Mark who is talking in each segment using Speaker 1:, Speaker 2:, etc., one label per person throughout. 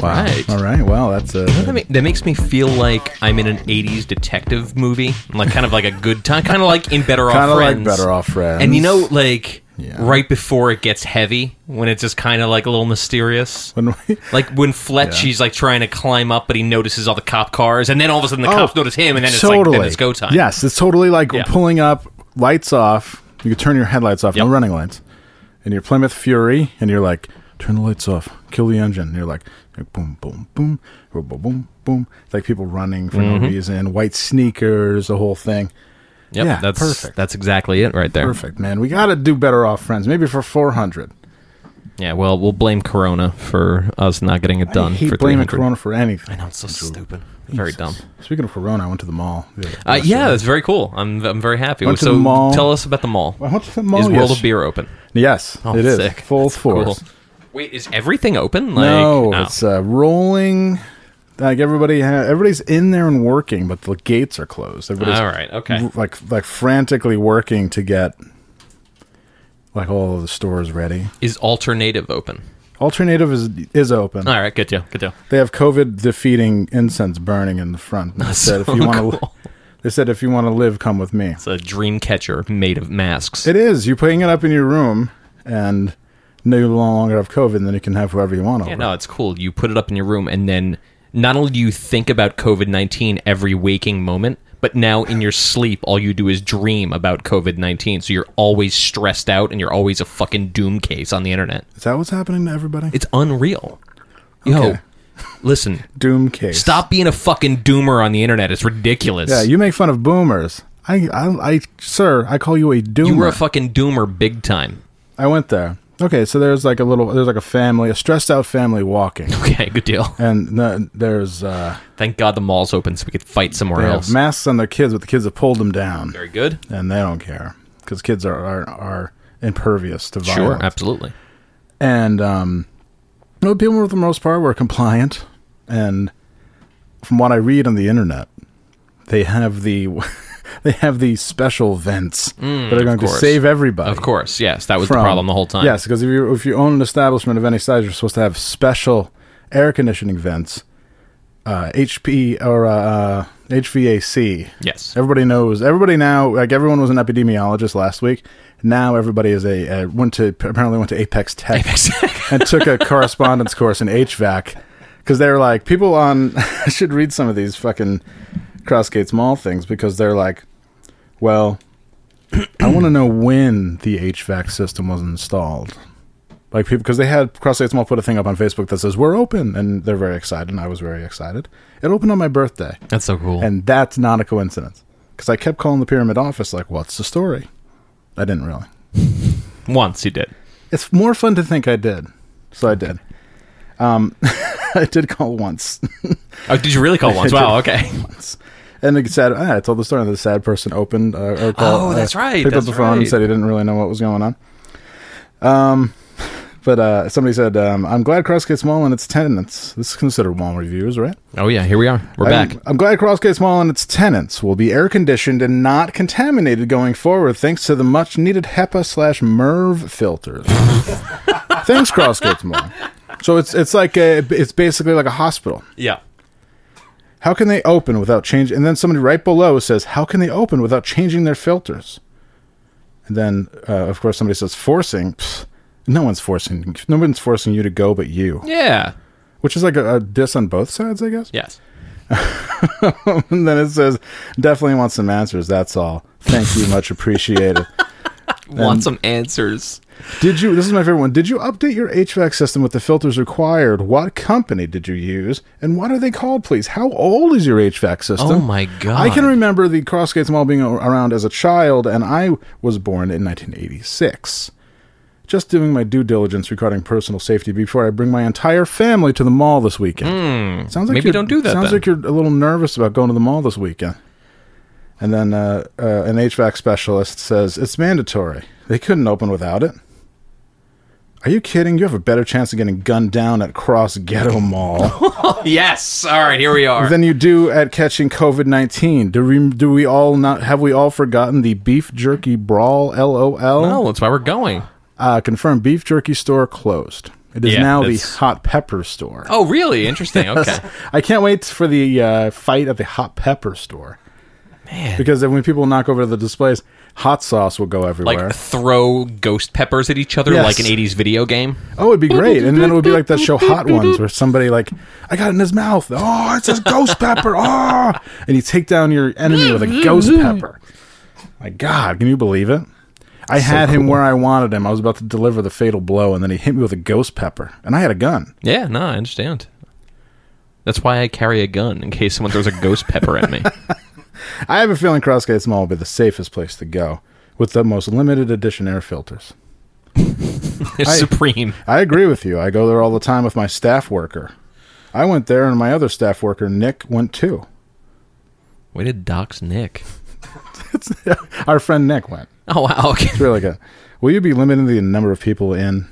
Speaker 1: Wow.
Speaker 2: Right.
Speaker 1: All right. Wow, that's a.
Speaker 2: That, ma- that makes me feel like I'm in an '80s detective movie, like kind of like a good time, kind of like in Better
Speaker 1: Kinda
Speaker 2: Off
Speaker 1: like
Speaker 2: Friends.
Speaker 1: Better Off Friends.
Speaker 2: and you know, like
Speaker 1: Yeah.
Speaker 2: right before it gets heavy, when it's just kind of like a little mysterious.
Speaker 1: When we-
Speaker 2: like when Fletch,
Speaker 1: Yeah.
Speaker 2: he's like trying to climb up, but he notices all the cop cars, and then all of a sudden the
Speaker 1: Oh,
Speaker 2: cops notice him, and then it's like then it's go time.
Speaker 1: Yes, it's totally like
Speaker 2: Yeah.
Speaker 1: pulling up, lights off. You turn your headlights off, no
Speaker 2: Yep.
Speaker 1: running lights. And your Plymouth Fury, and you're like, turn the lights off, kill the engine. And you're like, boom, boom, boom, boom, boom, boom, boom. It's like people running for
Speaker 2: Mm-hmm.
Speaker 1: no reason, white sneakers, the whole thing.
Speaker 2: Yep,
Speaker 1: Yeah,
Speaker 2: that's
Speaker 1: perfect.
Speaker 2: That's exactly it right there.
Speaker 1: Perfect, man. We got to do better off friends. Maybe for 400.
Speaker 2: Yeah, well, we'll blame Corona for us not getting it done
Speaker 1: I hate
Speaker 2: for
Speaker 1: blaming
Speaker 2: 300.
Speaker 1: Corona for anything.
Speaker 2: I know it's so stupid, very dumb.
Speaker 1: Speaking of Corona, I went to the mall. the other-
Speaker 2: Uh, yeah,
Speaker 1: yesterday.
Speaker 2: that's very cool. I'm I'm very happy.
Speaker 1: Went to
Speaker 2: so
Speaker 1: the mall.
Speaker 2: tell us about the mall.
Speaker 1: I went to the mall
Speaker 2: Is World
Speaker 1: yes-
Speaker 2: of Beer open?
Speaker 1: Yes, it is.
Speaker 2: Oh, sick.
Speaker 1: Full
Speaker 2: That's
Speaker 1: force.
Speaker 2: cool. Wait, is everything open? Like,
Speaker 1: no,
Speaker 2: oh.
Speaker 1: it's uh, rolling. Like everybody, ha- everybody's in there and working, but the gates are closed. Everybody's
Speaker 2: All right, okay.
Speaker 1: r- Like like frantically working to get like all of the stores ready.
Speaker 2: oh. is alternative open?
Speaker 1: Alternative is is open.
Speaker 2: All right, good deal, good deal.
Speaker 1: They have COVID defeating incense burning in the front. And They said
Speaker 2: so
Speaker 1: if you want to,
Speaker 2: cool.
Speaker 1: they said if you want to live, come with me.
Speaker 2: It's a dream catcher made of masks.
Speaker 1: It is. You putting it up in your room, and no you no longer have COVID, and then you can have whoever you want over.
Speaker 2: yeah, no, it's cool. You put it up in your room, and then not only do you think about COVID nineteen every waking moment, but now in your sleep, all you do is dream about COVID nineteen. So you're always stressed out, and you're always a fucking doom case on the internet.
Speaker 1: Is that what's happening to everybody?
Speaker 2: It's unreal. Yo,
Speaker 1: Okay.
Speaker 2: listen,
Speaker 1: Doom case.
Speaker 2: stop being a fucking doomer on the internet. It's ridiculous.
Speaker 1: Yeah, you make fun of boomers. I, I, I sir, I call you a doomer.
Speaker 2: You were a fucking doomer big time.
Speaker 1: I went there. Okay, so there's like a little, there's like a family, a stressed out family walking,
Speaker 2: Okay, good deal.
Speaker 1: and the, there's uh,
Speaker 2: Thank God the mall's open so we could fight somewhere
Speaker 1: they have
Speaker 2: else.
Speaker 1: masks on their kids, but the kids have pulled them down,
Speaker 2: Very good.
Speaker 1: and they don't care because kids are, are are impervious to
Speaker 2: Sure,
Speaker 1: violence.
Speaker 2: absolutely.
Speaker 1: and um, you know, people for the most part were compliant, and from what I read on the internet, they have the. They have these special vents that are going to
Speaker 2: Mm, course.
Speaker 1: save everybody.
Speaker 2: Of course, yes, that was the
Speaker 1: from-
Speaker 2: problem the whole time.
Speaker 1: Yes, because if you if you own an establishment of any size, you're supposed to have special air conditioning vents, uh, HP or uh, HVAC.
Speaker 2: yes.
Speaker 1: Everybody knows. Everybody now, like everyone was an epidemiologist last week. Now everybody is a uh, went to apparently went to Apex Tech
Speaker 2: Apex
Speaker 1: and took a correspondence course in HVAC because they're like people on. I should read some of these fucking Crossgates Mall things because they're like, well, I want to know when the HVAC system was installed. Like people, because they had Crossgates Mall put a thing up on Facebook that says we're open, and they're very excited, and I was very excited. It opened on my birthday.
Speaker 2: That's so cool.
Speaker 1: And that's not a coincidence. Because I kept calling the pyramid office, like, what's the story? I didn't really.
Speaker 2: Once he did.
Speaker 1: It's more fun to think I did. So I did. Um, I did call once.
Speaker 2: Oh, did you really call once?
Speaker 1: did.
Speaker 2: Wow, okay.
Speaker 1: And it said, ah, I told the story. And the sad person opened uh, or called.
Speaker 2: Oh, that's
Speaker 1: uh,
Speaker 2: right,
Speaker 1: Picked
Speaker 2: that's
Speaker 1: up the phone and
Speaker 2: right.
Speaker 1: said he didn't really know what was going on. Um, but uh, somebody said, um, I'm glad Crossgates Mall and its tenants. This is considered mall reviews, right?
Speaker 2: Oh yeah, here we are. We're
Speaker 1: I'm,
Speaker 2: back.
Speaker 1: I'm glad Crossgates Mall and its tenants will be air conditioned and not contaminated going forward, thanks to the much needed HEPA slash MERV filters. thanks, Crossgates Mall. So it's it's like a it's basically like a hospital.
Speaker 2: Yeah.
Speaker 1: How can they open without changing? And then somebody right below says, "How can they open without changing their filters?" And then, uh, of course, somebody says, "Forcing." Pfft, no one's forcing. No one's forcing you to go, but you,
Speaker 2: Yeah.
Speaker 1: which is like a, a diss on both sides, I guess.
Speaker 2: Yes.
Speaker 1: and then it says, definitely want some answers. That's all. Thank you. Much appreciated. And-
Speaker 3: want some answers.
Speaker 1: Did you? This is my favorite one. Did you update your HVAC system with the filters required? What company did you use, and what are they called, please? How old is your HVAC system?
Speaker 2: Oh my God.
Speaker 1: I can remember the Crossgates Mall being a- around as a child, and I was born in 1986. Just doing my due diligence regarding personal safety before I bring my entire family to the mall this weekend. Sounds like
Speaker 2: Hmm. Maybe
Speaker 1: you're-
Speaker 2: don't do that
Speaker 1: Sounds
Speaker 2: then.
Speaker 1: like you're a little nervous about going to the mall this weekend. And then uh, uh, an HVAC specialist says it's mandatory. They couldn't open without it. Are you kidding? You have a better chance of getting gunned down at Cross Ghetto Mall
Speaker 2: Yes. All right. Here we are.
Speaker 1: than you do at catching COVID nineteen. Do we? Do we all not? Have we all forgotten the beef jerky brawl? LOL.
Speaker 2: Oh, that's why we're going.
Speaker 1: Uh, confirmed beef jerky store closed. It is
Speaker 2: Yeah,
Speaker 1: now the
Speaker 2: that's-
Speaker 1: hot pepper store.
Speaker 2: Oh, really? Interesting. Okay.
Speaker 1: I can't wait for the uh, fight at the hot pepper store.
Speaker 2: Man.
Speaker 1: Because then when people knock over the displays, hot sauce will go
Speaker 2: Like
Speaker 1: everywhere.
Speaker 2: throw ghost peppers at each other
Speaker 1: Yes.
Speaker 2: like an 80s video game.
Speaker 1: oh, it'd be great. And then it would be like that show Hot Ones where somebody like, I got it in his mouth. Oh, it says ghost pepper. Oh. And you take down your enemy with a ghost pepper. My God, can you believe it? I had him where I wanted him. I was about to deliver the fatal blow, and then he hit me with a ghost pepper. And I had a gun.
Speaker 2: Yeah, no, I understand. That's why I carry a gun in case someone throws a ghost pepper at me.
Speaker 1: I have a feeling Crossgate Mall will be the safest place to go with the most limited edition air filters.
Speaker 2: It's supreme.
Speaker 1: I agree with you. I go there all the time with my staff worker. I went there, and my other staff worker, Nick, went too.
Speaker 2: Way to dox Nick.
Speaker 1: Our friend Nick went.
Speaker 2: Oh, wow. Okay.
Speaker 1: It's really good. Will you be limiting the number of people in?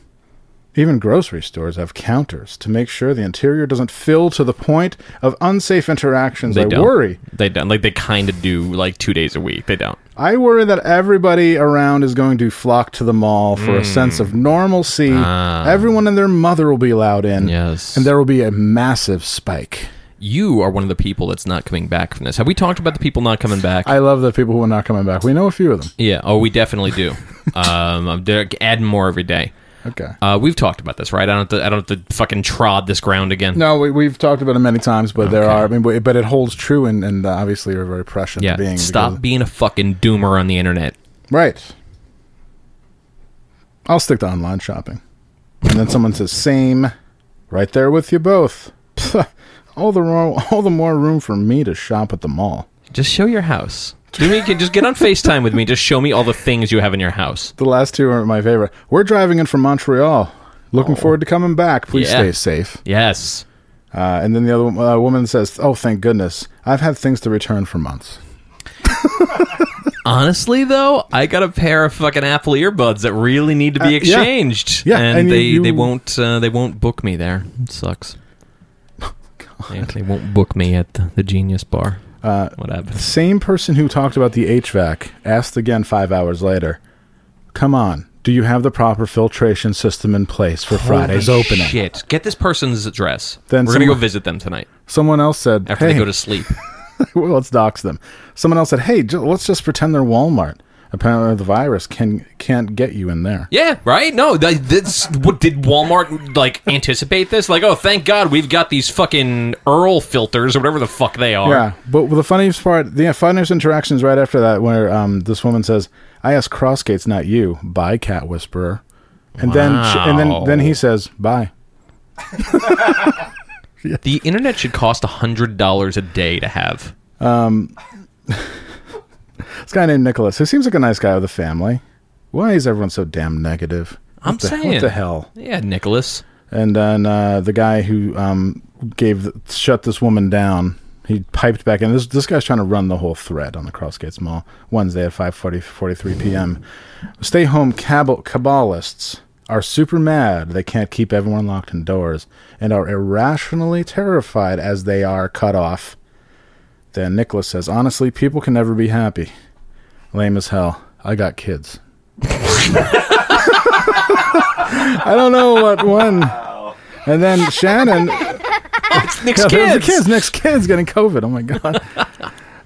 Speaker 1: Even grocery stores have counters to make sure the interior doesn't fill to the point of unsafe interactions.
Speaker 2: They
Speaker 1: I
Speaker 2: don't.
Speaker 1: worry.
Speaker 2: They don't. Like, they kind of do like two days a week. They don't.
Speaker 1: I worry that everybody around is going to flock to the mall for a sense
Speaker 2: Hmm.
Speaker 1: of normalcy. Everyone and their mother will be allowed in.
Speaker 2: Ah. Yes.
Speaker 1: And there will be a massive spike.
Speaker 2: You are one of the people that's not coming back from this. Have we talked about the people not coming back?
Speaker 1: I love the people who are not coming back. We know a few of them.
Speaker 2: yeah. Oh, we definitely do. um, I'm de- adding more every day.
Speaker 1: Okay.
Speaker 2: Uh, we've talked about this, right? I don't. Have to, I don't have to fucking trod this ground again.
Speaker 1: No, we, we've talked about it many times, but there are. I mean, but- but it holds true, and, and uh, obviously you're very prescient
Speaker 2: Yeah.
Speaker 1: to being.
Speaker 2: Stop
Speaker 1: because-
Speaker 2: being a fucking doomer on the internet.
Speaker 1: right. I'll stick to online shopping, and then someone says, "Same, right there with you both." Pfft, all the ro- all the more room for me to shop at the mall.
Speaker 2: Just show your house. Do me, just get on FaceTime with me. Just show me all the things you have in your house.
Speaker 1: The last two are my favorite. We're driving in from Montreal. Looking forward to coming back. Please
Speaker 2: Oh. Yeah.
Speaker 1: stay safe.
Speaker 2: Yes.
Speaker 1: Uh, and then the other one- uh, woman says, "Oh, thank goodness! I've had things to return for months."
Speaker 2: Honestly, though, I got a pair of fucking Apple earbuds that really need to be
Speaker 1: Uh, yeah.
Speaker 2: exchanged.
Speaker 1: Yeah,
Speaker 2: and,
Speaker 1: and you-
Speaker 2: they,
Speaker 1: you-
Speaker 2: they won't uh, they won't book me there. It sucks.
Speaker 1: Oh,
Speaker 2: Yeah, they won't book me at the, the Genius Bar. Uh, what happens?
Speaker 1: same person who talked about the HVAC asked again five hours later, "Come on, do you have the proper filtration system in place for Friday's
Speaker 2: Holy
Speaker 1: opening?"
Speaker 2: Shit! Get this person's address.
Speaker 1: Then
Speaker 2: We're gonna go
Speaker 1: someone-
Speaker 2: visit them tonight
Speaker 1: Someone else said,
Speaker 2: after
Speaker 1: "Hey,
Speaker 2: they go to sleep.
Speaker 1: well, let's dox them." Someone else said, "Hey, ju- let's just pretend they're Walmart. Apparently, the virus can can't get you in there."
Speaker 2: Yeah, right. No, th- that's what did Walmart like anticipate this? Like, oh, thank God we've got these fucking Earl filters or whatever the fuck they are.
Speaker 1: Yeah, but the funniest part, the funniest interaction is right after that, where um, this woman says, "I asked Crossgates, not you." Bye, Cat Whisperer. And then, she, and then,
Speaker 2: Wow.
Speaker 1: then he says, "Bye."
Speaker 2: The internet should cost hundred dollars a day to have.
Speaker 1: This guy named Nicholas, who seems like a nice guy with a family. Why is everyone so damn negative?
Speaker 2: I'm
Speaker 1: What the-
Speaker 2: saying
Speaker 1: what the hell?
Speaker 2: Yeah, Nicholas.
Speaker 1: And then uh, the guy who um, gave the, shut this woman down, he piped back in. This this guy's trying to run the whole thread on the Crossgates Mall Wednesday at 5:40 43 p.m. Stay home cabal- cabalists are super mad they can't keep everyone locked indoors and are irrationally terrified as they are cut off. Then Nicholas says, honestly, people can never be happy. Lame as hell. I got kids. I don't know what one. And then Shannon,
Speaker 2: Nick's
Speaker 1: yeah, there's the kids, next kids getting COVID. Oh my god.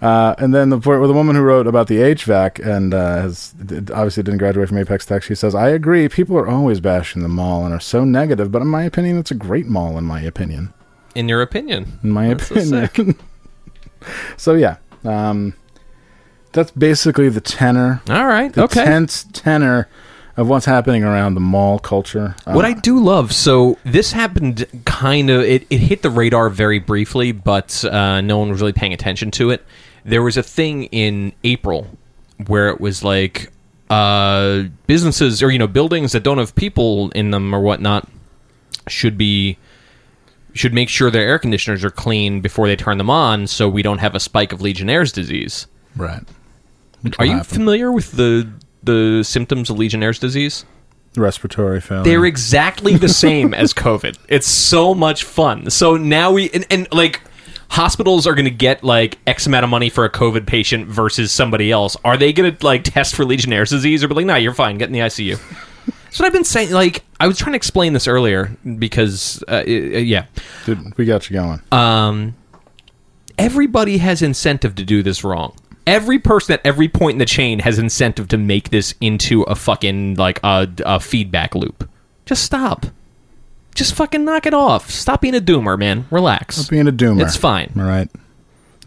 Speaker 1: Uh, and then the part with the woman who wrote about the HVAC and uh, has did- obviously didn't graduate from Apex Tech. She says, "I agree. People are always bashing the mall and are so negative, but in my opinion, it's a great mall. In my opinion,
Speaker 2: In your opinion,
Speaker 1: in my
Speaker 2: That's so
Speaker 1: opinion.
Speaker 2: sick.
Speaker 1: so yeah, um, that's basically the tenor.
Speaker 2: All right.
Speaker 1: The
Speaker 2: okay.
Speaker 1: tense tenor of what's happening around the mall culture. Um,
Speaker 2: What I do love, so this happened kind of, it, it hit the radar very briefly, but uh, no one was really paying attention to it. There was a thing in April where it was like uh, businesses or, you know, buildings that don't have people in them or whatnot should be should make sure their air conditioners are clean before they turn them on so we don't have a spike of Legionnaire's disease.
Speaker 1: right.
Speaker 2: Are you
Speaker 1: happen.
Speaker 2: familiar with the the symptoms of Legionnaire's disease?
Speaker 1: Respiratory failure.
Speaker 2: They're exactly the same as COVID. It's so much fun. So now we and, and like hospitals are going to get like X amount of money for a COVID patient versus somebody else. Are they going to like test for Legionnaire's disease or be like, "No, you're fine. Get in the ICU." That's what I've been saying. Like I was trying to explain this earlier because uh, i- i- yeah,
Speaker 1: Dude, we got you going.
Speaker 2: Uh, Um, everybody has incentive to do this wrong. Every person at every point in the chain has incentive to make this into a fucking like a, a feedback loop. Just stop. Just fucking knock it off. Stop being a doomer, man. Relax.
Speaker 1: Being a doomer.
Speaker 2: It's fine.
Speaker 1: All right.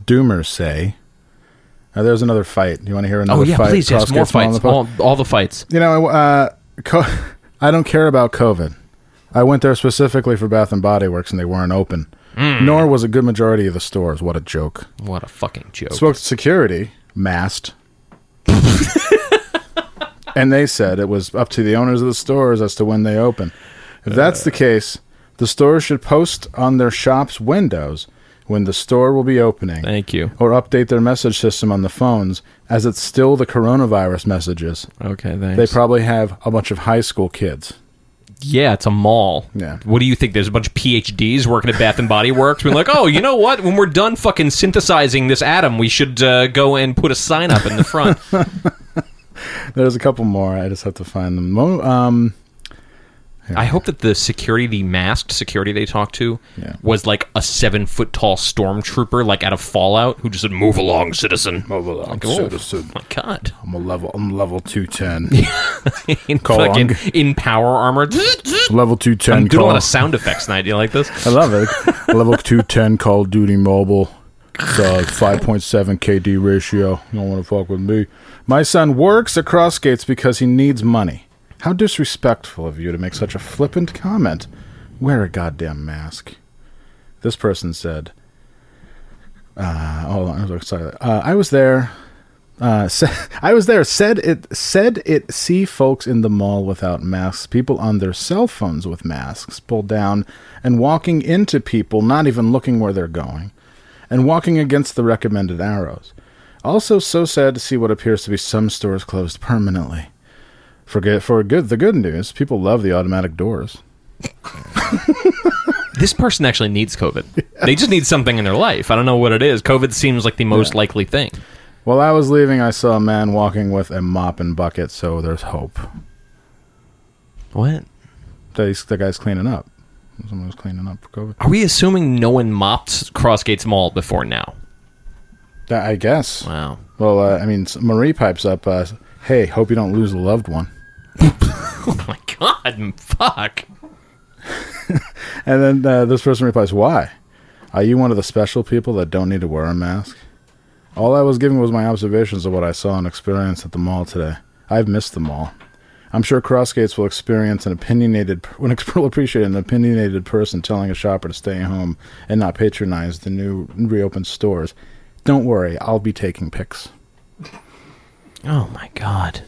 Speaker 1: Doomers say. Now, there's another fight. Do you want to hear another
Speaker 2: Oh yeah,
Speaker 1: fight?
Speaker 2: please. Yes,
Speaker 1: Cross
Speaker 2: more
Speaker 1: gets small in
Speaker 2: fights.
Speaker 1: the po-
Speaker 2: All, all the fights.
Speaker 1: you know, uh, co- I don't care about COVID. I went there specifically for Bath and Body Works, and they weren't open.
Speaker 2: Hmm.
Speaker 1: Nor was a good majority of the stores. What a joke!
Speaker 2: What a fucking joke.
Speaker 1: Spoke to security, masked, and they said it was up to the owners of the stores as to when they open. If that's
Speaker 2: Uh.
Speaker 1: the case, the stores should post on their shops' windows when the store will be opening
Speaker 2: Thank you.
Speaker 1: or update their message system on the phones, as it's still the coronavirus messages.
Speaker 2: Okay, thanks.
Speaker 1: They probably have a bunch of high school kids.
Speaker 2: yeah, it's a mall.
Speaker 1: Yeah.
Speaker 2: What do you think? There's a bunch of PhDs working at Bath and Body Works. We're like, oh, you know what? When we're done fucking synthesizing this atom, we should uh, go and put a sign up in the front.
Speaker 1: There's a couple more. I just have to find them. Mo- um,
Speaker 2: I hope that the security, the masked security they talked to,
Speaker 1: Yeah.
Speaker 2: was like a seven foot tall stormtrooper, like out of Fallout, who just said, "Move along, citizen."
Speaker 1: Move along,
Speaker 2: Like, oh,
Speaker 1: citizen.
Speaker 2: My God,
Speaker 1: I'm a level. I'm level two ten.
Speaker 2: in
Speaker 1: Call
Speaker 2: fucking
Speaker 1: on-
Speaker 2: in power armor.
Speaker 1: level two
Speaker 2: I'm
Speaker 1: ten.
Speaker 2: doing a
Speaker 1: Call.
Speaker 2: lot of sound effects tonight. Do you like this?
Speaker 1: I love it. level two ten. Call of Duty Mobile. It's a five point seven KD ratio. You don't want to fuck with me. My son works at Crossgates because he needs money. How disrespectful of you to make such a flippant comment. Wear a goddamn mask. This person said. Uh, hold on. I'm sorry. Uh, I was there. Uh, sa I was there. Said it. Said it. See folks in the mall without masks. People on their cell phones with masks pulled down, and walking into people, not even looking where they're going, and walking against the recommended arrows. Also, so sad to see what appears to be some stores closed permanently. For good, for good, the good news, people love the automatic doors.
Speaker 2: This person actually needs COVID. They just need something in their life. I don't know what it is. COVID seems like the most likely thing.
Speaker 1: While I was leaving, I saw a man walking with a mop and bucket, so there's hope.
Speaker 2: What?
Speaker 1: That he's- the guy's cleaning up. Someone was cleaning up for COVID.
Speaker 2: Are we assuming no one mopped Crossgates Mall before now?
Speaker 1: That- I guess.
Speaker 2: Wow.
Speaker 1: Well, uh, I mean, s- Marie pipes up. Uh, hey, hope you don't lose a loved one.
Speaker 2: Oh my God. Fuck.
Speaker 1: And then uh, this person replies, "Why? Are you one of the special people that don't need to wear a mask?" All I was giving was my observations of what I saw and experienced at the mall today. I've missed the mall. I'm sure Crossgates will experience an opinionated, when will appreciate an opinionated person telling a shopper to stay home and not patronize the new reopened stores. Don't worry, I'll be taking pics.
Speaker 2: Oh my God.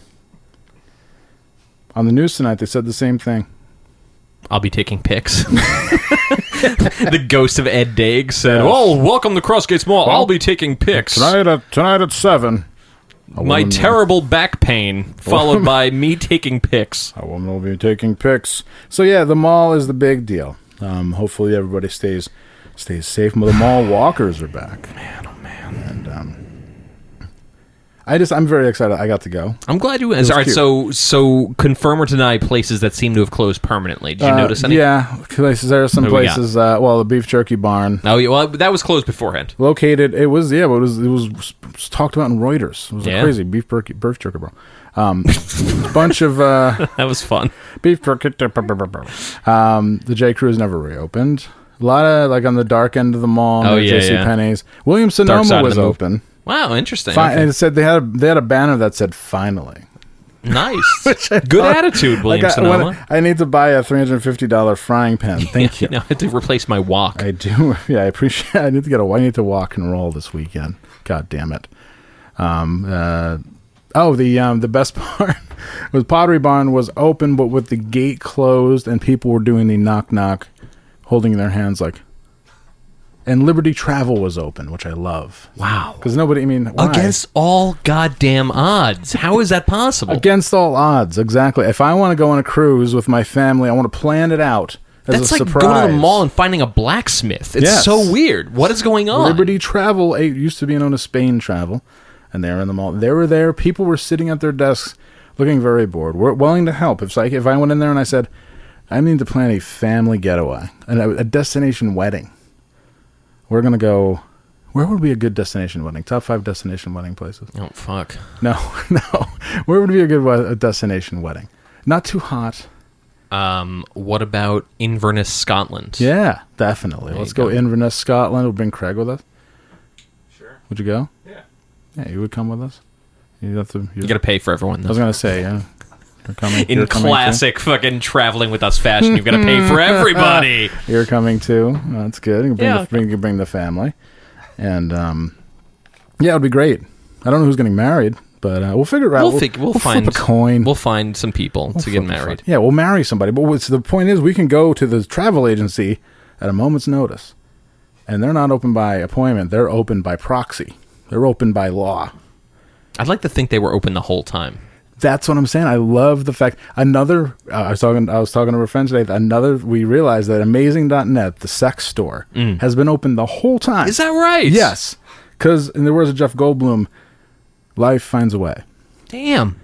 Speaker 1: On the news tonight, they said the same thing.
Speaker 2: I'll be taking pics. the ghost of Ed Daig said, "Oh, welcome to Crossgates Mall. I'll be taking pics.
Speaker 1: Tonight at tonight at seven,
Speaker 2: My terrible back pain, followed by me taking pics."
Speaker 1: A woman will be taking pics. So yeah, the mall is the big deal. Um, hopefully everybody stays stays safe. The mall walkers are back. Man, oh man. And um, I just I'm very excited. I got to go.
Speaker 2: I'm glad you. All right,
Speaker 1: cute.
Speaker 2: so so confirm or deny places that seem to have closed permanently. Did you
Speaker 1: Uh,
Speaker 2: notice any? Oh,
Speaker 1: Yeah, places. There are some
Speaker 2: Who we got?
Speaker 1: places. Uh, well, the beef jerky barn
Speaker 2: Oh, yeah. Well, that was closed beforehand.
Speaker 1: located. It was yeah, but it was it was, s- talked about in Reuters. It was
Speaker 2: Yeah.
Speaker 1: a crazy beef jerky beef jerky barn. Um, bunch of uh,
Speaker 2: That was fun.
Speaker 1: beef jerky. Um, the J Crew has never reopened. A lot of like on the dark end of the mall.
Speaker 2: Oh,
Speaker 1: near
Speaker 2: yeah,
Speaker 1: J.C.
Speaker 2: yeah.
Speaker 1: Penney's. William
Speaker 2: Dark side
Speaker 1: Sonoma
Speaker 2: of
Speaker 1: was
Speaker 2: the move.
Speaker 1: open.
Speaker 2: Wow, interesting.
Speaker 1: Fi-
Speaker 2: Okay.
Speaker 1: And it said they had a, they had a banner that said "Finally."
Speaker 2: Nice. Good attitude,
Speaker 1: Like,
Speaker 2: William
Speaker 1: I,
Speaker 2: Sonoma.
Speaker 1: when- I need to buy a three hundred fifty dollar frying pan. Thank you.
Speaker 2: Now I have to replace my walk.
Speaker 1: I do. Yeah, I appreciate. I need to get a. I need to walk and roll this weekend. God damn it. Um. Uh. Oh, the um the best part was Pottery Barn was open, but with the gate closed, and people were doing the knock knock, holding their hands like. And Liberty Travel was open, which I love
Speaker 2: wow.
Speaker 1: because nobody. I mean, why?
Speaker 2: Against all goddamn odds. How is that possible?
Speaker 1: against all odds, exactly. If I want to go on a cruise with my family, I want to plan it out as
Speaker 2: That's
Speaker 1: a
Speaker 2: like
Speaker 1: surprise.
Speaker 2: going to the mall and finding a blacksmith. It's
Speaker 1: Yes.
Speaker 2: so weird. What is going on?
Speaker 1: Liberty Travel it used to be known as Spain Travel, and they were in the mall. They were there. People were sitting at their desks, looking very bored. We're willing to help. If like if I went in there and I said, "I need to plan a family getaway and a, a destination wedding," we're gonna go. Where would be a good destination wedding? Top five destination wedding places.
Speaker 2: Oh fuck.
Speaker 1: No, no. Where would be a good we- a destination wedding? Not too hot.
Speaker 2: Um, what about Inverness, Scotland?
Speaker 1: Yeah, definitely. Let's
Speaker 2: you
Speaker 1: go,
Speaker 2: go.
Speaker 1: Inverness, Scotland. We'll bring Craig with us.
Speaker 2: Sure.
Speaker 1: Would you go?
Speaker 2: Yeah.
Speaker 1: Yeah, you would come with us. You have to. You,
Speaker 2: You got to pay for everyone.
Speaker 1: I was
Speaker 2: Though.
Speaker 1: gonna say, yeah. You're coming.
Speaker 2: In
Speaker 1: you're coming
Speaker 2: classic fucking traveling with us fashion, you've got to pay for everybody.
Speaker 1: Too. You're coming too. That's good. You can bring,
Speaker 2: Yeah,
Speaker 1: the, bring, you can bring the family, and um, yeah, it'd be great. I don't know who's getting married, but uh, we'll figure it out.
Speaker 2: We'll, think, we'll,
Speaker 1: flip
Speaker 2: find
Speaker 1: a coin.
Speaker 2: We'll find some people to get married.
Speaker 1: Yeah, we'll marry somebody. But what's the point is, we can go to the travel agency at a moment's notice, and they're not open by appointment. They're open by proxy. They're open by law.
Speaker 2: I'd like to think they were open the whole time.
Speaker 1: That's what I'm saying. I love the fact. Another, uh, I was talking. I was talking to a friend today. Another, we realized that Amazing.net, the sex store, has been open the whole time.
Speaker 2: Mm. Is that right?
Speaker 1: Yes, because in the words of Jeff Goldblum, life finds a way.
Speaker 2: Damn.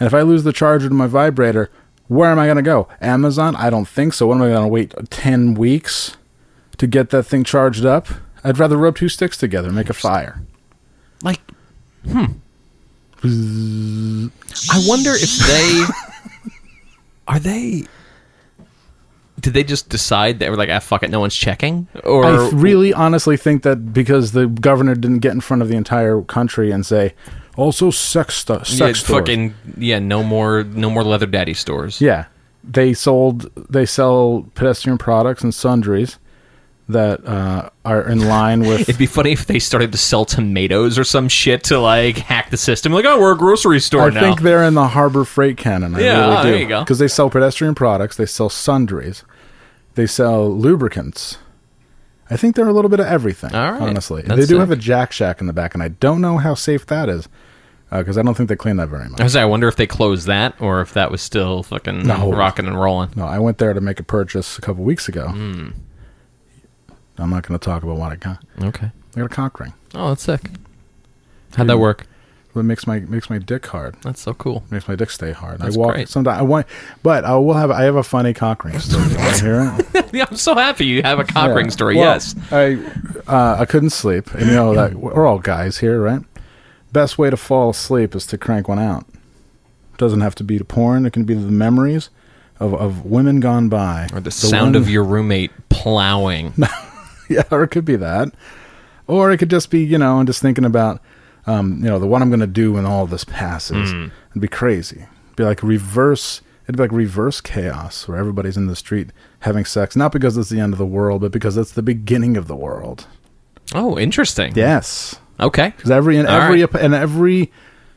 Speaker 1: And if I lose the charger to my vibrator, where am I going to go? Amazon? I don't think so. What am I going to wait 10 weeks to get that thing charged up? I'd rather rub two sticks together and make a fire.
Speaker 2: Like, hmm. I wonder if they are they. Did they just decide they were like, ah, fuck it, no one's checking? Or
Speaker 1: I really honestly think that because the governor didn't get in front of the entire country and say, also sex stuff,
Speaker 2: yeah,
Speaker 1: sex stores.
Speaker 2: fucking yeah, no more, no more leather daddy stores.
Speaker 1: Yeah, they sold they sell pedestrian products and sundries that uh, are in line with
Speaker 2: It'd be funny if they started to sell tomatoes or some shit to like hack the system. Like, oh, we're a grocery
Speaker 1: I
Speaker 2: store now.
Speaker 1: think they're in the Harbor Freight canon. I
Speaker 2: Yeah,
Speaker 1: really
Speaker 2: ah,
Speaker 1: do.
Speaker 2: there you go.
Speaker 1: Because they sell pedestrian products, they sell sundries, they sell lubricants. I think they're a little bit of everything.
Speaker 2: All right.
Speaker 1: Honestly,
Speaker 2: That's
Speaker 1: they do
Speaker 2: sick.
Speaker 1: have a Jack Shack in the back, and I don't know how safe that is because I don't think they clean that very much.
Speaker 2: I was like, I wonder if they closed that or if that was still fucking
Speaker 1: No.
Speaker 2: rocking and rolling.
Speaker 1: No, I went there to make a purchase a couple weeks ago.
Speaker 2: Hmm.
Speaker 1: I'm not going to talk about what I got.
Speaker 2: Okay.
Speaker 1: I got a cock ring.
Speaker 2: Oh, that's sick. How'd that work?
Speaker 1: It makes my makes my dick hard.
Speaker 2: That's so cool.
Speaker 1: Makes my dick stay hard.
Speaker 2: That's
Speaker 1: I walk
Speaker 2: great.
Speaker 1: sometimes. I want, but I will have. I have a funny cock ring story. You wanna hear it?
Speaker 2: Yeah, I'm so happy you have a cock
Speaker 1: Yeah.
Speaker 2: ring story.
Speaker 1: Well,
Speaker 2: yes.
Speaker 1: I uh, I couldn't sleep, and you know that we're all guys here, right? Best way to fall asleep is to crank one out. Doesn't have to be to porn. It can be the memories of, of women gone by,
Speaker 2: Or the, sound
Speaker 1: one-
Speaker 2: of your roommate plowing.
Speaker 1: yeah, or it could be that, or it could just be you know, and just thinking about um, you know the one I'm going to do when all this passes.
Speaker 2: Hmm.
Speaker 1: It'd be crazy. It'd be like reverse. It'd be like reverse chaos where everybody's in the street having sex, not because it's the end of the world, but because it's the beginning of the world.
Speaker 2: oh, interesting.
Speaker 1: Yes.
Speaker 2: Okay.
Speaker 1: Because every in
Speaker 2: All
Speaker 1: every
Speaker 2: right.
Speaker 1: ap- in every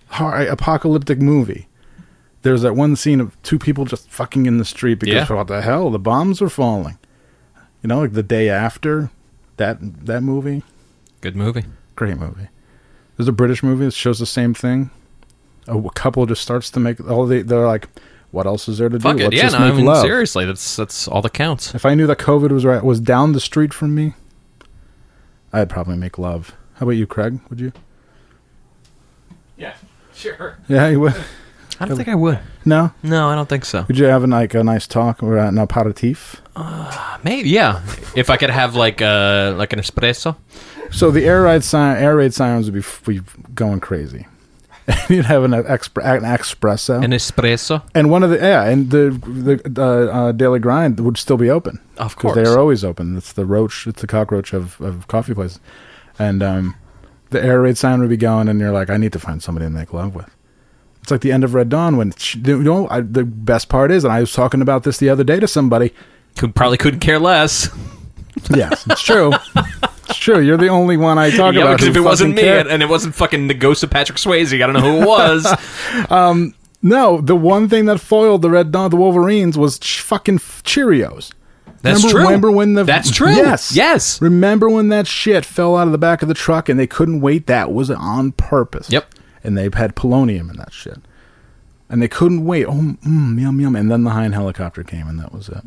Speaker 1: hor- apocalyptic movie, there's that one scene of two people just fucking in the street because
Speaker 2: Yeah.
Speaker 1: what the hell? The bombs are falling. You know, like the day after that that movie,
Speaker 2: Good movie.
Speaker 1: great movie. There's a British movie that shows the same thing. A w- couple just starts to make all the they're like, what else is there to
Speaker 2: Fuck
Speaker 1: do?
Speaker 2: it.
Speaker 1: Let's
Speaker 2: Yeah,
Speaker 1: just
Speaker 2: no,
Speaker 1: make
Speaker 2: I mean,
Speaker 1: love.
Speaker 2: seriously, that's that's all that counts.
Speaker 1: If I knew that COVID was right, was down the street from me, I'd probably make love. How about you, Craig? Would you?
Speaker 2: Yeah, sure.
Speaker 1: Yeah, you would.
Speaker 2: I don't think I would.
Speaker 1: No,
Speaker 2: No, I don't think so.
Speaker 1: Would you have like a nice talk or an aperitif?
Speaker 2: Maybe, yeah. if I could have like uh like an espresso.
Speaker 1: Oh. So the air raid si- air raid sirens would be, f- be going crazy. You'd have an, expre- an espresso,
Speaker 2: An
Speaker 1: and,
Speaker 2: espresso?
Speaker 1: one of the yeah, and the the uh, uh, daily grind would still be open.
Speaker 2: Of
Speaker 1: 'Cause
Speaker 2: course.
Speaker 1: they are always open. It's the roach, it's the cockroach of, of coffee places, and um, the air raid sign would be going, and you're like, I need to find somebody to make love with. It's like the end of Red Dawn when sh- you know I, the best part is, and I was talking about this the other day to somebody.
Speaker 2: Could, probably couldn't care less.
Speaker 1: Yes, it's true. it's true. You're the only one I talk
Speaker 2: Yeah,
Speaker 1: about.
Speaker 2: because
Speaker 1: who
Speaker 2: if it wasn't
Speaker 1: fucking
Speaker 2: me
Speaker 1: cared.
Speaker 2: and it wasn't fucking the ghost of Patrick Swayze, I don't know who it was.
Speaker 1: no, the one thing that foiled the Red Dawn, the Wolverines, was ch- fucking Cheerios.
Speaker 2: That's
Speaker 1: remember,
Speaker 2: true.
Speaker 1: Remember when the
Speaker 2: That's true.
Speaker 1: Yes,
Speaker 2: Yes.
Speaker 1: Remember when that shit fell out of the back of the truck and they couldn't wait? That was on purpose.
Speaker 2: Yep.
Speaker 1: And they had polonium in that shit, and they couldn't wait. Oh, mm, yum yum! And then the Hind helicopter came, and that was it.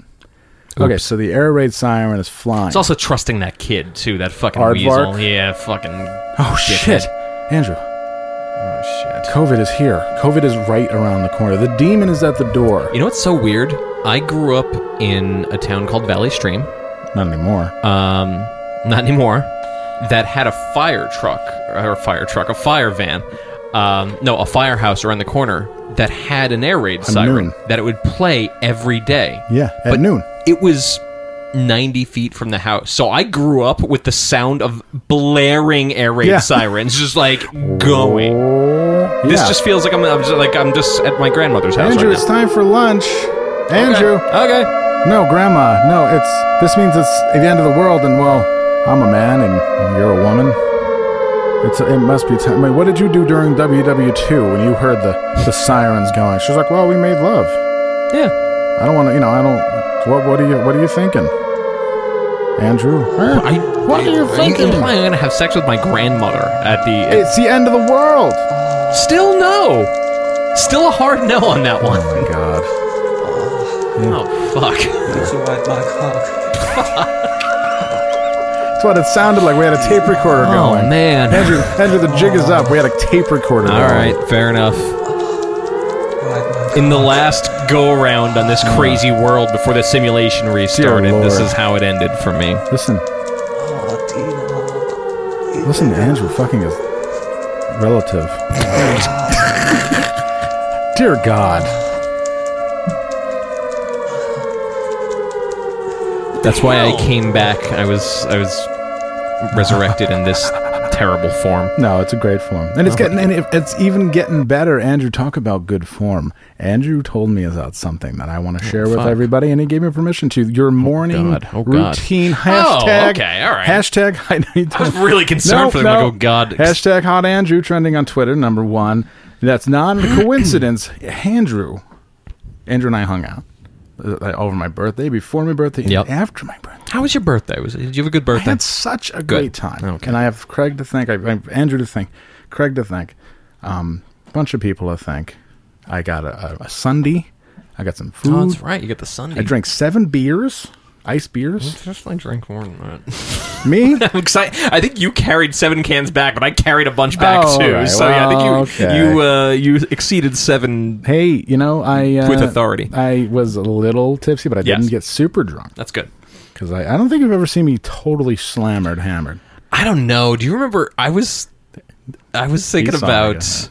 Speaker 1: Okay, so the air raid siren is flying.
Speaker 2: It's also trusting that kid too. That fucking
Speaker 1: Aardvark?
Speaker 2: weasel. Yeah, fucking.
Speaker 1: oh shit, Andrew.
Speaker 2: Oh shit.
Speaker 1: COVID is here. COVID is right around the corner. The demon is at the door.
Speaker 2: You know what's so weird? I grew up in a town called Valley Stream.
Speaker 1: Not anymore.
Speaker 2: um, not anymore, that had a fire truck or a fire truck, a fire van, um, no, a firehouse around the corner that had an air raid siren
Speaker 1: noon.
Speaker 2: that it would play every day.
Speaker 1: yeah, at
Speaker 2: but
Speaker 1: noon.
Speaker 2: It was. 90 feet from the house. So I grew up with the sound of blaring air raid
Speaker 1: Yeah.
Speaker 2: sirens just like going. This
Speaker 1: Yeah.
Speaker 2: just feels like I'm, I'm just like I'm just at my grandmother's house
Speaker 1: Andrew,
Speaker 2: right
Speaker 1: it's
Speaker 2: now.
Speaker 1: time for lunch. Andrew,
Speaker 2: Okay. okay.
Speaker 1: no, Grandma, no. It's this means it's the end of the world, and well, I'm a man and you're a woman. It's it must be time. Wait, what did you do during WW2 when you heard the the sirens going? She's like, well, we made love.
Speaker 2: Yeah.
Speaker 1: I don't want to, you know, I don't. What what are you what are you thinking, Andrew? Huh?
Speaker 2: I,
Speaker 1: what are you thinking?
Speaker 2: implying I'm gonna have sex with my grandmother at the
Speaker 1: It's the end of the world.
Speaker 2: Still no. Still a hard no on that one.
Speaker 1: Oh my god. Mm-hmm.
Speaker 2: Oh fuck.
Speaker 3: It's a white black hawk.
Speaker 1: That's what it sounded like. We had a tape recorder
Speaker 2: Oh
Speaker 1: going.
Speaker 2: man.
Speaker 1: Andrew, Andrew, the jig is up. We had a tape recorder.
Speaker 2: All right, fair enough.
Speaker 3: White black
Speaker 2: In the last go around on this crazy world before the simulation restarted, this
Speaker 1: Mm. Lord.
Speaker 2: is how it ended for me.
Speaker 1: Listen,
Speaker 3: hawk. Tina.
Speaker 1: listen to Andrew fucking his relative. Dear God.
Speaker 2: That's why I
Speaker 3: hell?
Speaker 2: came back. I was I was resurrected in this terrible form.
Speaker 1: No, it's a great form, and it's
Speaker 2: Uh-huh.
Speaker 1: getting, and it, it's even getting better. Andrew, talk about good form. Andrew told me about something that I want to share with
Speaker 2: Oh, fuck.
Speaker 1: everybody, and he gave me permission to your morning
Speaker 2: God. Oh, God.
Speaker 1: routine
Speaker 2: Oh,
Speaker 1: hashtag.
Speaker 2: okay, all right.
Speaker 1: Hashtag. I, know you
Speaker 2: I was
Speaker 1: don't-
Speaker 2: really concerned
Speaker 1: No,
Speaker 2: for them.
Speaker 1: no.
Speaker 2: Like, oh god.
Speaker 1: Hashtag hot Andrew trending on Twitter, number one. That's not a coincidence. Andrew, Andrew and I hung out uh, over my birthday, before my birthday, and
Speaker 2: Yep.
Speaker 1: after my birthday.
Speaker 2: How was your birthday? Was did you have a good
Speaker 1: I
Speaker 2: birthday?
Speaker 1: had such a great time.
Speaker 2: Okay.
Speaker 1: And I have Craig to thank, I, I, Andrew to thank, Craig to thank, um, bunch of people to thank. I got a, a, a Sunday. I got some food.
Speaker 2: Oh, that's right. You got the Sunday.
Speaker 1: I drank seven beers, ice beers.
Speaker 2: Definitely drank more than that.
Speaker 1: Me?
Speaker 2: I'm excited. I think you carried seven cans back, but I carried a bunch back
Speaker 1: Oh,
Speaker 2: too.
Speaker 1: all right.
Speaker 2: So yeah, I
Speaker 1: Well,
Speaker 2: think you
Speaker 1: okay.
Speaker 2: you uh, you exceeded seven.
Speaker 1: Hey, you know, I uh,
Speaker 2: With authority.
Speaker 1: I was a little tipsy, but I
Speaker 2: Yes.
Speaker 1: didn't get super drunk
Speaker 2: That's good.
Speaker 1: because I, I don't think you've ever seen me totally slammered, hammered.
Speaker 2: I don't know. Do you remember? I was I was thinking
Speaker 1: He's on
Speaker 2: about
Speaker 1: it,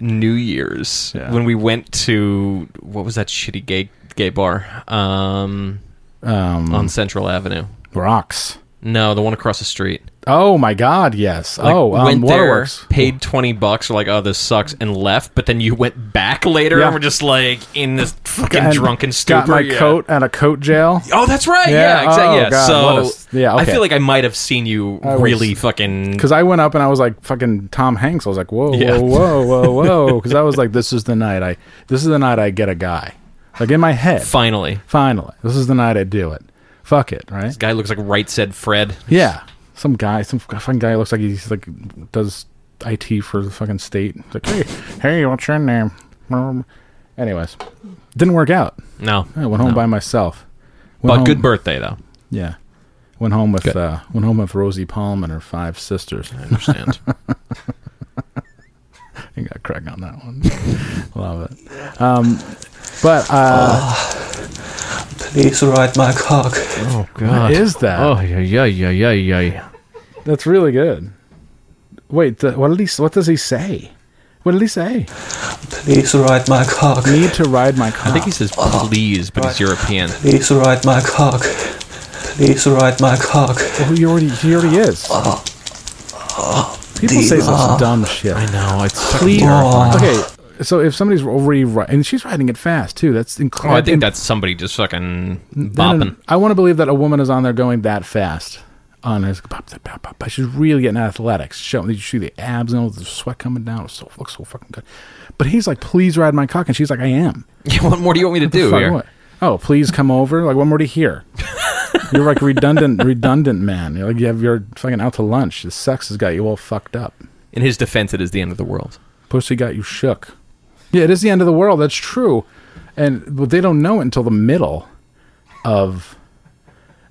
Speaker 2: New Year's
Speaker 1: Yeah.
Speaker 2: when we went to what was that shitty gay gay bar um,
Speaker 1: Um,
Speaker 2: on Central Avenue?
Speaker 1: rocks.
Speaker 2: No, the one across the street.
Speaker 1: Oh my God! Yes.
Speaker 2: Like,
Speaker 1: oh, um,
Speaker 2: went there,
Speaker 1: waterworks.
Speaker 2: paid twenty bucks, or like, oh, this sucks, and left. But then you went back later,
Speaker 1: Yeah.
Speaker 2: and we're just like in this fucking
Speaker 1: And
Speaker 2: drunken stupor.
Speaker 1: Got my
Speaker 2: yeah.
Speaker 1: coat at a coat jail.
Speaker 2: Oh, that's right. Yeah,
Speaker 1: Yeah,
Speaker 2: exactly.
Speaker 1: oh,
Speaker 2: yeah.
Speaker 1: God,
Speaker 2: so
Speaker 1: what a s- yeah,
Speaker 2: I
Speaker 1: okay.
Speaker 2: feel like I might have seen you
Speaker 1: I was-
Speaker 2: really fucking.
Speaker 1: Because I went up and I was like fucking Tom Hanks. I was like, whoa,
Speaker 2: Yeah.
Speaker 1: whoa, whoa, whoa, whoa. Because I was like, this is the night I, this is the night I get a guy. Like in my head,
Speaker 2: Finally,
Speaker 1: finally, this is the night I do it. Fuck it, right?
Speaker 2: this guy looks like right said Fred.
Speaker 1: Yeah, some guy, some fucking guy looks like he's like does IT for the fucking state. It's like, hey, hey, what's your name? Um, Anyways, didn't work out.
Speaker 2: No,
Speaker 1: I went home
Speaker 2: No.
Speaker 1: by myself. Went
Speaker 2: But
Speaker 1: home-
Speaker 2: good birthday though.
Speaker 1: Yeah, went home with
Speaker 2: Good.
Speaker 1: uh, went home with Rosie Palm and her five sisters.
Speaker 2: I understand.
Speaker 1: You got Craig on that one. Love it. Um, but uh,
Speaker 3: Please ride my cock.
Speaker 2: oh
Speaker 1: what
Speaker 2: God. Oh.
Speaker 1: is that?
Speaker 2: yeah, yeah, yeah, yeah, yeah, yeah.
Speaker 1: That's really good. Wait, th- what did he? s- What does he say? What did he say?
Speaker 3: Please ride my cock.
Speaker 1: Need to ride my car.
Speaker 2: I think he says please, but he's European.
Speaker 3: Please ride my cock. Please ride my cock.
Speaker 1: Oh, Well, he already he already is. People say such
Speaker 3: Dina.
Speaker 1: dumb shit.
Speaker 2: I know it's
Speaker 1: Please.
Speaker 3: terrifying.
Speaker 1: Okay, so if somebody's rewriting, and she's writing it fast too, that's
Speaker 2: Oh,
Speaker 1: incredible.
Speaker 2: I think that's somebody just fucking bopping.
Speaker 1: I want to believe that a woman is on there going that fast. On his, bop, bop, bop, bop, bop. she's really getting athletics. Showing you see the abs and all the sweat coming down. It was so looks so fucking good. But he's like, "Please ride my cock," and she's like, "I am."
Speaker 2: what more do you want me to do
Speaker 1: Fuck,
Speaker 2: here?
Speaker 1: what? Oh, please come over. Like, what more do you hear? You're like redundant, redundant man. You're like you have your fucking out to lunch. The sex has got you all fucked up.
Speaker 2: In his defense, it is the end of the world.
Speaker 1: Pussy got you shook. Yeah, it is the end of the world. That's true. And but they don't know it until the middle of.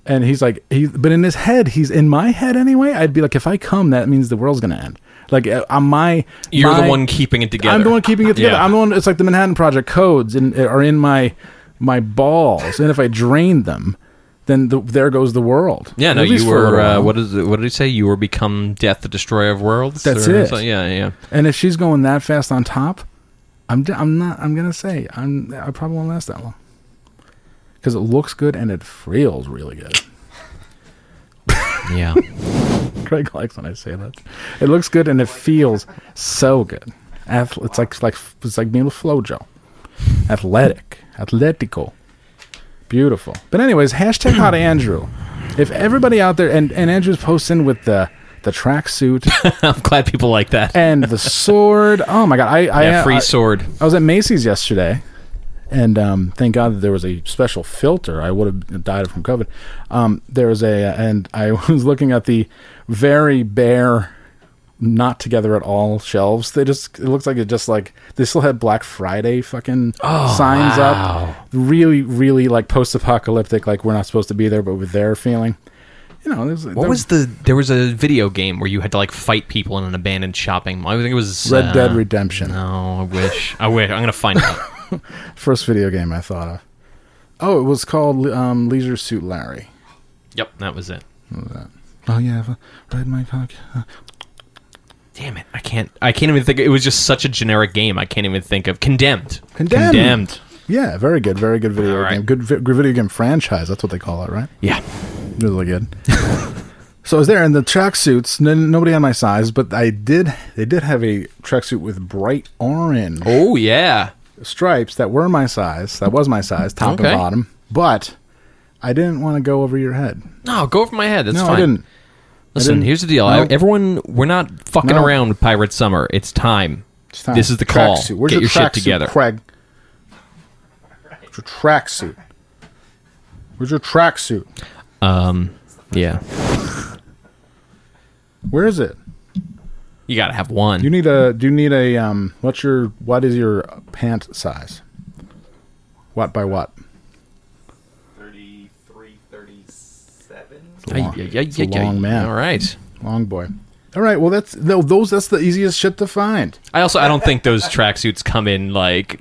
Speaker 1: And he's like, he, but in his head, he's in my head anyway. I'd be like, if I come, that means the world's gonna end. Like, uh, on my,
Speaker 2: You're the
Speaker 1: my-
Speaker 2: one keeping it together.
Speaker 1: I'm the one keeping it together.
Speaker 2: Yeah.
Speaker 1: I'm the one. It's like the Manhattan Project codes in, uh, are in my my balls, and if I drain them, then the, there goes the world.
Speaker 2: Yeah, no,
Speaker 1: At least
Speaker 2: you
Speaker 1: for a
Speaker 2: were.
Speaker 1: little
Speaker 2: Uh,
Speaker 1: while.
Speaker 2: what is? It, what did he say? You were become death, the destroyer of worlds.
Speaker 1: That's
Speaker 2: or
Speaker 1: it.
Speaker 2: something? Yeah, yeah.
Speaker 1: And if she's going that fast on top, I'm d- I'm not I'm gonna say I'm I probably won't last that long because it looks good and it feels really good.
Speaker 2: Yeah.
Speaker 1: Craig likes when I say that. It looks good and it feels so good. Ath- it's like it's like it's like being with FloJo. Athletic, athletical, beautiful. But anyways, hashtag hot Andrew. If everybody out there and and Andrew's posting with the the tracksuit
Speaker 2: I'm glad people like that.
Speaker 1: and the sword. Oh my god! I I,
Speaker 2: yeah, free
Speaker 1: I,
Speaker 2: sword.
Speaker 1: I was at Macy's yesterday, and um, thank God that there was a special filter. I would have died from COVID. Um, there was a, and I was looking at the very bare, not together at all shelves. They just, it looks like it just like, they still had Black Friday fucking signs
Speaker 2: wow.
Speaker 1: up. Really, really like post apocalyptic, like we're not supposed to be there, but we're there feeling. You know, there's,
Speaker 2: What was the? There was a video game where you had to like fight people in an abandoned shopping. mall. I think it was
Speaker 1: Red
Speaker 2: uh,
Speaker 1: Dead Redemption?
Speaker 2: No, I wish. I wish. I'm gonna find out.
Speaker 1: First video game I thought of. Oh, it was called um, Leisure Suit Larry.
Speaker 2: yep, that was it.
Speaker 1: Oh yeah, I've, uh, ride my cock. Uh,
Speaker 2: Damn it! I can't. I can't even think. It was just such a generic game. I can't even think of condemned.
Speaker 1: Condemned.
Speaker 2: Condemned.
Speaker 1: Yeah, very good, very good video
Speaker 2: All right.
Speaker 1: game. Good, vi- good video game franchise. That's what they call it, right?
Speaker 2: Yeah.
Speaker 1: Really good. so I was there in the tracksuits. N- nobody had my size, but I did. They did have a tracksuit with bright orange
Speaker 2: Oh yeah.
Speaker 1: stripes that were my size. That was my size, top
Speaker 2: Okay.
Speaker 1: and bottom. But I didn't want to go over your head.
Speaker 2: No, go over my head. That's
Speaker 1: no,
Speaker 2: fine.
Speaker 1: I didn't.
Speaker 2: Listen,
Speaker 1: didn't-
Speaker 2: here's the deal.
Speaker 1: No.
Speaker 2: I, everyone, we're not fucking
Speaker 1: No.
Speaker 2: around with Pirate Summer. It's time.
Speaker 1: It's time.
Speaker 2: This is the call.
Speaker 1: Tracksuit. Where's
Speaker 2: Get your shit
Speaker 1: tracksuit,
Speaker 2: together.
Speaker 1: Craig? Where's your tracksuit? Where's your tracksuit?
Speaker 2: Um, yeah.
Speaker 1: Where is it?
Speaker 2: You gotta have one.
Speaker 1: You need a. Do you need a? Um. What's your? What is your pant size? What by what?
Speaker 4: 33, 37.
Speaker 2: Ay,
Speaker 1: long-
Speaker 2: ay, ay,
Speaker 1: it's a
Speaker 2: ay, ay.
Speaker 1: long man.
Speaker 2: All right.
Speaker 1: Long boy. All right. Well, that's no. Those. That's the easiest shit to find.
Speaker 2: I also I don't think those tracksuits come in like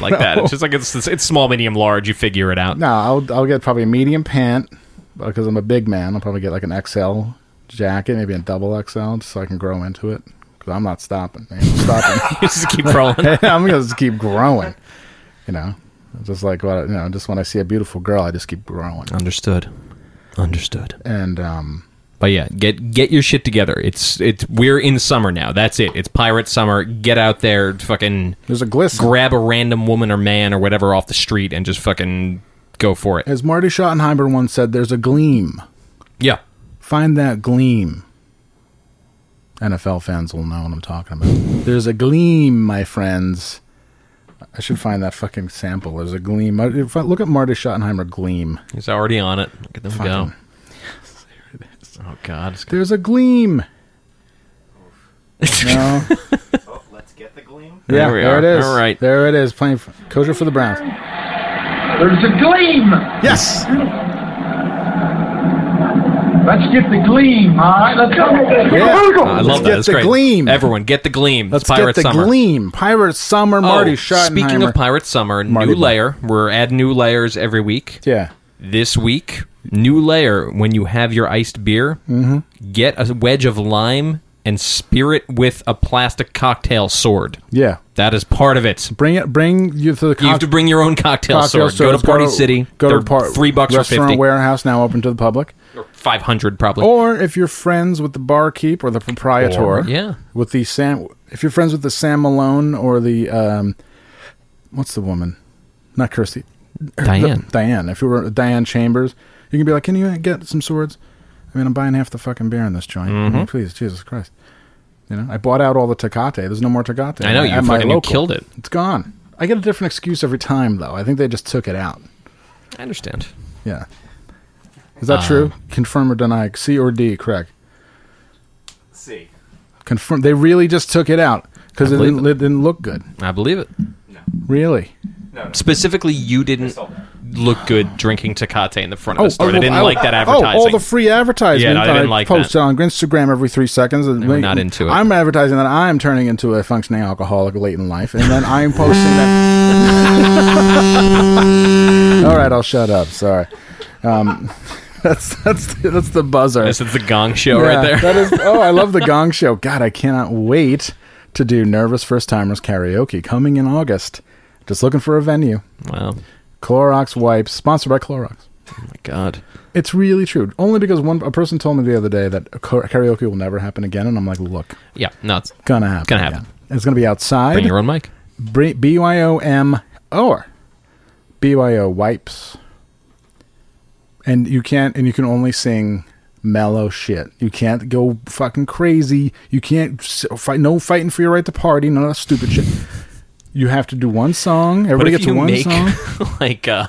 Speaker 2: like that. It's just like it's, it's it's small, medium, large. You figure it out.
Speaker 1: No, I'll. I'll get probably a medium pant because I'm a big man. I'll probably get like an XL jacket, maybe a double XL, just so I can grow into it. Because I'm not stopping. Man. I'm stopping.
Speaker 2: You just keep rolling.
Speaker 1: I'm gonna just keep growing. You know, just like what I- you know. Just when I see a beautiful girl, I just keep growing.
Speaker 2: Understood. Understood.
Speaker 1: And um.
Speaker 2: But yeah, get get your shit together. It's it's we're in summer now. That's it. It's pirate summer. Get out there, fucking
Speaker 1: There's a glisten.
Speaker 2: grab a random woman or man or whatever off the street and just fucking go for it.
Speaker 1: As Marty Schottenheimer once said, there's a gleam.
Speaker 2: Yeah.
Speaker 1: Find that gleam. NFL fans will know what I'm talking about. There's a gleam, my friends. I should find that fucking sample. There's a gleam. Uh, if I- Look at Marty Schottenheimer gleam.
Speaker 2: He's already on it. Look at them go.
Speaker 1: Fucking-
Speaker 2: Oh god. It's
Speaker 1: There's a gleam. No.
Speaker 4: Oh, let's get the gleam.
Speaker 1: yeah,
Speaker 2: There we
Speaker 1: there
Speaker 2: are.
Speaker 1: it is.
Speaker 2: All right.
Speaker 1: There it is. Playing for, kosher for the Browns.
Speaker 5: There's a gleam.
Speaker 1: Yes.
Speaker 5: Let's get the gleam. All right, let's go.
Speaker 2: Oh, I
Speaker 1: Let's
Speaker 2: love that.
Speaker 1: get
Speaker 2: That's
Speaker 1: the
Speaker 2: great.
Speaker 1: gleam.
Speaker 2: Everyone, get the gleam.
Speaker 1: Let's
Speaker 2: it's pirate
Speaker 1: get the
Speaker 2: summer.
Speaker 1: gleam. Pirate Summer, Marty
Speaker 2: oh,
Speaker 1: Schottenheimer.
Speaker 2: speaking of pirate summer,
Speaker 1: Marty
Speaker 2: new
Speaker 1: Bo-
Speaker 2: layer. We're adding new layers every week.
Speaker 1: Yeah.
Speaker 2: This
Speaker 1: Mm-hmm.
Speaker 2: week, new layer. When you have your iced beer, get a wedge of lime and spear it with a plastic cocktail sword.
Speaker 1: Yeah.
Speaker 2: That is part of it.
Speaker 1: Bring it. Bring you to the.
Speaker 2: You have to bring your own cocktail, sword. Go to Party City.
Speaker 1: Go
Speaker 2: They're
Speaker 1: to par-
Speaker 2: three bucks for
Speaker 1: restaurant Oh,
Speaker 2: fifty,
Speaker 1: warehouse now open to the public.
Speaker 2: five hundred probably.
Speaker 1: Or if you're friends with the barkeep or the proprietor,
Speaker 2: Or- yeah.
Speaker 1: with the Sam. If you're friends with the Sam Malone or the um, what's the woman? Not Kirsty.
Speaker 2: Diane.
Speaker 1: Diane. If you were Diane Chambers, you can be like, "Can you get some swords?" I mean, I'm buying half the fucking beer in this joint. I mean,
Speaker 2: Mm-hmm.
Speaker 1: please, Jesus Christ. You know, I bought out all the Tecate. There's no more Tecate.
Speaker 2: I know, you
Speaker 1: At my
Speaker 2: fucking- you
Speaker 1: local.
Speaker 2: killed it.
Speaker 1: It's gone. I get a different excuse every time, though. I think they just took it out.
Speaker 2: I understand.
Speaker 1: Yeah. Is that true?
Speaker 2: Um,
Speaker 1: Confirm or deny? C or D? Correct.
Speaker 4: C.
Speaker 1: Confirm. They really just took it out because
Speaker 2: I
Speaker 1: it, didn't-
Speaker 2: believe it.
Speaker 1: it didn't look good.
Speaker 2: I believe it.
Speaker 4: No.
Speaker 1: Really.
Speaker 4: No. no.
Speaker 2: Specifically, you didn't
Speaker 4: Crystal.
Speaker 2: look good drinking Tecate in the front of the store.
Speaker 1: well,
Speaker 2: they didn't
Speaker 1: I-
Speaker 2: like that advertising.
Speaker 1: Oh, all the free advertising
Speaker 2: Yeah, no, I
Speaker 1: that I,
Speaker 2: didn't like
Speaker 1: post
Speaker 2: that.
Speaker 1: on Instagram every three seconds. And
Speaker 2: we're not into it.
Speaker 1: I'm advertising that I'm turning into a functioning alcoholic late in life, and then I'm posting that. all right, I'll shut up. Sorry. Um, that's that's that's the buzzer.
Speaker 2: this is the Gong Show
Speaker 1: Yeah,
Speaker 2: right there.
Speaker 1: that is. Oh, I love the Gong Show. God, I cannot wait to do Nervous First Timers karaoke coming in August. Just looking for a venue.
Speaker 2: wow.
Speaker 1: Clorox wipes, sponsored by Clorox.
Speaker 2: Oh my God.
Speaker 1: It's really true. Only because one a person told me the other day that ka- karaoke will never happen again, and I'm like, look,
Speaker 2: Yeah. No. It's,
Speaker 1: gonna happen.
Speaker 2: Gonna happen.
Speaker 1: yeah. It's gonna be outside.
Speaker 2: bring your own mic.
Speaker 1: Bri- BYOM or BYO wipes. And you can't, and you can only sing mellow shit. You can't go fucking crazy. You can't s- fight. No fighting for your right to party. None of that stupid shit. You have to do one song.
Speaker 2: What
Speaker 1: Everybody
Speaker 2: if
Speaker 1: gets
Speaker 2: you
Speaker 1: one
Speaker 2: make
Speaker 1: song.
Speaker 2: like uh,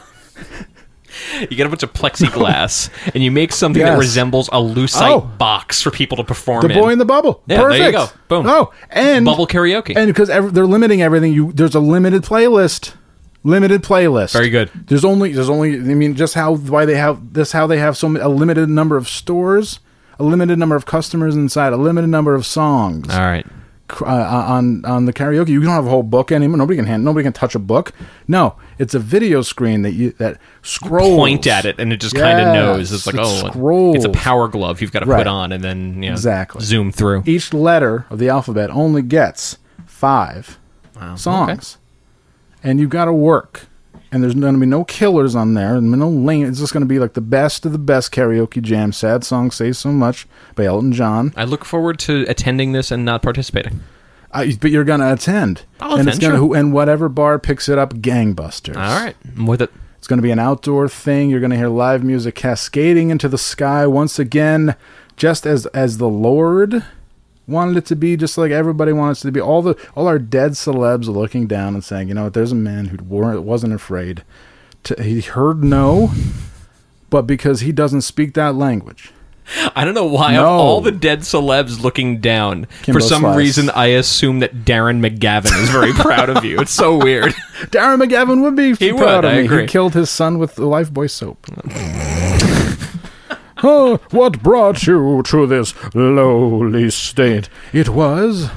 Speaker 2: you get a bunch of plexiglass and you make something that
Speaker 1: Yes.
Speaker 2: resembles a lucite
Speaker 1: Oh.
Speaker 2: box for people to perform
Speaker 1: The
Speaker 2: in?
Speaker 1: boy in the bubble.
Speaker 2: Yeah, there
Speaker 1: Perfect.
Speaker 2: you go. Boom.
Speaker 1: Oh, and
Speaker 2: Bubble karaoke.
Speaker 1: And because ev- they're limiting everything, you there's a limited playlist. Limited playlist.
Speaker 2: Very good.
Speaker 1: There's only there's only I mean just how why they have this how they have so many, a limited number of stores, a limited number of customers inside, a limited number of songs
Speaker 2: All right.
Speaker 1: cr- uh, on on the karaoke. You don't have a whole book anymore. Nobody can hand nobody can touch a book. No, it's a video screen that you that scrolls
Speaker 2: Point at it, and it just kind of
Speaker 1: Yes,
Speaker 2: knows. It's like,
Speaker 1: it
Speaker 2: oh,
Speaker 1: scrolls.
Speaker 2: it's a power glove you've got to
Speaker 1: Right.
Speaker 2: put on, and then you know,
Speaker 1: Exactly.
Speaker 2: zoom through.
Speaker 1: each letter of the alphabet only gets five songs, and you got to work. And there's going to be no killers on there, and no lane. It's just going to be like the best of the best karaoke jam. Sad song, say so much by Elton John.
Speaker 2: I look forward to attending this and not participating.
Speaker 1: I, but you're going to attend,
Speaker 2: I'll
Speaker 1: and it's
Speaker 2: attend,
Speaker 1: going to
Speaker 2: sure.
Speaker 1: and whatever bar picks it up, gangbusters.
Speaker 2: All right, I'm with it.
Speaker 1: It's going to be an outdoor thing. You're going to hear live music cascading into the sky once again, just as as the Lord wanted it to be, just like everybody wants it to be. All the all our dead celebs are looking down and saying, you know what? There's a man who war- wasn't afraid. To, he heard no, but because he doesn't speak that language,
Speaker 2: I don't know why
Speaker 1: No.
Speaker 2: of all the dead celebs looking down.
Speaker 1: Kimbo
Speaker 2: for some
Speaker 1: Slice.
Speaker 2: reason, I assume that Darren McGavin is very proud of you. It's so weird.
Speaker 1: Darren McGavin would be
Speaker 2: He
Speaker 1: proud
Speaker 2: would,
Speaker 1: of
Speaker 2: I
Speaker 1: me.
Speaker 2: agree.
Speaker 1: He killed his son with the Lifebuoy soap. oh, what brought you to this lowly state? It was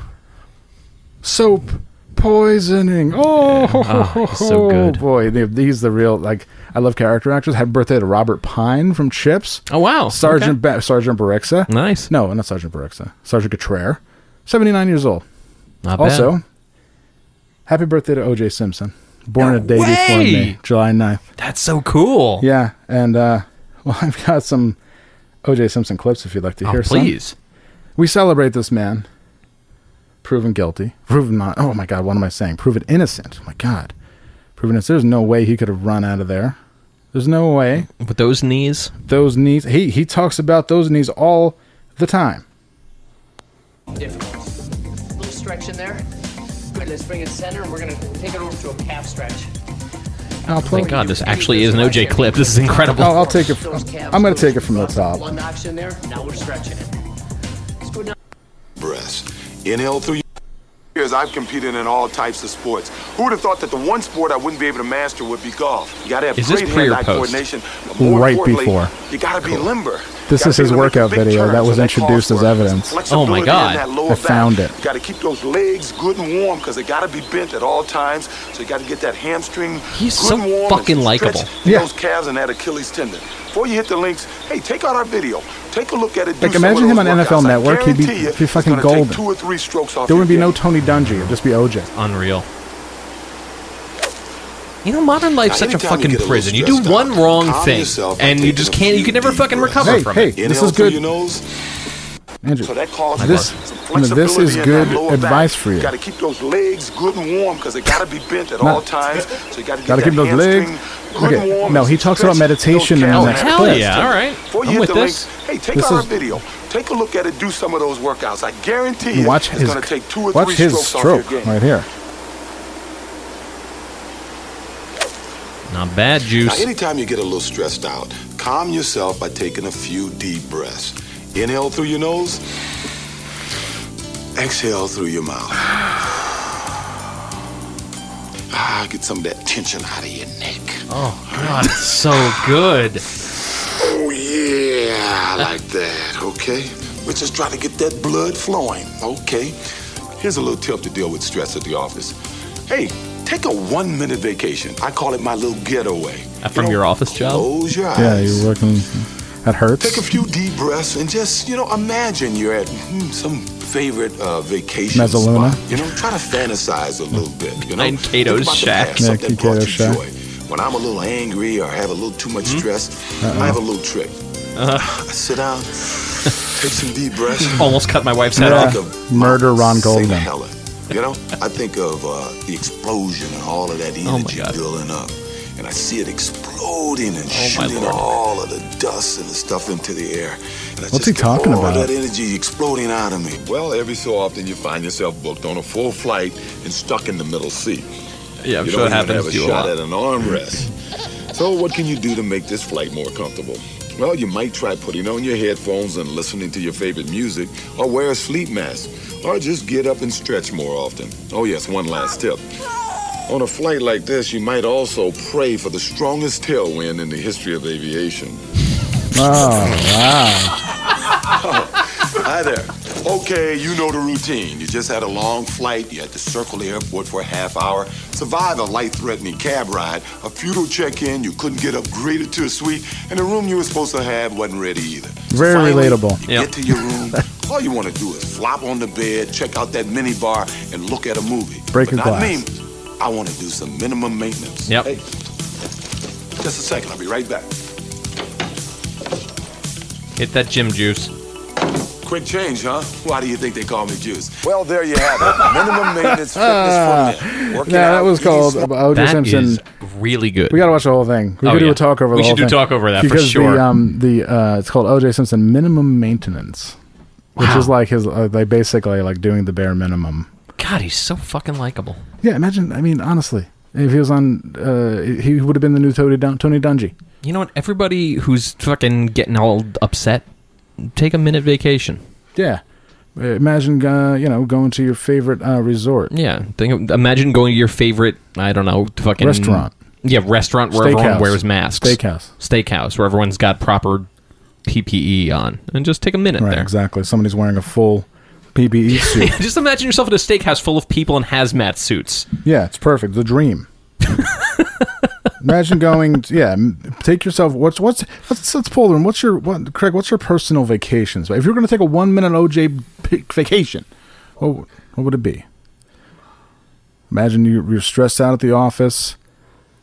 Speaker 1: soap poisoning. Oh,
Speaker 2: Oh, he's so good.
Speaker 1: boy, they- he's the real like. I love character actors. Happy birthday to Robert Pine from Chips.
Speaker 2: Oh wow,
Speaker 1: Sergeant ba- Sergeant Barixa.
Speaker 2: Nice.
Speaker 1: No, not Sergeant Barixa. Sergeant Cottrell, seventy nine years old.
Speaker 2: Not bad.
Speaker 1: Also, happy birthday to OJ Simpson. Born a day before
Speaker 2: way!
Speaker 1: me, July 9th.
Speaker 2: that's so cool.
Speaker 1: Yeah, and uh, well, I've got some OJ Simpson clips if you'd like to
Speaker 2: Oh,
Speaker 1: hear some.
Speaker 2: please.
Speaker 1: We celebrate this man, proven guilty, proven not. Oh my God, what am I saying? Proven innocent. Oh my God, proven innocent. There's no way he could have run out of there. There's no way
Speaker 2: With those knees,
Speaker 1: those knees. He he talks about those knees all the time.
Speaker 6: Little stretch in there. Good, let's bring it center and we're gonna take it over to a calf stretch.
Speaker 1: I'll play.
Speaker 2: thank God this actually is an OJ clip. This is incredible.
Speaker 1: I'll, I'll take it.
Speaker 6: Those calves
Speaker 1: I'm going
Speaker 6: go
Speaker 1: to take it from the
Speaker 6: across.
Speaker 1: top.
Speaker 6: Blood knocks in there, now we're stretching it. Let's go down.
Speaker 7: breath. Inhale through your years. I've competed in all types of sports. Who would have thought that the one sport I wouldn't be able to master would be golf? You gotta have
Speaker 2: Is this
Speaker 7: great
Speaker 2: pre or
Speaker 7: hand-eye
Speaker 2: post?
Speaker 7: coordination. but more
Speaker 1: Right
Speaker 7: importantly,
Speaker 1: before.
Speaker 7: You gotta be limber.
Speaker 1: This
Speaker 7: Gotta
Speaker 1: is
Speaker 7: be
Speaker 1: his
Speaker 7: able to make
Speaker 1: workout
Speaker 7: big
Speaker 1: video
Speaker 7: turns
Speaker 1: that was
Speaker 7: with
Speaker 1: introduced as
Speaker 7: crosswork.
Speaker 1: evidence.
Speaker 7: Flexibility
Speaker 2: Oh my
Speaker 7: in
Speaker 2: God.
Speaker 7: that lower
Speaker 1: I found
Speaker 7: back.
Speaker 1: it.
Speaker 7: You gotta keep those legs good and warm because they gotta be bent at all times. So you gotta get that hamstring
Speaker 2: He's
Speaker 7: good
Speaker 2: so
Speaker 7: and warm and
Speaker 2: fucking
Speaker 7: stretch
Speaker 2: likable.
Speaker 7: those
Speaker 1: Yeah.
Speaker 7: calves and that Achilles tendon. Before you hit the links, hey, take out our video. Take a look at it. do
Speaker 1: Like,
Speaker 7: some of
Speaker 1: imagine him
Speaker 7: those
Speaker 1: on NFL
Speaker 7: workouts. I
Speaker 1: Network, he'd be-
Speaker 7: guarantee you
Speaker 1: he'd be
Speaker 7: it's
Speaker 1: fucking
Speaker 7: gonna take
Speaker 1: golden.
Speaker 7: Two or three strokes off.
Speaker 1: There
Speaker 7: your
Speaker 1: wouldn't be no
Speaker 7: game.
Speaker 1: Tony Dungy. It'd just be OJ.
Speaker 2: Unreal. You know, modern life's
Speaker 7: Now,
Speaker 2: such a
Speaker 7: anytime you
Speaker 2: fucking
Speaker 7: get a little
Speaker 2: prison. You do
Speaker 7: stressed
Speaker 2: one
Speaker 7: out,
Speaker 2: wrong
Speaker 7: calm
Speaker 2: thing,
Speaker 7: yourself by
Speaker 2: and you
Speaker 7: taking
Speaker 2: just
Speaker 7: a
Speaker 2: can't. You
Speaker 7: few
Speaker 2: can never
Speaker 7: deep
Speaker 2: fucking
Speaker 7: breaths.
Speaker 2: recover
Speaker 1: Hey,
Speaker 2: from
Speaker 1: hey,
Speaker 2: it.
Speaker 7: Inhale
Speaker 1: this is
Speaker 7: through your
Speaker 1: good.
Speaker 7: nose.
Speaker 1: Andrew,
Speaker 7: So that calls
Speaker 1: this,
Speaker 7: for some
Speaker 1: I mean, this
Speaker 7: flexibility
Speaker 1: is
Speaker 7: in
Speaker 1: good
Speaker 7: that lower
Speaker 1: advice
Speaker 7: back.
Speaker 1: for you.
Speaker 7: Got to keep those legs good and warm because they got to be bent at
Speaker 1: No.
Speaker 7: all times. So you got to
Speaker 1: Gotta keep those legs-
Speaker 7: good
Speaker 1: Okay,
Speaker 7: and warm.
Speaker 1: no,
Speaker 7: and
Speaker 1: he talks about
Speaker 7: stretch
Speaker 1: meditation in
Speaker 7: those
Speaker 1: the next
Speaker 7: calves out.
Speaker 2: Oh, Hell yeah, all right.
Speaker 7: Before you
Speaker 2: I'm
Speaker 7: hit
Speaker 2: with
Speaker 7: the
Speaker 2: this.
Speaker 7: links, hey, take
Speaker 1: This
Speaker 7: our
Speaker 1: is-
Speaker 7: video. Take a look at it. Do some of those workouts. I guarantee you,
Speaker 1: Watch
Speaker 7: it's
Speaker 1: his,
Speaker 7: going to take two or
Speaker 1: watch
Speaker 7: three
Speaker 1: his
Speaker 7: strokes
Speaker 1: stroke
Speaker 7: off your game.
Speaker 1: right here.
Speaker 2: Not bad,
Speaker 7: Now,
Speaker 2: juice.
Speaker 7: anytime you get a little stressed out, calm yourself by taking a few deep breaths. Inhale through your nose, exhale through your mouth. Ah, get some of that tension out of your neck.
Speaker 2: Oh god, it's so good.
Speaker 7: Oh, yeah, I like that. Okay. We're just trying to get that blood flowing. Okay. Here's a little tip to deal with stress at the office. Hey, take a one minute vacation. I call it my little getaway.
Speaker 2: Uh, From your office job?
Speaker 7: Close your eyes.
Speaker 1: Yeah, you're working. That
Speaker 7: Take a
Speaker 1: hurts.
Speaker 7: few deep breaths and just, you know, imagine you're at hmm, some favorite uh, vacation
Speaker 1: Mezzaluna.
Speaker 7: spot. You know, try to fantasize a little bit. You know,
Speaker 2: In Cato's
Speaker 7: Think about the
Speaker 2: shack.
Speaker 7: past,
Speaker 1: Yeah,
Speaker 7: something
Speaker 1: Cato's
Speaker 7: brought you
Speaker 1: shack. Uh-uh.
Speaker 7: joy. When I'm a little angry or I have a little too much
Speaker 2: Hmm?
Speaker 7: stress, I have a little trick.
Speaker 2: Uh-huh.
Speaker 7: I sit down, take some deep breaths.
Speaker 2: Almost cut my wife's head
Speaker 7: I
Speaker 2: off.
Speaker 7: think of
Speaker 1: Murder Ron
Speaker 7: Mount St.
Speaker 1: Goldman.
Speaker 7: Helen. You know, I think of uh, the explosion and all of that
Speaker 2: Oh my
Speaker 7: energy
Speaker 2: God. Oh
Speaker 7: building up, and I see it exploding and
Speaker 2: my
Speaker 7: shooting
Speaker 2: Lord.
Speaker 7: all of the dust and the stuff into the air. And I
Speaker 1: What's
Speaker 7: just
Speaker 1: he
Speaker 7: get
Speaker 1: talking
Speaker 7: all
Speaker 1: about?
Speaker 7: That energy exploding out of me. Well, every so often you find yourself booked on a full flight and stuck in the middle seat.
Speaker 2: Yeah, I'm
Speaker 7: you
Speaker 2: sure it
Speaker 7: don't even
Speaker 2: happens
Speaker 7: have
Speaker 2: to
Speaker 7: a
Speaker 2: you a
Speaker 7: shot at
Speaker 2: lot.
Speaker 7: an armrest. so, what can you do to make this flight more comfortable? Well, you might try putting on your headphones and listening to your favorite music, or wear a sleep mask, or just get up and stretch more often. Oh, yes, one last tip. On a flight like this, you might also pray for the strongest tailwind in the history of aviation.
Speaker 1: Oh,
Speaker 7: Hi there. Okay, you know the routine. You just had a long flight. You had to circle the airport for a half hour, survive a life threatening cab ride, a futile check in, you couldn't get upgraded to a suite, and the room you were supposed to have wasn't ready either. So
Speaker 1: Very
Speaker 7: finally,
Speaker 1: relatable.
Speaker 7: You
Speaker 2: Yep.
Speaker 7: get to your room. All you want to do is flop on the bed, check out that minibar, and look at a movie.
Speaker 1: Break
Speaker 7: but
Speaker 1: your
Speaker 7: not
Speaker 1: glass.
Speaker 7: me. I want to do some minimum maintenance.
Speaker 2: Yep.
Speaker 7: Hey, just a second. I'll be right back.
Speaker 2: Hit that gym juice.
Speaker 7: Quick change, huh? Why do you think they call me Juice? Well, there you have it. Minimum maintenance fitness from them. Working
Speaker 1: Yeah,
Speaker 7: out,
Speaker 1: that was
Speaker 7: eating
Speaker 1: called
Speaker 7: smart.
Speaker 1: OJ
Speaker 2: That
Speaker 1: Simpson.
Speaker 2: is really good.
Speaker 1: We got to watch the whole thing. We
Speaker 2: Oh,
Speaker 1: could do
Speaker 2: yeah.
Speaker 1: a talk over.
Speaker 2: We
Speaker 1: the
Speaker 2: should
Speaker 1: whole
Speaker 2: do a
Speaker 1: thing.
Speaker 2: talk over that for
Speaker 1: because
Speaker 2: sure.
Speaker 1: The, um, the uh, it's called OJ Simpson minimum maintenance, which is
Speaker 2: Wow.
Speaker 1: like his uh, they basically like doing the bare minimum.
Speaker 2: God, he's so fucking likable.
Speaker 1: Yeah, imagine. I mean, honestly, if he was on, uh, he would have been the new Tony, Dun- Tony Dungy.
Speaker 2: You know what? Everybody who's fucking getting all upset, take a minute vacation.
Speaker 1: Yeah, Uh, imagine uh, you know going to your favorite uh, resort.
Speaker 2: Yeah. Think, imagine going to your favorite, I don't know, fucking
Speaker 1: Restaurant.
Speaker 2: Yeah, restaurant where everyone
Speaker 1: Steakhouse.
Speaker 2: wears masks.
Speaker 1: Steakhouse.
Speaker 2: Steakhouse, where everyone's got proper PPE on. And just take a minute
Speaker 1: Right,
Speaker 2: there.
Speaker 1: exactly. Somebody's wearing a full PPE suit.
Speaker 2: Just imagine yourself at a steakhouse full of people in hazmat suits.
Speaker 1: Yeah, it's perfect. The dream. Imagine going. To, yeah, m- take yourself. What's what's let's, let's pull them. What's your what, Craig? What's your personal vacations? If you're going to take a one minute OJ pic- vacation, what w- what would it be? Imagine you, you're stressed out at the office.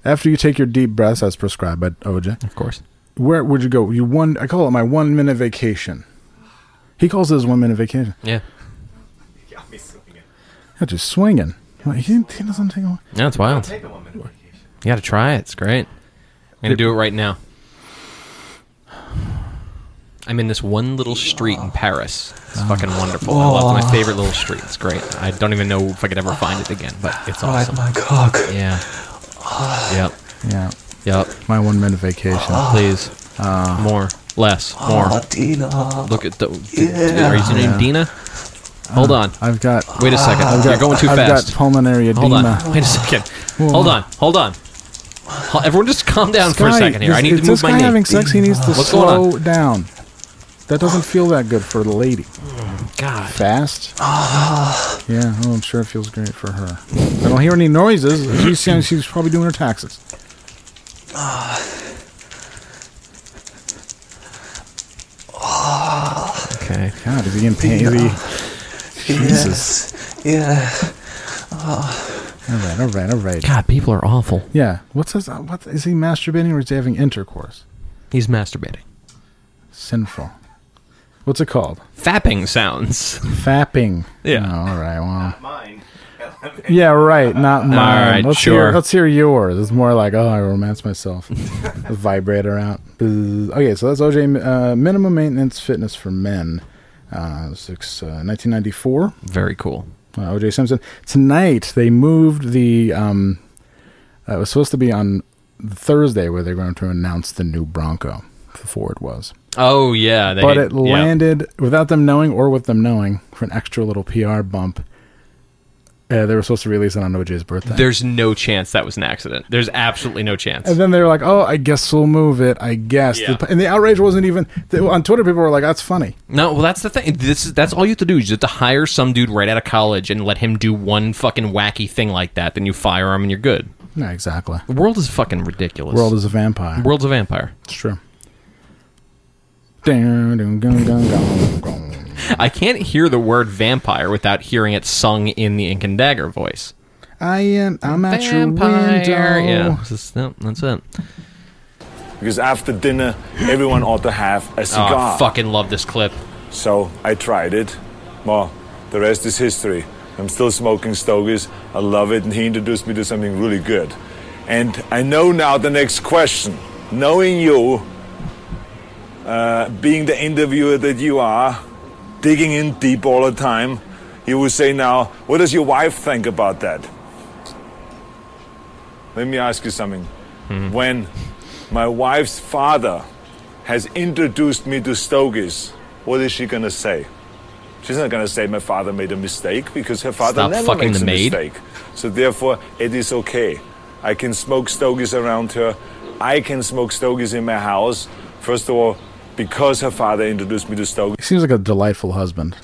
Speaker 1: After you take your deep breaths, as prescribed by OJ,
Speaker 2: Of course.
Speaker 1: where would you go? You one. I call it my one minute vacation. He calls it his one minute vacation.
Speaker 2: Yeah.
Speaker 4: Got me swinging.
Speaker 1: That's just swinging. He, he doesn't take. A,
Speaker 2: Yeah, it's wild.
Speaker 4: Take a one minute vacation.
Speaker 2: You got to try it. It's great. I'm going to do it right now. I'm in this one little street in Paris. It's fucking wonderful. I love it. my favorite little street. It's great. I don't even know if I could ever find it again, but it's
Speaker 3: Ride
Speaker 2: awesome.
Speaker 3: my cock.
Speaker 2: Yeah. Yep.
Speaker 1: yeah,
Speaker 2: Yep.
Speaker 1: my one minute vacation.
Speaker 2: Please. More. Less. More.
Speaker 3: Oh, Dina.
Speaker 2: Look at the.
Speaker 3: Yeah.
Speaker 2: Are you named Dina? Hold on.
Speaker 1: I've got.
Speaker 2: Wait a second. You're going too
Speaker 1: I've
Speaker 2: fast.
Speaker 1: got pulmonary
Speaker 2: Hold
Speaker 1: edema.
Speaker 2: on. Wait a second. Hold on. Hold on. Ho- Everyone, just calm down for a
Speaker 1: Guy,
Speaker 2: second here.
Speaker 1: is-
Speaker 2: I need
Speaker 1: is
Speaker 2: to move
Speaker 1: this
Speaker 2: my
Speaker 1: guy
Speaker 2: knee.
Speaker 1: having sex? He needs to
Speaker 2: What's going on?
Speaker 1: slow down. That doesn't feel that good for the lady.
Speaker 2: God.
Speaker 1: Fast. yeah. Oh, I'm sure it feels great for her. I don't hear any noises. She's saying she's probably doing her taxes.
Speaker 2: Okay.
Speaker 1: God, is he in pain? Is he? Jesus.
Speaker 3: Yes. Yeah.
Speaker 1: All right, all right, all right.
Speaker 2: God, people are awful.
Speaker 1: Yeah. What's this? What is he masturbating or is he having intercourse?
Speaker 2: He's masturbating.
Speaker 1: Sinful. What's it called?
Speaker 2: Fapping sounds.
Speaker 1: Fapping.
Speaker 2: Yeah.
Speaker 1: Oh, all right. Well.
Speaker 4: Mine.
Speaker 1: Yeah, right. Not mine.
Speaker 2: right,
Speaker 1: let's
Speaker 2: sure.
Speaker 1: Hear, let's hear yours. It's more like, oh, I romance myself. Vibrator out. Bzzz. Okay, so that's OJ. Uh, Minimum maintenance fitness for men. Uh, six, uh, 1994.
Speaker 2: Very cool.
Speaker 1: Uh, OJ Simpson. Tonight they moved the. Um, uh, it was supposed to be on Thursday where they're going to announce the new Bronco. The Ford was,
Speaker 2: Oh yeah, they,
Speaker 1: but it
Speaker 2: yeah.
Speaker 1: landed without them knowing or with them knowing for an extra little PR bump. Uh, they were supposed to release it on OJ's birthday.
Speaker 2: There's no chance that was an accident. There's absolutely no chance.
Speaker 1: And then they were like, "Oh, I guess we'll move it. I guess."
Speaker 2: Yeah.
Speaker 1: and the outrage wasn't even the, on Twitter. People were like, "That's funny."
Speaker 2: No, well, that's the thing. This is that's all you have to do. You just have to hire some dude right out of college and let him do one fucking wacky thing like that. Then you fire him and you're good.
Speaker 1: Yeah, exactly.
Speaker 2: The world is fucking ridiculous.
Speaker 1: World is a vampire.
Speaker 2: World's a vampire.
Speaker 1: It's true. Dun, dun, dun, dun, dun, dun.
Speaker 2: I can't hear the word vampire without hearing it sung in the Ink and Dagger voice.
Speaker 1: I am. I'm at your
Speaker 2: Vampire.
Speaker 1: window.
Speaker 2: Yeah, it's just- no, that's it.
Speaker 8: Because after dinner, everyone ought to have a
Speaker 2: Oh,
Speaker 8: cigar.
Speaker 2: I fucking love this clip.
Speaker 8: So I tried it. Well, the rest is history. I'm still smoking Stogies. I love it, and he introduced me to something really good. And I know now the next question. Knowing you, uh, being the interviewer that you are, digging in deep all the time, you will say now, what does your wife think about that? Let me ask you something.
Speaker 2: Mm-hmm.
Speaker 8: When my wife's father has introduced me to Stogies, what is she gonna say? She's not gonna say my father made a mistake because her father
Speaker 2: Stop
Speaker 8: never
Speaker 2: fucking
Speaker 8: makes
Speaker 2: the
Speaker 8: a
Speaker 2: maid.
Speaker 8: mistake. So therefore, it is okay. I can smoke Stogies around her. I can smoke Stogies in my house. First of all, because her father introduced me to Stogies.
Speaker 1: He seems like a delightful husband.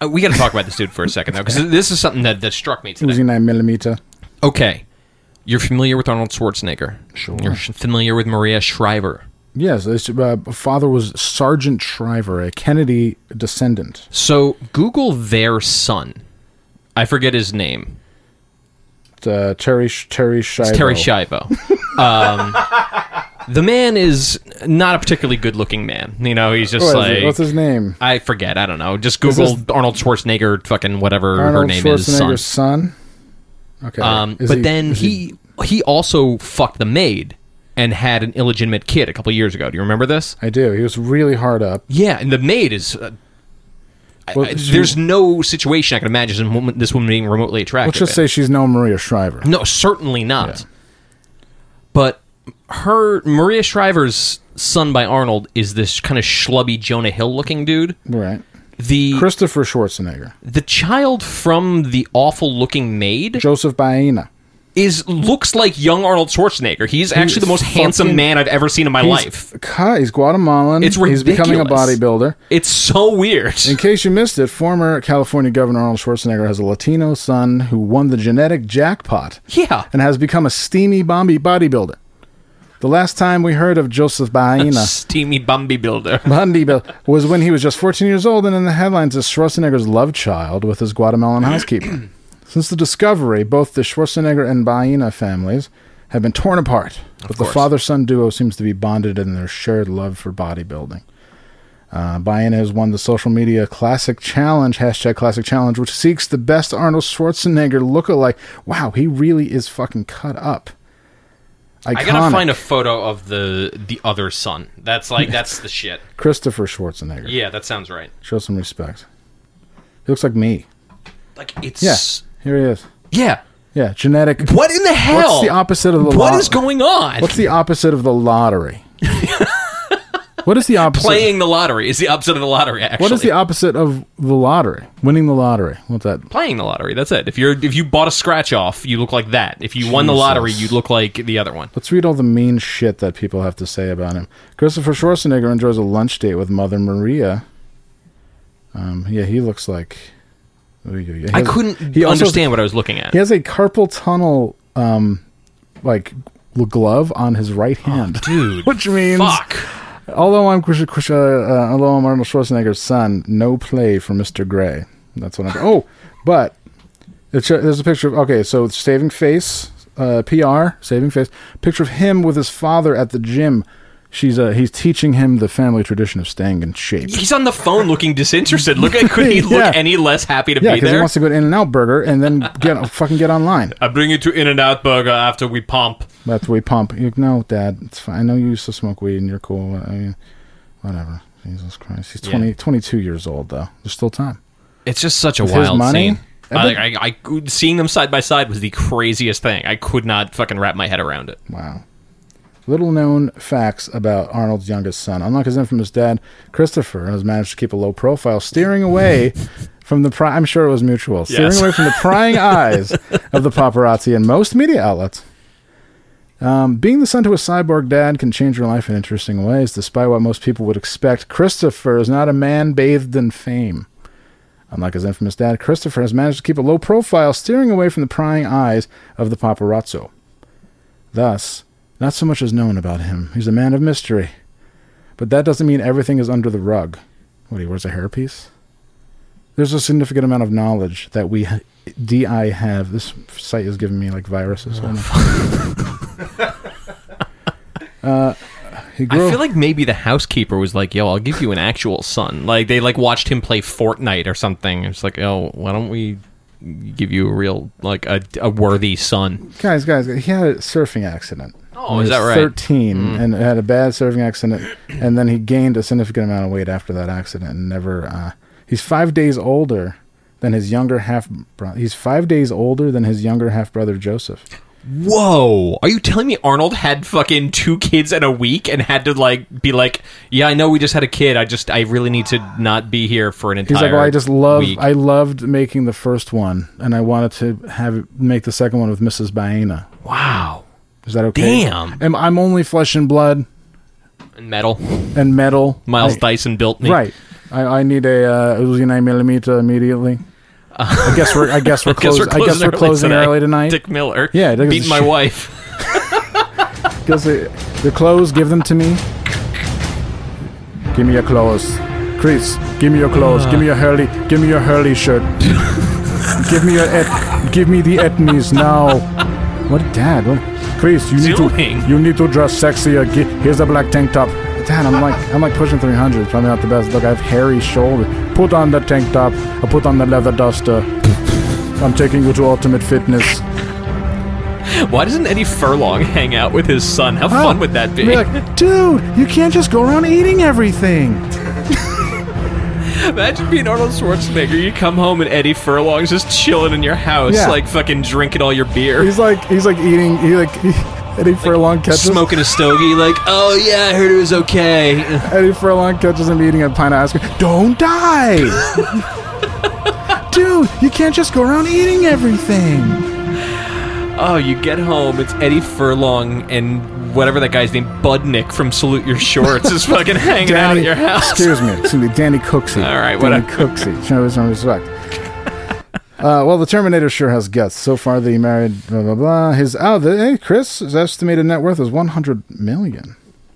Speaker 2: We got to talk about this dude for a second though, because this is something that, that struck me today.
Speaker 1: Uzi nine millimeter.
Speaker 2: Okay, you're familiar with Arnold Schwarzenegger.
Speaker 1: Sure.
Speaker 2: You're sh- familiar with Maria Shriver.
Speaker 1: Yes, his uh, father was Sergeant Shriver, a Kennedy descendant.
Speaker 2: So Google their son. I forget his name.
Speaker 1: Uh, Terry Sh- Terry Shriver.
Speaker 2: It's Terry Schiavo. um, the man is not a particularly good-looking man. You know, he's just
Speaker 1: What Oh, is
Speaker 2: like
Speaker 1: it? What's his name?
Speaker 2: I forget. I don't know. Just Google
Speaker 1: this-
Speaker 2: Arnold Schwarzenegger, fucking whatever her
Speaker 1: Arnold
Speaker 2: name is. Son.
Speaker 1: Schwarzenegger's son. Okay.
Speaker 2: Um,
Speaker 1: Is
Speaker 2: but
Speaker 1: he-
Speaker 2: then
Speaker 1: is
Speaker 2: he he also fucked the maid and had an illegitimate kid a couple years ago. Do you remember this?
Speaker 1: I do. He was really hard up.
Speaker 2: Yeah, and the maid is. Uh, I-
Speaker 1: Well,
Speaker 2: I-
Speaker 1: she-
Speaker 2: there's no situation I can imagine this woman, this woman being remotely attractive.
Speaker 1: Let's just
Speaker 2: in.
Speaker 1: say she's no Maria Shriver.
Speaker 2: No, certainly not. But her Maria Shriver's son by Arnold is this kind of schlubby Jonah Hill looking dude.
Speaker 1: Right.
Speaker 2: The
Speaker 1: Christopher Schwarzenegger.
Speaker 2: the child from the awful looking maid
Speaker 1: Joseph Baena.
Speaker 2: is looks like young Arnold Schwarzenegger. He's actually the most handsome
Speaker 1: fucking-
Speaker 2: man I've ever seen in my life.
Speaker 1: He's, he's Guatemalan.
Speaker 2: It's
Speaker 1: He's becoming a
Speaker 2: ridiculous.
Speaker 1: bodybuilder.
Speaker 2: It's so weird.
Speaker 1: In case you missed it, former California Governor Arnold Schwarzenegger has a Latino son who won the genetic jackpot
Speaker 2: Yeah.
Speaker 1: and has become a steamy bomby bodybuilder. The last time we heard of Joseph Baena
Speaker 2: Steamy Bumby builder.
Speaker 1: bodybuilder was when he was just 14 years old and in the headlines is Schwarzenegger's love child with his Guatemalan housekeeper. Since the discovery, both the Schwarzenegger and Baena families have been torn apart, but the
Speaker 2: course.
Speaker 1: father-son duo seems to be bonded in their shared love for bodybuilding. Uh, Baena has won the social media classic challenge hashtag classic challenge, which seeks the best Arnold Schwarzenegger lookalike. Wow, he really is fucking cut up. Iconic.
Speaker 2: I gotta find a photo of the the other son. That's like that's the shit.
Speaker 1: Christopher Schwarzenegger.
Speaker 2: Yeah, that sounds right.
Speaker 1: Show some respect. He looks like me.
Speaker 2: Like it's
Speaker 1: Yeah. Here he is.
Speaker 2: yeah.
Speaker 1: Yeah, genetic.
Speaker 2: What in the hell?
Speaker 1: What's the opposite of the
Speaker 2: What
Speaker 1: lot-
Speaker 2: is going on?
Speaker 1: What's the opposite of the lottery? what is the opposite?
Speaker 2: playing the lottery is the opposite of the lottery. Actually,
Speaker 1: What is the opposite of the lottery? Winning the lottery. What's that?
Speaker 2: playing the lottery? That's it. If you're if you bought a scratch off, you look like that. If you won the
Speaker 1: Jesus.
Speaker 2: lottery, you look like the other one.
Speaker 1: Let's read all the mean shit that people have to say about him. Christopher Schwarzenegger enjoys a lunch date with Mother Maria. Um, yeah, he looks like. Ooh, yeah, he
Speaker 2: I
Speaker 1: has-
Speaker 2: couldn't
Speaker 1: he also-
Speaker 2: understand what I was looking at.
Speaker 1: He has a carpal tunnel, um, like glove on his right hand,
Speaker 2: Oh, Dude,
Speaker 1: which means
Speaker 2: fuck.
Speaker 1: Although I'm Kush- Kush- uh, uh, although I'm Arnold Schwarzenegger's son, no play for Mr. Gray. That's what I'm. Oh, but it sho- there's a picture of okay, so it's saving face, uh, PR, saving face. Picture of him with his father at the gym. She's uh, he's teaching him the family tradition of staying in shape.
Speaker 2: He's on the phone looking disinterested. Look, at- could he look
Speaker 1: Yeah.
Speaker 2: any less happy to
Speaker 1: Yeah,
Speaker 2: be
Speaker 1: because
Speaker 2: there?
Speaker 1: he wants to go to In and Out Burger and then get fucking get online.
Speaker 2: I bring you to In and Out Burger after we pump.
Speaker 1: That's what we pump. You, no, Dad, it's fine. I know you used to smoke weed and you're cool. I mean, whatever. Jesus Christ, he's 20,
Speaker 2: Yeah.
Speaker 1: 22 years old though. There's still time.
Speaker 2: It's just such a
Speaker 1: With his
Speaker 2: wild
Speaker 1: money?
Speaker 2: scene.
Speaker 1: I
Speaker 2: I,
Speaker 1: bet-
Speaker 2: like, I, I- seeing them side by side was the craziest thing. I could not fucking wrap my head around it.
Speaker 1: Wow. Little known facts about Arnold's youngest son. Unlike his infamous dad, Christopher has managed to keep a low profile, steering away from the pri- I'm sure it was mutual, steering
Speaker 2: Yes.
Speaker 1: away from the prying eyes of the paparazzi and most media outlets. Um, being the son to a cyborg dad can change your life in interesting ways, despite what most people would expect. Christopher is not a man bathed in fame. Unlike his infamous dad, Christopher has managed to keep a low profile, steering away from the prying eyes of the paparazzo. Thus, not so much is known about him. He's a man of mystery. But that doesn't mean everything is under the rug. What, he wears a hairpiece? There's a significant amount of knowledge that we, ha- DI, have. This site is giving me like
Speaker 2: Oh,
Speaker 1: viruses. Hold on. uh, he grew
Speaker 2: I feel like maybe the housekeeper was like, "Yo, I'll give you an actual son." Like they like watched him play Fortnite or something. It's like, "Yo, why don't we give you a real like a, a worthy son?"
Speaker 1: guys, guys, he had a surfing accident.
Speaker 2: Oh,
Speaker 1: When
Speaker 2: is
Speaker 1: he was
Speaker 2: that right? Hmm.
Speaker 1: Thirteen, and had a bad surfing accident, and then he gained a significant amount of weight after that accident, and never. Uh, he's five days older than his younger half brother. He's five days older than his younger half brother Joseph.
Speaker 2: Whoa! Are you telling me Arnold had fucking two kids in a week and had to like be like, "Yeah, I know we just had a kid. I just I really need to not be here for an entire."
Speaker 1: He's like, well, I just love.
Speaker 2: week."
Speaker 1: I loved making the first one, and I wanted to have make the second one with Mrs. Baena.
Speaker 2: wow.
Speaker 1: Is that okay?
Speaker 2: Damn.
Speaker 1: Am, I'm only flesh and blood
Speaker 2: And metal.
Speaker 1: and metal.
Speaker 2: Miles
Speaker 1: I-
Speaker 2: Dyson built me.
Speaker 1: Right. I, I need a uh, Uzi nine millimeter immediately. I guess we're I guess we're
Speaker 2: Guess
Speaker 1: closing. I guess we're closing early tonight.
Speaker 2: Dick Miller.
Speaker 1: Yeah, that is
Speaker 2: beat
Speaker 1: a
Speaker 2: my
Speaker 1: shit.
Speaker 2: wife.
Speaker 1: Guess it- your clothes, give them to me. Give me your clothes, Chris. Give me your clothes. give me your Hurley. Give me your Hurley shirt. give me your et, Give me the etnies now. What, Dad? What? Chris, you need
Speaker 2: Doing?
Speaker 1: to you need to dress sexier. Gi- here's a black tank top. Dad, I'm like I'm like pushing 300. It's Probably not the best. Look, I have hairy shoulders. Put on the tank top. I put on the leather duster. I'm taking you to Ultimate Fitness.
Speaker 2: Why doesn't Eddie Furlong hang out with his son? How
Speaker 1: Oh.
Speaker 2: fun would that be?
Speaker 1: Be like, dude, you can't just go around eating everything.
Speaker 2: Imagine being Arnold Schwarzenegger. You come home and Eddie Furlong's just chilling in your house,
Speaker 1: Yeah.
Speaker 2: like fucking drinking all your beer.
Speaker 1: He's like, he's like eating. He like he, Eddie Furlong catches
Speaker 2: Smoking a stogie, like, oh yeah, I heard it was okay.
Speaker 1: Eddie Furlong catches him eating a pint of ice cream. Don't die, dude. You can't just go around eating everything.
Speaker 2: Oh, you get home, it's Eddie Furlong and whatever that guy's name, Budnick from Salute Your Shorts, is fucking hanging out at your house.
Speaker 1: Excuse me, excuse me, Danny Cooksey.
Speaker 2: All right,
Speaker 1: Danny
Speaker 2: whatever.
Speaker 1: Cooksey. Show some respect. Uh, well, the Terminator sure has guts. So far, the married blah blah blah. His oh, the, hey, Chris, his estimated net worth is one hundred million.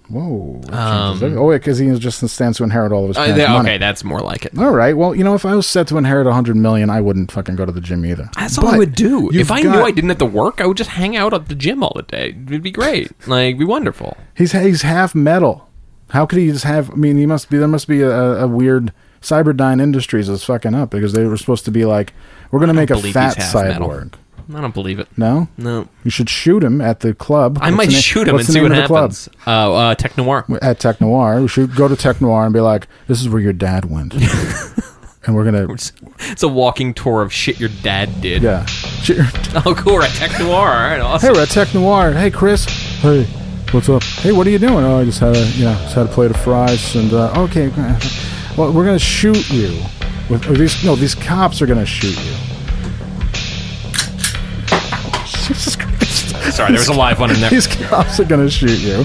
Speaker 1: Whoa! that changes everything. oh, yeah, because he is just stands to inherit all of his
Speaker 2: Uh,
Speaker 1: parents'
Speaker 2: there-
Speaker 1: money.
Speaker 2: Um, okay, that's more like it.
Speaker 1: All right. Well, you know, if I was set to inherit 100 million, I wouldn't fucking go to the gym either.
Speaker 2: That's all I
Speaker 1: But
Speaker 2: would do.
Speaker 1: you've
Speaker 2: If I knew
Speaker 1: got-
Speaker 2: I didn't have to work, I would just hang out at the gym all the day. It'd be great. Like, it'd be wonderful.
Speaker 1: He's he's half metal. How could he just have? I mean, he must be. There must be a, a weird Cyberdyne Industries is fucking up because they were supposed to be like, we're gonna make a
Speaker 2: believe
Speaker 1: fat
Speaker 2: he's half metal.
Speaker 1: cyborg.
Speaker 2: I don't believe it.
Speaker 1: No,
Speaker 2: No.
Speaker 1: You should shoot him at the club.
Speaker 2: I
Speaker 1: What's
Speaker 2: might
Speaker 1: the na-
Speaker 2: shoot him and
Speaker 1: what's the
Speaker 2: see
Speaker 1: name
Speaker 2: what
Speaker 1: of the club?
Speaker 2: happens. Oh, uh, Tech Noir.
Speaker 1: At Tech Noir, we should go to Tech Noir and be like, "This is where your dad went," and we're gonna,
Speaker 2: It's a walking tour of shit your dad did.
Speaker 1: yeah. Shit, your
Speaker 2: Oh, cool. We're at Tech Noir. All right,
Speaker 1: Hey,
Speaker 2: awesome.
Speaker 1: we're at Tech Noir. Hey, Chris. Hey, what's up? Hey, what are you doing? Oh, I just had a, you know, just had a plate of fries and uh, okay. Well, we're gonna shoot you. With, or these no, these cops are gonna shoot you. Jesus Christ!
Speaker 2: Sorry, there was a live one in there.
Speaker 1: These cops are gonna shoot you,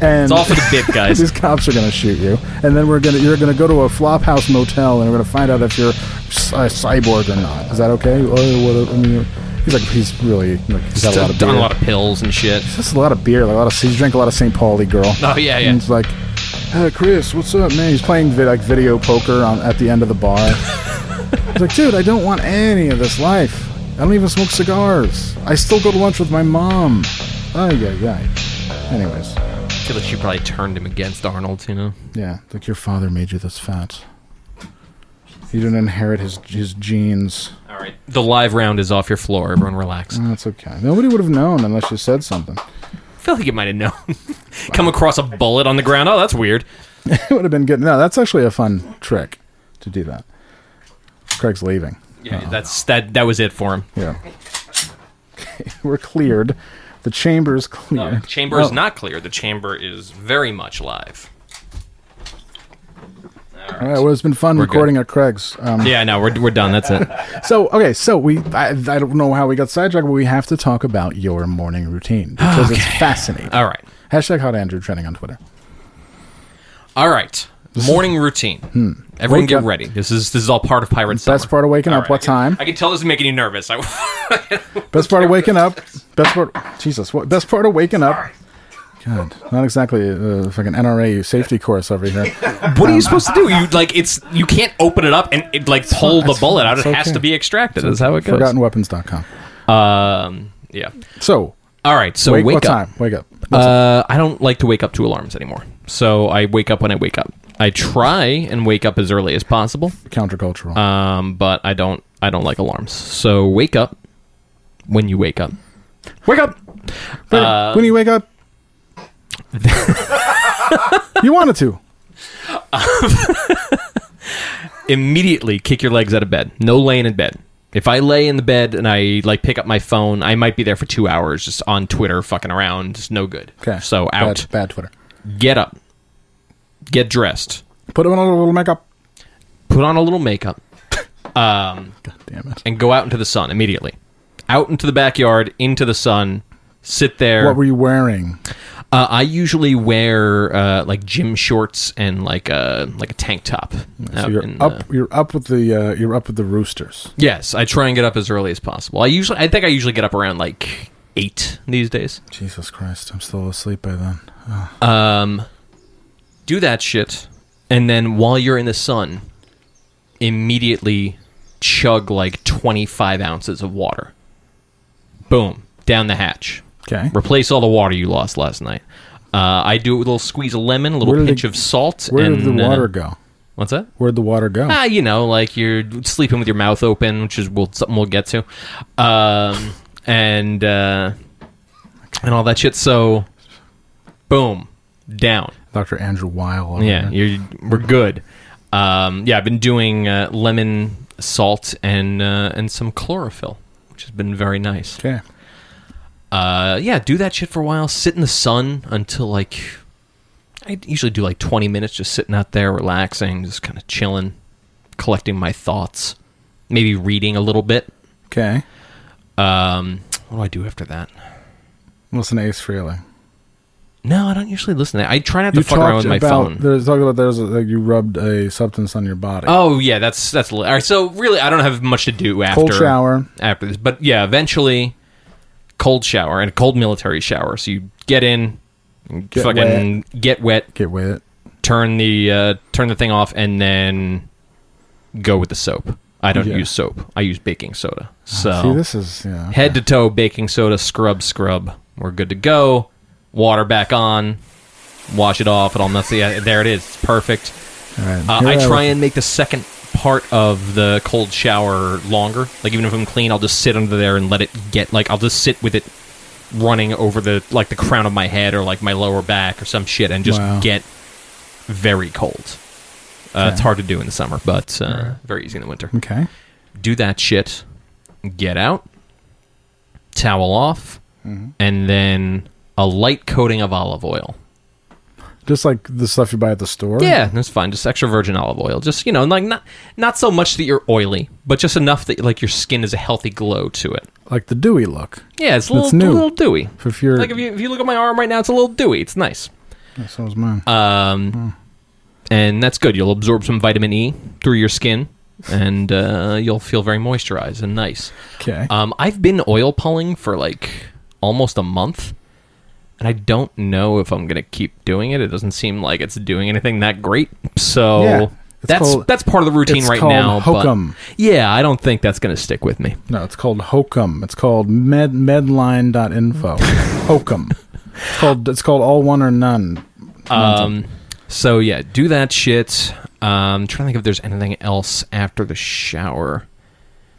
Speaker 1: and
Speaker 2: It's all for the bit, guys.
Speaker 1: these cops are gonna shoot you, and then we're gonna you're gonna go to a flophouse motel, and we're gonna find out if you're a cyborg or not. Is that okay? Oh, what, I mean, he's like he's really like he's had a lot of
Speaker 2: done
Speaker 1: beer.
Speaker 2: a lot of pills and shit.
Speaker 1: That's a lot of beer. Like a lot of, you drink a lot of St. Pauli, girl.
Speaker 2: Oh, yeah, yeah.
Speaker 1: And it's like, "Hey, Chris, what's up, man?" He's playing vi- like video poker on, at the end of the bar. He's like, "Dude, I don't want any of this life. I don't even smoke cigars. I still go to lunch with my mom." Oh yeah, yeah. Anyways,
Speaker 2: I feel like she probably turned him against Arnold, you know?
Speaker 1: yeah, like your father made you this fat. You didn't inherit his his genes.
Speaker 2: All right. The live round is off your floor. Everyone relax.
Speaker 1: That's okay. Nobody would have known unless you said something.
Speaker 2: I feel like you might have known. Come across a bullet on the ground. Oh, that's weird.
Speaker 1: It would have been good. No, that's actually a fun trick to do that. Craig's leaving.
Speaker 2: Yeah, that's that. That was it for him.
Speaker 1: Yeah. Okay, we're cleared. The chamber is cleared.
Speaker 2: Oh, The chamber is
Speaker 1: Oh,
Speaker 2: not clear. The chamber is very much live.
Speaker 1: All right. Well, it's been fun
Speaker 2: good.
Speaker 1: recording at Craig's. Um,
Speaker 2: Yeah, no, we're, we're done. That's it.
Speaker 1: So okay, so we I, I don't know how we got sidetracked, but we have to talk about your morning routine because it's fascinating.
Speaker 2: All right.
Speaker 1: Hashtag hot Andrew trending on Twitter.
Speaker 2: All right. Morning routine. Everyone
Speaker 1: Hmm. Wake
Speaker 2: get
Speaker 1: up.
Speaker 2: ready. This is this is all part of Pirate Summer.
Speaker 1: Best part of waking
Speaker 2: All
Speaker 1: up.
Speaker 2: right, I
Speaker 1: What
Speaker 2: can-
Speaker 1: time?
Speaker 2: I can tell this is making you nervous. I,
Speaker 1: Best part of waking up. Best part. Jesus. What? Best part of waking up. God, not exactly uh, fucking NRA safety course over here.
Speaker 2: what are
Speaker 1: Um,
Speaker 2: you supposed to do? You like it's you can't open it up and it, like pull the
Speaker 1: it's
Speaker 2: bullet
Speaker 1: fine.
Speaker 2: out. It
Speaker 1: It's
Speaker 2: has
Speaker 1: okay.
Speaker 2: to be extracted. That's how it goes.
Speaker 1: ForgottenWeapons.com.
Speaker 2: Um, yeah.
Speaker 1: So,
Speaker 2: All right. So
Speaker 1: wake,
Speaker 2: wake,
Speaker 1: what
Speaker 2: up.
Speaker 1: time? Wake up.
Speaker 2: Uh, I don't like to wake up to alarms anymore. So I wake up when I wake up. I try and wake up as early as possible,
Speaker 1: Countercultural.
Speaker 2: um, but I don't. I don't like alarms. So wake up when you wake up.
Speaker 1: Wake up! Wake
Speaker 2: uh,
Speaker 1: up. when you wake up, you wanted to.
Speaker 2: immediately kick your legs out of bed. No laying in bed. If I lay in the bed and I like pick up my phone, I might be there for two hours just on Twitter fucking around. It's no good.
Speaker 1: Okay.
Speaker 2: So
Speaker 1: Bad-
Speaker 2: out.
Speaker 1: Bad, Twitter.
Speaker 2: Get up. Get dressed.
Speaker 1: Put on a little makeup.
Speaker 2: Put on a little makeup
Speaker 1: God damn it.
Speaker 2: and go out into the sun immediately. Out into the backyard, into the sun. Sit there.
Speaker 1: What were you wearing?
Speaker 2: Uh, I usually wear uh, like gym shorts and like a like a tank top.
Speaker 1: So
Speaker 2: out
Speaker 1: you're
Speaker 2: in the-
Speaker 1: up. You're up with the. Uh, you're up with the roosters.
Speaker 2: Yes, I try and get up as early as possible. I usually, I think I usually get up around like eight these days.
Speaker 1: Jesus Christ! I'm still asleep by then.
Speaker 2: Do that shit, and then while you're in the sun, immediately chug like 25 ounces of water. Boom, down the hatch.
Speaker 1: Okay.
Speaker 2: Replace all the water you lost last night. Uh, I do a little squeeze of lemon, a little
Speaker 1: Where did
Speaker 2: pinch
Speaker 1: the-
Speaker 2: of salt.
Speaker 1: Where did
Speaker 2: and,
Speaker 1: the
Speaker 2: uh,
Speaker 1: water go? Oh.
Speaker 2: what's that?
Speaker 1: Where'd the water go?
Speaker 2: Ah, you know, like you're sleeping with your mouth open, which is we'll, something we'll get to, um, and uh, and all that shit. So, boom, down.
Speaker 1: Dr. Andrew Weil. over
Speaker 2: Yeah,
Speaker 1: here.
Speaker 2: you're we're good. Um, yeah, I've been doing uh, lemon salt and uh, and some chlorophyll, which has been very nice.
Speaker 1: Okay.
Speaker 2: Uh, yeah, do that shit for a while. Sit in the sun until like I usually do like 20 minutes, just sitting out there, relaxing, just kind of chilling, collecting my thoughts, maybe reading a little bit.
Speaker 1: Okay.
Speaker 2: Um, what do I do after that?
Speaker 1: Listen to Ace Frehley.
Speaker 2: No, I don't usually listen to that. I try not to fuck around with my
Speaker 1: about
Speaker 2: phone.
Speaker 1: there's talking about there's a, like you rubbed a substance on your body.
Speaker 2: Oh yeah, that's that's all right. So really, I don't have much to do after
Speaker 1: Cold shower.
Speaker 2: after this, but yeah, eventually, cold shower and a cold military shower. So you get in, and
Speaker 1: Get
Speaker 2: fucking get wet,
Speaker 1: Get with it.
Speaker 2: turn the uh, turn the thing off, and then go with the soap. I don't
Speaker 1: Yeah. Ah,
Speaker 2: use soap. I use baking soda. So
Speaker 1: See, this is yeah.
Speaker 2: head to toe baking soda, scrub, scrub. We're good to go. Water back on. Wash it off. It all messy. Yeah, There it is. It's perfect.
Speaker 1: All right.
Speaker 2: Uh,
Speaker 1: Here
Speaker 2: I try
Speaker 1: was-
Speaker 2: and make the second part of the cold shower longer. Like even if I'm clean, I'll just sit under there and let it get like I'll just sit with it running over the like the crown of my head or like my lower back or some shit and just
Speaker 1: Wow.
Speaker 2: get very cold. Uh, It's hard to do in the summer, but uh, very easy in the winter.
Speaker 1: Okay.
Speaker 2: Do that shit. Get out. Towel off,
Speaker 1: Mm-hmm.
Speaker 2: and then a light coating of olive oil.
Speaker 1: Just like the stuff you buy at the store.
Speaker 2: Yeah, that's fine. Just extra virgin olive oil. Just you know, like not not so much that you're oily, but just enough that like your skin is a healthy glow to it.
Speaker 1: Like the Dewey look.
Speaker 2: Yeah, it's a
Speaker 1: That's
Speaker 2: little,
Speaker 1: new.
Speaker 2: a little dewy.
Speaker 1: If you're-
Speaker 2: like if you if you look at my arm right now, it's a little dewy. It's nice,
Speaker 1: So was mine.
Speaker 2: Uh, and that's good. You'll absorb some vitamin E through your skin, and uh, you'll feel very moisturized and nice.
Speaker 1: okay.
Speaker 2: Um, I've been oil pulling for like almost a month, And I don't know if I'm gonna keep doing it. It doesn't seem like it's doing anything that great. So
Speaker 1: Yeah, it's
Speaker 2: that's
Speaker 1: called-
Speaker 2: that's part of the routine
Speaker 1: it's
Speaker 2: right
Speaker 1: called
Speaker 2: now. but-
Speaker 1: hokum.
Speaker 2: yeah, I don't think that's gonna stick with me.
Speaker 1: No, it's called Hokum. It's called med medline.info. Hokum. It's called it's called all one or none.
Speaker 2: Um, so yeah, do that shit. Um, trying to think if there's anything else after the shower.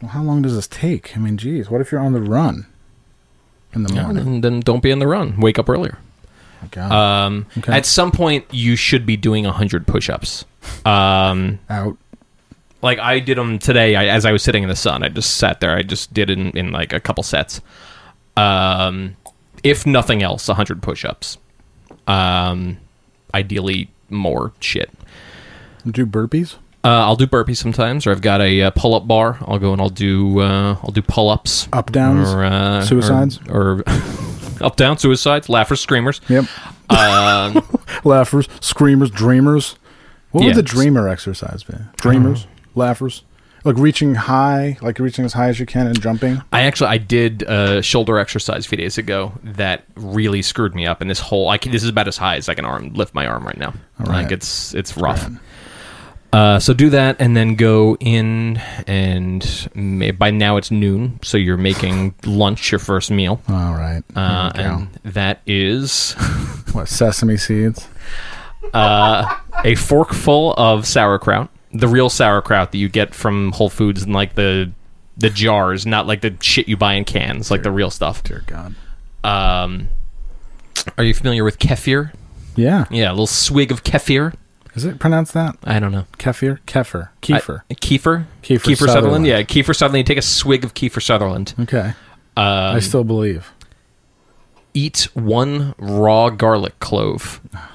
Speaker 1: Well, how long does this take? I mean, geez, what if you're on the run in the morning?
Speaker 2: And then don't be on the run. Wake up earlier.
Speaker 1: My God.
Speaker 2: Um,
Speaker 1: Okay.
Speaker 2: At some point, you should be doing 100 push ups. Um,
Speaker 1: Out.
Speaker 2: like I did them today I, as I was sitting in the sun. I just sat there. I just did in, in like a couple sets. Um, if nothing else, 100 push ups. Um, ideally, more shit.
Speaker 1: Do burpees?
Speaker 2: Uh, I'll do burpees sometimes, or I've got a uh, pull-up bar. I'll go and I'll do uh, I'll do pull-ups,
Speaker 1: Up downs?
Speaker 2: or, uh,
Speaker 1: Suicides?
Speaker 2: or, or up down suicides, laughers, screamers.
Speaker 1: Yep. laughers, screamers, dreamers. What
Speaker 2: Yeah. Uh-huh.
Speaker 1: would the dreamer exercise be? Dreamers, laughers, like reaching high, like reaching as high as you can and jumping.
Speaker 2: I actually I did a shoulder exercise a few days ago that really screwed me up, and this whole I can, this is about as high as I can arm lift my arm right now.
Speaker 1: right.
Speaker 2: Like it's it's rough. Uh, so do that, and then go in, and ma- by now it's noon, so you're making lunch your first meal,
Speaker 1: All right.
Speaker 2: uh,
Speaker 1: There we go.
Speaker 2: and that is
Speaker 1: what sesame seeds?
Speaker 2: a forkful of sauerkraut, the real sauerkraut that you get from Whole Foods and like the the jars, not like the shit you buy in cans, like the real stuff.
Speaker 1: Dear God.
Speaker 2: Um, are you familiar with kefir?
Speaker 1: Yeah.
Speaker 2: Yeah, a little swig of kefir.
Speaker 1: Is it pronounced that?
Speaker 2: I don't know.
Speaker 1: Kefir, kefir, kefir.
Speaker 2: I, kefir?
Speaker 1: Kefir
Speaker 2: Sutherland.
Speaker 1: Sutherland.
Speaker 2: Yeah, Kefir Sutherland. You take a swig of Kefir Sutherland.
Speaker 1: okay.
Speaker 2: Um,
Speaker 1: I still believe.
Speaker 2: Eat one raw garlic clove.
Speaker 1: Are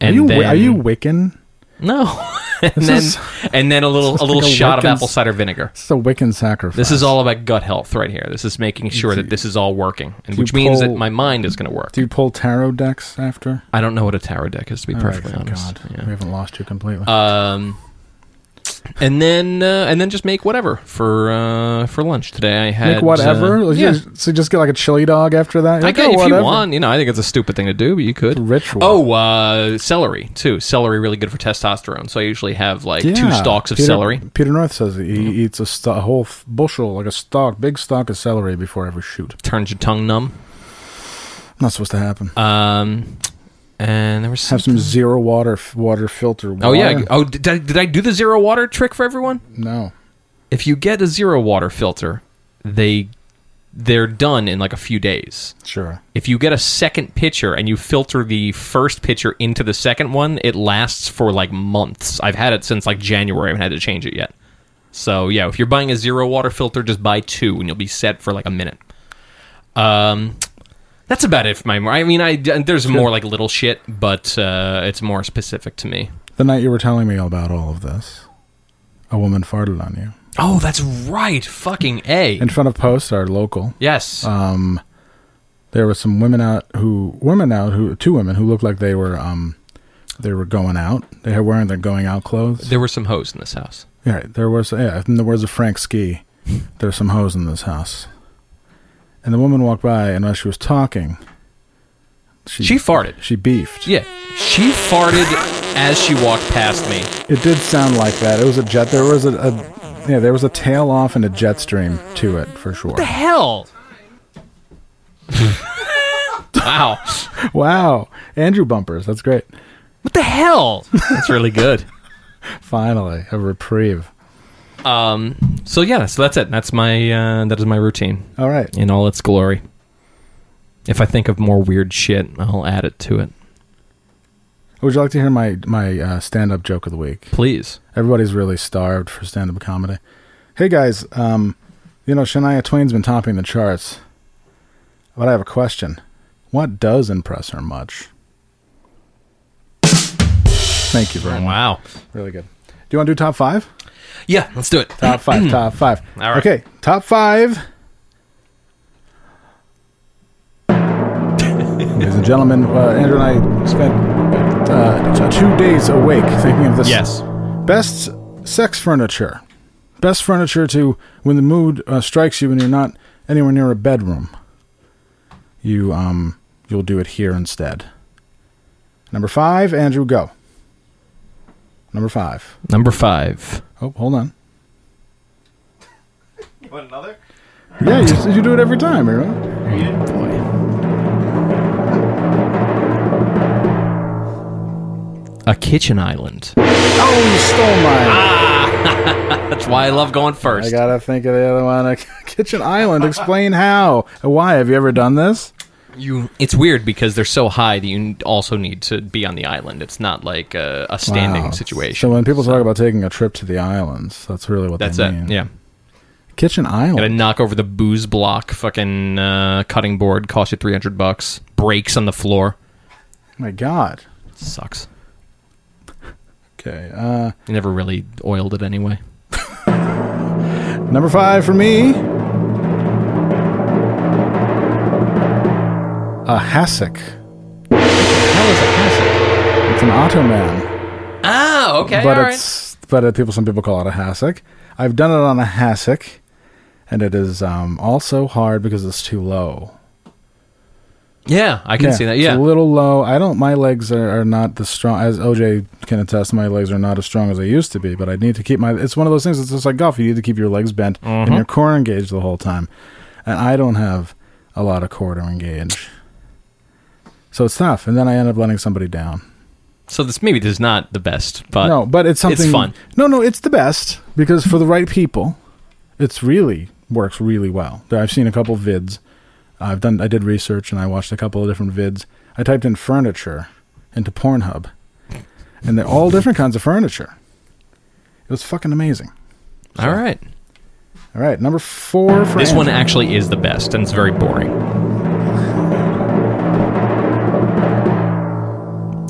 Speaker 2: And
Speaker 1: you,
Speaker 2: then,
Speaker 1: Wi- are you Wiccan?
Speaker 2: No. and, then,
Speaker 1: is-
Speaker 2: and then a little
Speaker 1: this
Speaker 2: a
Speaker 1: is
Speaker 2: little
Speaker 1: like a
Speaker 2: shot of
Speaker 1: Wiccans-
Speaker 2: apple cider vinegar.
Speaker 1: It's a Wiccan sacrifice.
Speaker 2: This is all about gut health right here. This is making sure that this is all working, and
Speaker 1: you
Speaker 2: which means that
Speaker 1: pull-
Speaker 2: my mind is going to work.
Speaker 1: Do you pull tarot decks after?
Speaker 2: I don't know what a tarot deck is, to be
Speaker 1: All right,
Speaker 2: perfectly
Speaker 1: thank
Speaker 2: honest.
Speaker 1: God.
Speaker 2: Yeah.
Speaker 1: We haven't lost you completely.
Speaker 2: Um, and then uh, and then just make whatever for uh, for lunch today. I had
Speaker 1: Make whatever.
Speaker 2: uh,
Speaker 1: Like,
Speaker 2: yeah.
Speaker 1: you- So you just get like a chili dog after that.
Speaker 2: I
Speaker 1: Okay,
Speaker 2: guess if
Speaker 1: whatever.
Speaker 2: you want, you know, I think it's a stupid thing to do, but you could.
Speaker 1: a ritual.
Speaker 2: Oh, uh, celery too. Celery really good for testosterone. So I usually have like two
Speaker 1: Yeah.
Speaker 2: stalks of
Speaker 1: Peter-
Speaker 2: celery. Mm-hmm.
Speaker 1: Peter North says that he eats a, st- a whole f- bushel, like a stalk, big stalk of celery before every shoot.
Speaker 2: Turns your tongue numb.
Speaker 1: Not supposed to happen.
Speaker 2: Um, and there was
Speaker 1: Have some zero water f- water filter. Water.
Speaker 2: Oh yeah. Oh, did I, did I do the zero water trick for everyone?
Speaker 1: no.
Speaker 2: If you get a zero water filter, they they're done in like a few days.
Speaker 1: Sure.
Speaker 2: If you get a second pitcher and you filter the first pitcher into the second one, it lasts for like months. I've had it since like January. I haven't had to change it yet. So yeah, if you're buying a zero water filter, just buy two and you'll be set for like a minute. Um, that's about it for my. I mean, I there's more like little shit, but uh, it's more specific to me.
Speaker 1: The night you were telling me about all of this, a woman farted on you
Speaker 2: Oh, that's right. Fucking a.
Speaker 1: in front of Post, our local.
Speaker 2: yes.
Speaker 1: There were some women out who women out who two women who looked like they were um they were going out. They were wearing their going out clothes.
Speaker 2: there were some hoes in this house.
Speaker 1: All right, there was yeah, in the words of Frank Ski, there's some hoes in this house. And the woman walked by, and while she was talking,
Speaker 2: She farted.
Speaker 1: She beefed.
Speaker 2: Yeah. She farted as she walked past me.
Speaker 1: It did sound like that. It was a jet. There was a, a yeah, there was a tail off and a jet stream to it for sure.
Speaker 2: hell? wow.
Speaker 1: Wow, Andrew bumpers. That's great.
Speaker 2: What the hell? That's really good.
Speaker 1: Finally, a reprieve.
Speaker 2: Um, So yeah, so that's it. That's my uh, that is my routine
Speaker 1: All right.
Speaker 2: in all its glory. If I think of more weird shit, I'll add it to it.
Speaker 1: Would you like to hear my my uh, stand up joke of the week?
Speaker 2: Please.
Speaker 1: Everybody's really starved for stand up comedy. Hey guys, um, you know, Shania Twain's been topping the charts. But I have a question. What does impress her much? Thank you very much.
Speaker 2: Wow.
Speaker 1: Really good. Do you want to do top five?
Speaker 2: Yeah, let's do it.
Speaker 1: Top five, top five.
Speaker 2: All right.
Speaker 1: Okay, top five. Ladies and gentlemen, uh, Andrew and I spent uh, t- two days awake thinking of this
Speaker 2: Yes.
Speaker 1: Best sex furniture. Best furniture to when the mood uh, strikes you and you're not anywhere near a bedroom. You um You'll do it here instead. Number five, Andrew, go. Number five.
Speaker 2: Number five.
Speaker 1: Oh, hold on.
Speaker 4: You want another?
Speaker 1: Yeah, you, you do it every time, you know?
Speaker 2: A kitchen island.
Speaker 1: Oh, you stole mine.
Speaker 2: That's why I love going first.
Speaker 1: Ah, I gotta think of the other one. Kitchen Island. Explain how. Why? Have you ever done this?
Speaker 2: you it's weird because they're so high that you also need to be on the island it's not like a, a standing
Speaker 1: Wow.
Speaker 2: situation
Speaker 1: So when people talk about taking a trip to the islands, that's really what
Speaker 2: that's
Speaker 1: they
Speaker 2: it
Speaker 1: mean.
Speaker 2: yeah
Speaker 1: Kitchen
Speaker 2: gotta
Speaker 1: Island.
Speaker 2: knock over the booze block fucking uh, cutting board cost you 300 bucks breaks on the floor
Speaker 1: my God.
Speaker 2: sucks
Speaker 1: Okay. Uh,
Speaker 2: you never really oiled it anyway
Speaker 1: number five for me. A hassock.
Speaker 2: that was a classic
Speaker 1: It's an ottoman,
Speaker 2: oh okay
Speaker 1: but
Speaker 2: all right.
Speaker 1: it's but uh, people. Some people call it a hassock. I've done it on a hassock, and it is um, also hard because it's too low.
Speaker 2: yeah i can see that yeah
Speaker 1: It's a little low. I don't. My legs are, are not the strong as OJ can attest. My legs are not as strong as I used to be, but I need to keep my. It's one of those things. It's just like golf. You need to keep your legs bent
Speaker 2: Mm-hmm.
Speaker 1: and your core engaged the whole time, and I don't have a lot of core to engage, so it's tough. And then I end up letting somebody down.
Speaker 2: so this maybe this is not the best but
Speaker 1: no, but it's something
Speaker 2: Uh, fun.
Speaker 1: No, no, it's the best because for the right people, it's really works really well. There- I've seen a couple vids. I've done. I did research and I watched a couple of different vids. I typed in furniture into Pornhub, and they're all different kinds of furniture. It was fucking amazing.
Speaker 2: all right
Speaker 1: All right, number four. For
Speaker 2: this
Speaker 1: Andrew.
Speaker 2: one actually is the best and it's very boring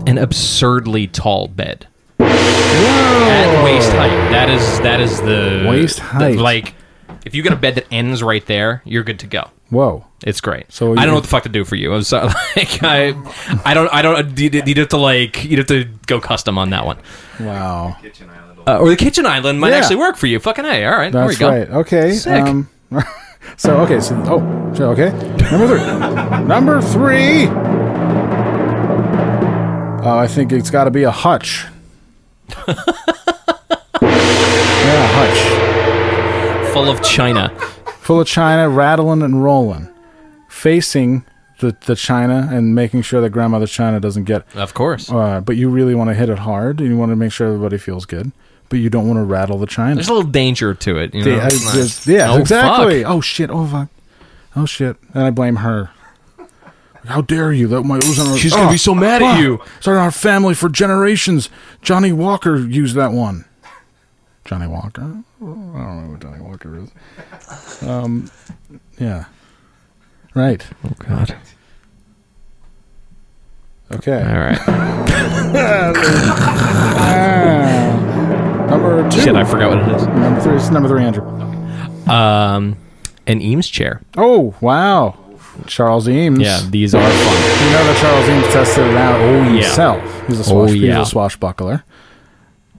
Speaker 2: an absurdly tall bed at waist height. That is that is the
Speaker 1: Waist
Speaker 2: the-
Speaker 1: height.
Speaker 2: like, if you get a bed that ends right there, you're good to go.
Speaker 1: Whoa.
Speaker 2: It's great.
Speaker 1: So
Speaker 2: So I
Speaker 1: you-
Speaker 2: don't know what the fuck to do for you. I'm sorry. Like I, I don't. I don't. You'd, you'd have to like. You'd have to go custom on that one.
Speaker 1: Wow.
Speaker 4: Kitchen Island.
Speaker 2: Uh, or the kitchen island might
Speaker 1: Yeah.
Speaker 2: actually work for you. Fucking hey. All right.
Speaker 1: That's
Speaker 2: there we
Speaker 1: right.
Speaker 2: go.
Speaker 1: Okay. um,
Speaker 2: Sick.
Speaker 1: so okay. So oh. So okay. Number three. number three. Oh, I think it's got to be a hutch. yeah, a
Speaker 2: Full of china.
Speaker 1: hutch full of china, rattling and rolling, facing the the china and making sure that grandmother's china doesn't get.
Speaker 2: Of course.
Speaker 1: Uh, but you really want to hit it hard, and you want to make sure everybody feels good, but you don't want to rattle the china.
Speaker 2: There's a little danger to it. You know?
Speaker 1: Yeah, I
Speaker 2: It's not-
Speaker 1: just- yeah,
Speaker 2: Oh,
Speaker 1: exactly.
Speaker 2: fuck.
Speaker 1: Oh shit! Oh fuck! Oh shit! And I blame her. How dare you? That my it was on our,
Speaker 2: She's gonna
Speaker 1: oh,
Speaker 2: be so mad
Speaker 1: fuck.
Speaker 2: at you.
Speaker 1: It's in our family for generations. Johnny Walker used that one. Johnny Walker. I don't know what Johnny Walker is. Um, yeah. Right.
Speaker 2: Oh god.
Speaker 1: Okay.
Speaker 2: All right.
Speaker 1: Number two.
Speaker 2: Shit. I forgot what it is.
Speaker 1: number three. It's number three. Andrew.
Speaker 2: Um, an Eames chair.
Speaker 1: Oh wow. Charles Eames.
Speaker 2: Yeah. These are fun.
Speaker 1: You know that Charles Eames tested it out himself. He's a
Speaker 2: Oh,
Speaker 1: swash,
Speaker 2: yeah.
Speaker 1: he's a swashbuckler.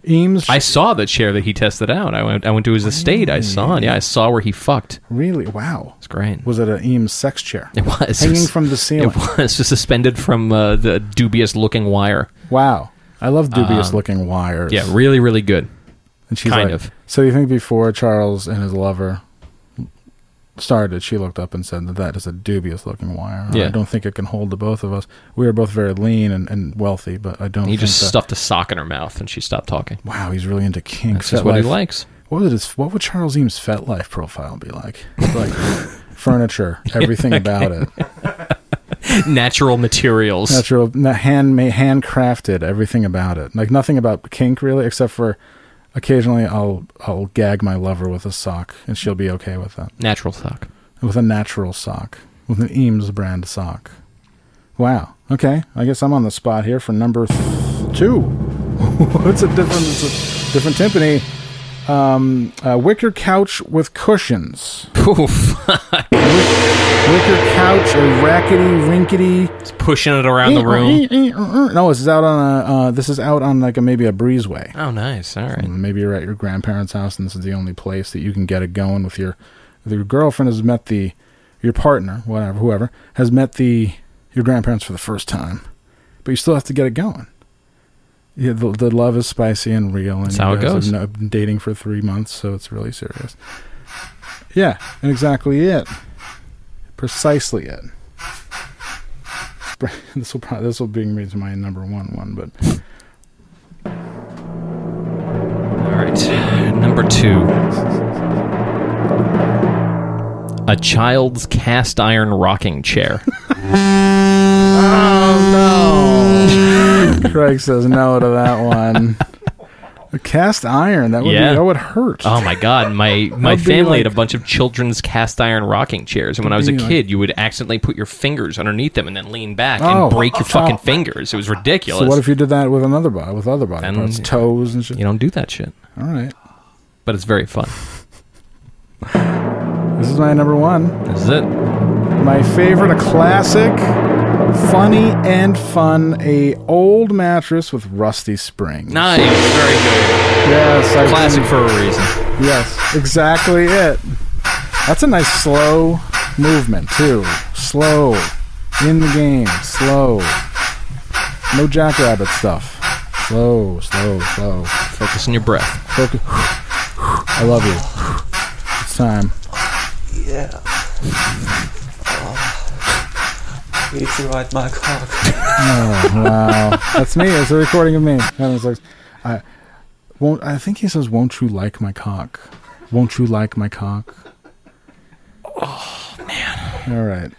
Speaker 1: Eames
Speaker 2: I saw the chair that he tested out. I went. I went to his estate. I saw it. Yeah, I saw where he fucked.
Speaker 1: really wow.
Speaker 2: It's great.
Speaker 1: Was it an Eames sex chair?
Speaker 2: it was
Speaker 1: hanging from the ceiling.
Speaker 2: It was suspended from uh, the dubious-looking wire.
Speaker 1: Wow. I love dubious looking wires.
Speaker 2: Um, Yeah, really, really good.
Speaker 1: and she's
Speaker 2: kind
Speaker 1: like-
Speaker 2: of.
Speaker 1: So you think before Charles and his lover started, she looked up and said that that is a dubious looking wire.
Speaker 2: Yeah.
Speaker 1: I don't think it can hold the both of us. We are both very lean and, and wealthy, but I don't.
Speaker 2: He
Speaker 1: think
Speaker 2: just
Speaker 1: that-
Speaker 2: stuffed a sock in her mouth, and she stopped talking.
Speaker 1: Wow, he's really into kinks.
Speaker 2: That's just
Speaker 1: That
Speaker 2: what he
Speaker 1: life-
Speaker 2: likes.
Speaker 1: What would his What would Charles Eames' fet life profile be like? Like furniture, everything about it,
Speaker 2: Natural materials.
Speaker 1: natural, na- handmade, handcrafted, everything about it. Like nothing about kink really, except for occasionally I'll I'll gag my lover with a sock, and she'll be okay with that.
Speaker 2: Natural sock.
Speaker 1: With a natural sock, with an Eames brand sock. Wow. Okay, I guess I'm on the spot here for number th- two. it's a different, it's a different timpani. Um, a wicker couch with cushions.
Speaker 2: Poof.
Speaker 1: wicker couch, a rackety, rinkety. Eh, oh,
Speaker 2: It's pushing it around the room.
Speaker 1: uh, No, this is out on a. Uh, this is out on like a, maybe a breezeway.
Speaker 2: Oh, nice. All right.
Speaker 1: Maybe you're at your grandparents' house, and this is the only place that you can get it going with your. Your girlfriend has met the, your partner, whatever, whoever has met the your grandparents for the first time, but you still have to get it going. Yeah, the, the love is spicy and real, and
Speaker 2: That's
Speaker 1: you
Speaker 2: how it
Speaker 1: guys have
Speaker 2: goes.
Speaker 1: no- been dating for three months, so it's really serious. Yeah, and exactly it, precisely it. This will probably this will bring me to my number one one, but
Speaker 2: All right. Number two. A child's cast iron rocking chair.
Speaker 1: Craig says no to that one. A cast iron that would
Speaker 2: Yeah.
Speaker 1: be, that would hurt.
Speaker 2: Oh my god, my my
Speaker 1: be
Speaker 2: family had a
Speaker 1: like-
Speaker 2: bunch of children's cast iron rocking chairs, and when I was a
Speaker 1: That'd
Speaker 2: kid,
Speaker 1: be like-
Speaker 2: you would accidentally put your fingers underneath them and then lean back
Speaker 1: Oh.
Speaker 2: and break your
Speaker 1: Oh.
Speaker 2: fucking fingers. It was ridiculous.
Speaker 1: so what if you did that with another body, with other body
Speaker 2: And-
Speaker 1: parts, toes and shit?
Speaker 2: you don't do that shit?
Speaker 1: All right,
Speaker 2: But it's very fun.
Speaker 1: this is my number one.
Speaker 2: This is it.
Speaker 1: My favorite, a classic, funny and fun, a old mattress with rusty springs.
Speaker 2: Nice. Very good.
Speaker 1: yes, I've
Speaker 2: Classic
Speaker 1: been-
Speaker 2: for a reason.
Speaker 1: Yes, exactly it. That's a nice slow movement too. Slow. In the game. Slow. No jackrabbit stuff. Slow, slow, slow.
Speaker 2: Focus on your breath.
Speaker 1: Focus. I love you. It's time.
Speaker 3: Yeah. Please ride my cock.
Speaker 1: That's me. It's a recording of me. Heaven's like, I won't. I think he says, "Won't you like my cock? Won't you like my cock?" Oh man. All right.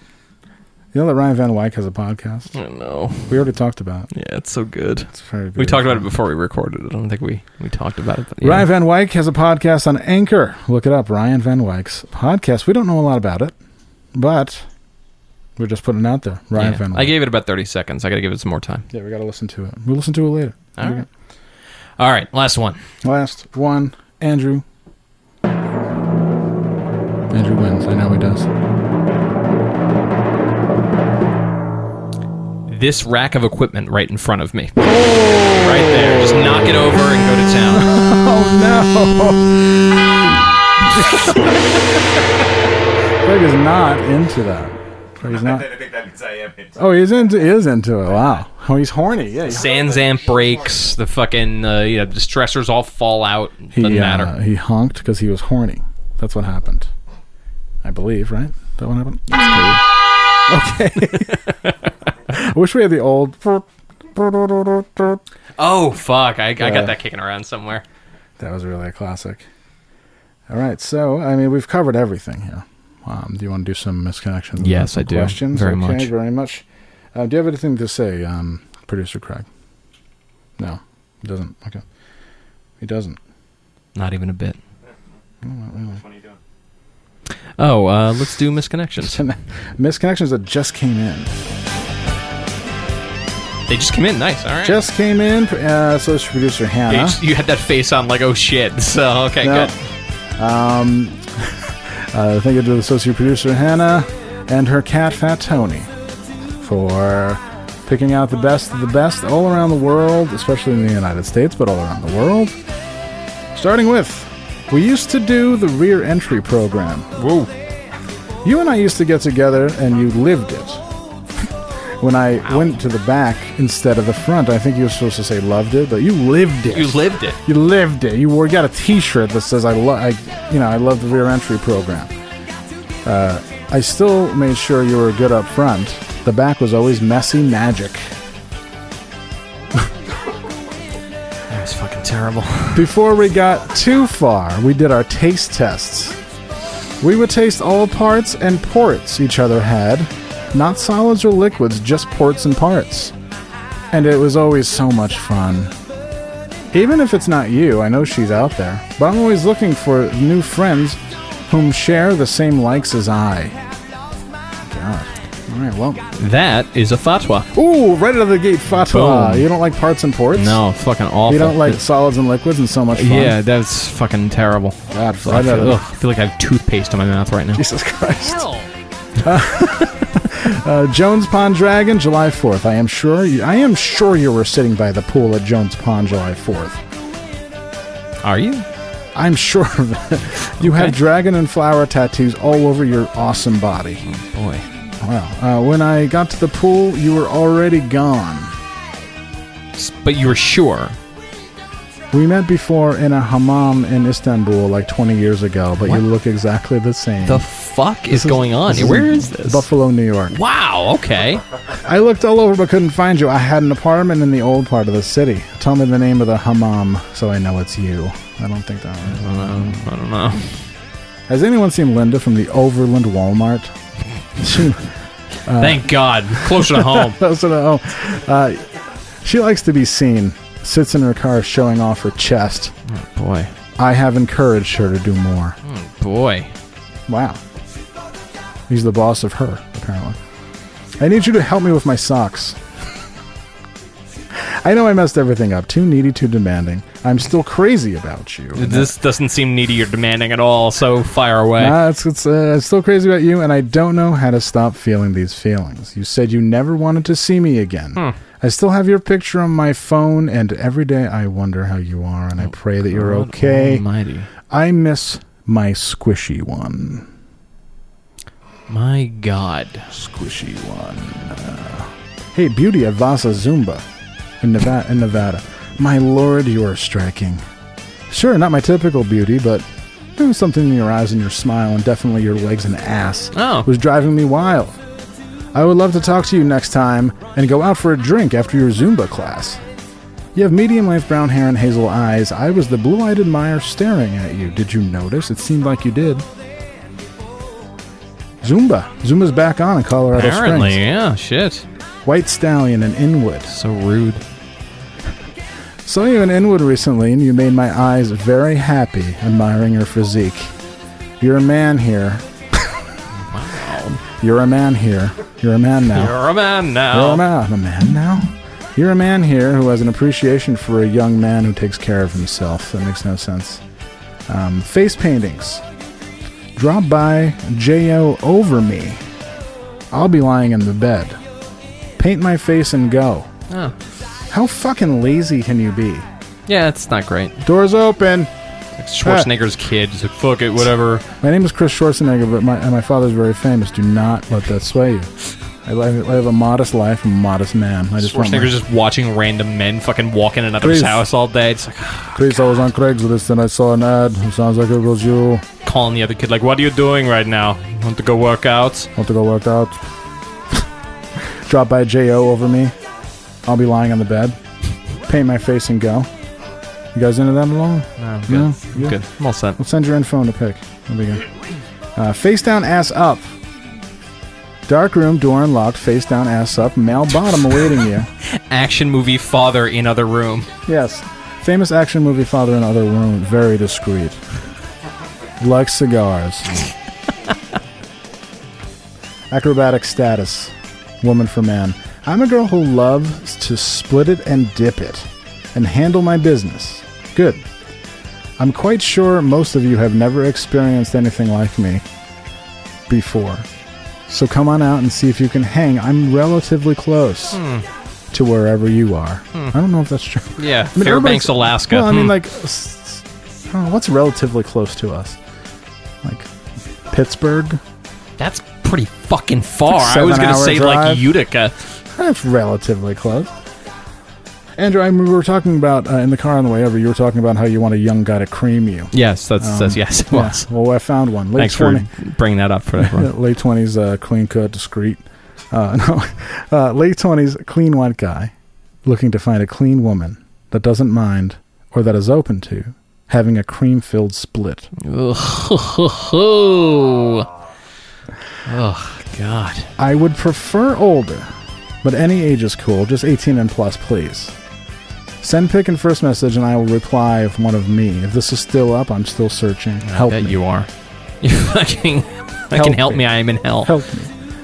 Speaker 1: You know that Ryan Van Wyck has a podcast.
Speaker 2: I know.
Speaker 1: We already talked about. it.
Speaker 2: Yeah, it's so good.
Speaker 1: It's very
Speaker 2: We
Speaker 1: beautiful.
Speaker 2: talked about it before we recorded it. I don't think we, we talked about it. But yeah.
Speaker 1: Ryan Van Wyck has a podcast on Anchor. Look it up, Ryan Van Wyck's podcast. We don't know a lot about it, but we're just putting it out there. Ryan
Speaker 2: Yeah.
Speaker 1: Van Wyck.
Speaker 2: I gave it about 30 seconds. I got to give it some more time.
Speaker 1: yeah, we got to listen to it. We'll listen to it later.
Speaker 2: All right. All right, last one.
Speaker 1: Last one, Andrew. Andrew wins. I know he does.
Speaker 2: This rack of equipment right in front of me. Right there. Just knock it over and go to town.
Speaker 1: Craig is not into that. Craig is not.
Speaker 4: I think that means I am in.
Speaker 1: Oh, he's into. He is into it. Wow. Oh, he's horny. Yeah. He,
Speaker 2: Sansamp breaks. The fucking uh, you know, the stressors all fall out. Doesn't
Speaker 1: he,
Speaker 2: matter.
Speaker 1: uh, he honked because he was horny. That's what happened. I believe, right? That what happened. That's cool. Okay. I wish we had the old. That
Speaker 2: oh fuck! I, I got that kicking around somewhere.
Speaker 1: was really a classic. All right, so I mean, we've covered everything here. Um, do you want to do some misconnections? and
Speaker 2: Yes,
Speaker 1: some
Speaker 2: I do.
Speaker 1: Questions?
Speaker 2: Very
Speaker 1: okay,
Speaker 2: much.
Speaker 1: Very much. Uh, do you have anything to say, um, producer Craig? No, he doesn't. Okay, he doesn't.
Speaker 2: Not even a bit.
Speaker 4: What are you doing?
Speaker 2: Oh, uh, let's do misconnections.
Speaker 1: misconnections that just came in.
Speaker 2: They just come in. Nice. All right.
Speaker 1: just came in. Uh, social producer
Speaker 2: you,
Speaker 1: Hannah.
Speaker 2: just- you had that face on like oh shit. So okay,
Speaker 1: No.
Speaker 2: good.
Speaker 1: Um, Uh, thank you to the associate producer Hannah and her cat Fat Tony for picking out the best of the best all around the world, especially in the United States, but all around the world. Starting with, we used to do the rear entry program. Whoa. You and I used to get together and you lived it. When I went to the back instead of the front, I think you were supposed to say loved it, but you lived it.
Speaker 2: You lived it.
Speaker 1: You lived it. You wore, got a T-shirt that says "I love," I, you know, I love the rear entry program. Uh, I still made sure you were good up front. The back was always messy magic.
Speaker 2: That was fucking terrible.
Speaker 1: Before we got too far, we did our taste tests. We would taste all parts and ports each other had, not solids or liquids, just ports and parts. And it was always so much fun. Even if it's not you, I know she's out there, but I'm always looking for new friends whom share the same likes as I. God. All right, well.
Speaker 2: That is a fatwa.
Speaker 1: Ooh, right out of the gate, fatwa.
Speaker 2: Boom.
Speaker 1: You don't like parts and ports?
Speaker 2: No, fucking awful.
Speaker 1: You don't like
Speaker 2: It-
Speaker 1: solids and liquids and so much fun?
Speaker 2: Yeah, that's fucking terrible.
Speaker 1: God,
Speaker 2: I
Speaker 1: right out of
Speaker 2: feel,
Speaker 1: the
Speaker 2: ugh, I feel like I have toothpaste in my mouth right now.
Speaker 1: Jesus Christ. Uh, Jones Pond Dragon, July 4th. I am sure you, I am sure you were sitting by the pool at Jones Pond July 4th.
Speaker 2: Are you?
Speaker 1: I'm sure of it. You have
Speaker 2: Okay.
Speaker 1: dragon and flower tattoos all over your awesome body.
Speaker 2: Oh, Boy.
Speaker 1: Wow. Uh, when I got to the pool, you were already gone.
Speaker 2: S- But you were sure.
Speaker 1: We met before in a hammam in Istanbul like 20 years ago, but
Speaker 2: What?
Speaker 1: you look exactly the same.
Speaker 2: The fuck is,
Speaker 1: This
Speaker 2: going on?
Speaker 1: this
Speaker 2: here?
Speaker 1: in
Speaker 2: Where is this?
Speaker 1: Buffalo, New York.
Speaker 2: Wow. Okay.
Speaker 1: I looked all over but couldn't find you. I had an apartment in the old part of the city. Tell me the name of the hammam so I know it's you. I don't think that one is.
Speaker 2: I don't know.
Speaker 1: Has anyone seen Linda from the Overland Walmart? She-
Speaker 2: Thank God. Closer to home.
Speaker 1: That's what I- oh. Uh, she likes to be seen, sits in her car showing off her chest.
Speaker 2: boy.
Speaker 1: I have encouraged her to do more.
Speaker 2: Boy.
Speaker 1: Wow. He's the boss of her, apparently. I need you to help me with my socks. I know I messed everything up. Too needy, too demanding. I'm still crazy about you. And
Speaker 2: This doesn't seem needy or demanding at all. So fire away.
Speaker 1: Ah, it's, it's, uh, I'm still crazy about you, and I don't know how to stop feeling these feelings. You said you never wanted to see me again. I still have your picture on my phone, and every day I wonder how you are, and I pray that you're
Speaker 2: God oh
Speaker 1: okay.
Speaker 2: Almighty.
Speaker 1: I miss my squishy one.
Speaker 2: My God.
Speaker 1: Squishy one. hey, beauty of Vasa Zumba in Nevada. In Nevada. My lord, you are striking. Sure, not my typical beauty, but there was something in your eyes and your smile, and definitely your legs and ass.
Speaker 2: Oh.
Speaker 1: was driving me wild. I would love to talk to you next time and go out for a drink after your Zumba class. You have medium length brown hair and hazel eyes. I was the blue eyed admirer staring at you. Did you notice? It seemed like you did. Zumba. Zumba's back on in Colorado
Speaker 2: Apparently,
Speaker 1: Springs.
Speaker 2: yeah. Shit.
Speaker 1: White Stallion in Inwood.
Speaker 2: So rude.
Speaker 1: Saw you in Inwood recently, and you made my eyes very happy admiring your physique. You're a man here. You're a man here. You're a man now.
Speaker 2: You're a man now.
Speaker 1: You're a man. I'm a man now. You're a man here who has an appreciation for a young man who takes care of himself. That makes no sense. Um, face paintings. Drop by J.O. over me. I'll be lying in the bed. Paint my face and go.
Speaker 2: Oh.
Speaker 1: How fucking lazy can you be?
Speaker 2: Yeah, it's not great.
Speaker 1: Doors open.
Speaker 2: Schwarzenegger's kid. Just like, fuck it, whatever.
Speaker 1: My name is Chris Schwarzenegger, but my, and my father's very famous. Do not let that sway you. I live, I live a modest life. I'm a modest man. I just want my-
Speaker 2: Schwarzenegger's just watching random men fucking walk in another's
Speaker 1: Please.
Speaker 2: house all day. It's like
Speaker 1: Please, I was on Craigslist and I saw an ad. It sounds like it was you.
Speaker 2: calling the other kid, like, "What are you doing right now? You want to go work out?"
Speaker 1: Want to go work out? Drop by J.O. over me. I'll be lying on the bed. Paint my face and go. You guys into that alone?
Speaker 2: No, good.
Speaker 1: No, yeah.
Speaker 2: good. I'm all set.
Speaker 1: We'll send your info in a pic. We'll be good. Uh, face down, ass up. Dark room, door unlocked, face down, ass up, male bottom awaiting you.
Speaker 2: Action movie father in other room.
Speaker 1: Yes. Famous action movie father in other room, very discreet. Likes cigars. Acrobatic status. Woman for man. I'm a girl who loves to split it and dip it and handle my business. Good. I'm quite sure most of you have never experienced anything like me before. So come on out and see if you can hang. I'm relatively close to wherever you are. I don't know if that's true.
Speaker 2: Yeah,
Speaker 1: I mean,
Speaker 2: Fairbanks,
Speaker 1: everybody's-
Speaker 2: Alaska.
Speaker 1: Well, I
Speaker 2: Hmm.
Speaker 1: mean, like, s- s- I don't know, what's relatively close to us? Like Pittsburgh.
Speaker 2: that's pretty fucking far.
Speaker 1: It's a
Speaker 2: I was gonna
Speaker 1: seven-hour
Speaker 2: say like
Speaker 1: drive.
Speaker 2: Utica.
Speaker 1: That's relatively close. Andrew, I remember we were talking about uh, in the car on the way over. You were talking about how you want a young guy to cream you.
Speaker 2: Yes, that's, that's yes. It was.
Speaker 1: Um, Yeah, well, I found one. Late
Speaker 2: Thanks
Speaker 1: 20,
Speaker 2: for bringing that up for everyone.
Speaker 1: late twenties, uh, clean cut, discreet. Uh, no, uh, late twenties, clean white guy, looking to find a clean woman that doesn't mind or that is open to having a cream-filled split.
Speaker 2: oh, God.
Speaker 1: I would prefer older, but any age is cool. Just 18 and plus, please. Send pick and first message, and I will reply if one of me. If this is still up, I'm still searching. Help
Speaker 2: Bet
Speaker 1: me.
Speaker 2: you are. You fucking. I can
Speaker 1: Help
Speaker 2: help
Speaker 1: me.
Speaker 2: me. I am in hell.
Speaker 1: Help me.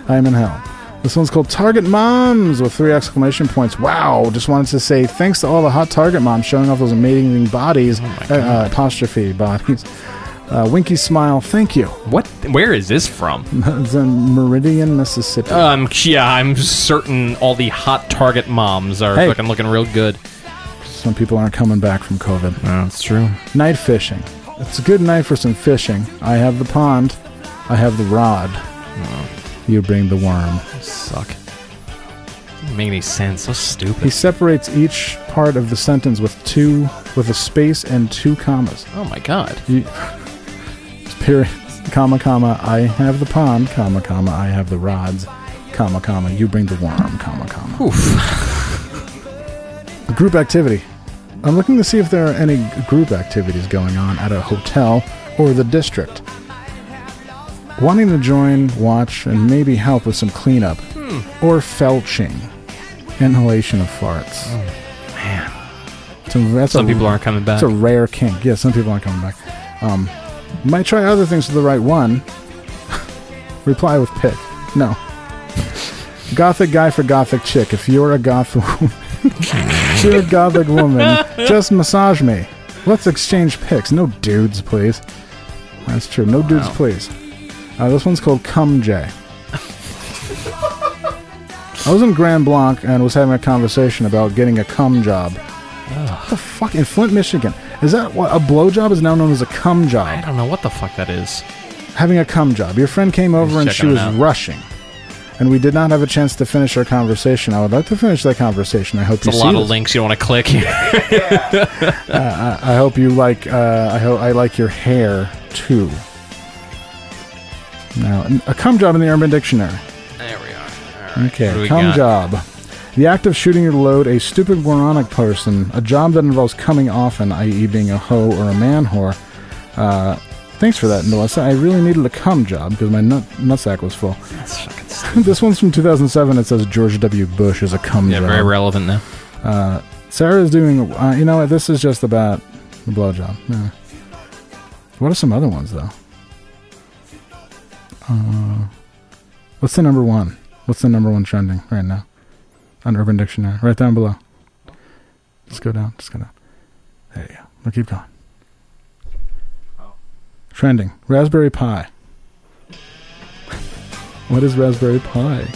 Speaker 1: I am in hell. This one's called Target Moms with three exclamation points. Wow! Just wanted to say thanks to all the hot Target moms showing off those amazing
Speaker 2: Oh
Speaker 1: bodies, uh, uh, apostrophe bodies. Uh, winky smile. Thank you.
Speaker 2: What? Where is this from?
Speaker 1: It's in Meridian, Mississippi.
Speaker 2: Um. Yeah, I'm certain all the hot Target moms are
Speaker 1: Hey.
Speaker 2: fucking looking real good.
Speaker 1: Some people aren't coming back from COVID.
Speaker 2: Oh, That's true.
Speaker 1: Night fishing. It's a good night for some fishing. I have the pond. I have the rod. You bring the worm.
Speaker 2: Suck. Doesn't make any sense. So
Speaker 1: He
Speaker 2: stupid.
Speaker 1: separates each part of the sentence with two, with a space and two commas.
Speaker 2: Oh my god.
Speaker 1: You, period, comma, comma, I have the pond, comma, comma, I have the rods, comma, comma, you bring the worm, comma, comma.
Speaker 2: Oof.
Speaker 1: Group activity. I'm looking to see if there are any g- group activities going on at a hotel or the district. Wanting to join, watch, and maybe help with some cleanup.
Speaker 2: Hmm.
Speaker 1: Or felching. Inhalation of farts. man. that's
Speaker 2: Oh, Some
Speaker 1: a-
Speaker 2: people aren't coming back.
Speaker 1: It's a rare kink. Yeah, some people aren't coming back. Um, might try other things to the right one. Reply with pick. No. Gothic guy for gothic chick. If you're a goth woman, if you're a gothic woman, just massage me. Let's exchange pics. No dudes, please. That's true. No dudes, please. Uh, this one's called Cum J. I was in Grand Blanc and was having a conversation about getting a cum job. What the fuck in Flint, Michigan? Is that what a blowjob is now known as a cum
Speaker 2: I
Speaker 1: job?
Speaker 2: don't know what the fuck that is.
Speaker 1: Having a cum job. Your friend came over and
Speaker 2: check
Speaker 1: she
Speaker 2: it
Speaker 1: was
Speaker 2: out.
Speaker 1: rushing, and we did not have a chance to finish our conversation. I would like to finish that conversation. I hope
Speaker 2: It's
Speaker 1: you
Speaker 2: a
Speaker 1: see
Speaker 2: lot
Speaker 1: this.
Speaker 2: of links you don't want to click here.
Speaker 1: I hope you like. Uh, I hope I like your hair too. Now, n- a cum job in the Urban Dictionary.
Speaker 2: there we are. What do
Speaker 1: Okay,
Speaker 2: we
Speaker 1: cum
Speaker 2: got?
Speaker 1: job. The act of shooting your load, a stupid moronic person, a job that involves coming often, i.e., being a hoe or a man whore. Uh, thanks for that, Melissa. I really needed a cum job because my nut nutsack was full.
Speaker 2: That's fucking stupid.
Speaker 1: this one's from 2007. It says George W. Bush is a cum
Speaker 2: Yeah,
Speaker 1: job.
Speaker 2: very relevant now.
Speaker 1: Sarah's doing. Uh, you know what? This is just about the blowjob. Yeah. What are some other ones though? Uh, what's the number one? What's the number one trending right now on Urban Dictionary? Right down below. Just go down. Just go down. There you go. Now keep going. Trending Raspberry Pi. What is Raspberry Pi?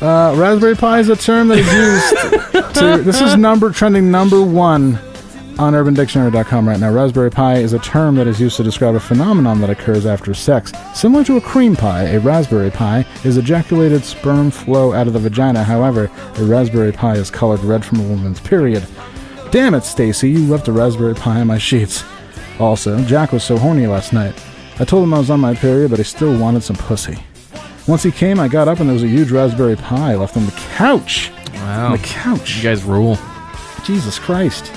Speaker 1: Uh, Raspberry Pi is a term that is used to. This is number trending number one on UrbanDictionary.com right now. Raspberry Pi is a term that is used to describe a phenomenon that occurs after sex. Similar to a cream pie, a raspberry pie is ejaculated sperm flow out of the vagina. However, a raspberry pie is colored red from a woman's period. Damn it, Stacy, you left a raspberry pie in my sheets. Also, Jack was so horny last night. I told him I was on my period, but he still wanted some pussy. Once he came, I got up and there was a huge raspberry pie left on the couch.
Speaker 2: Wow.
Speaker 1: On the couch.
Speaker 2: Oh. You guys rule.
Speaker 1: Jesus Christ.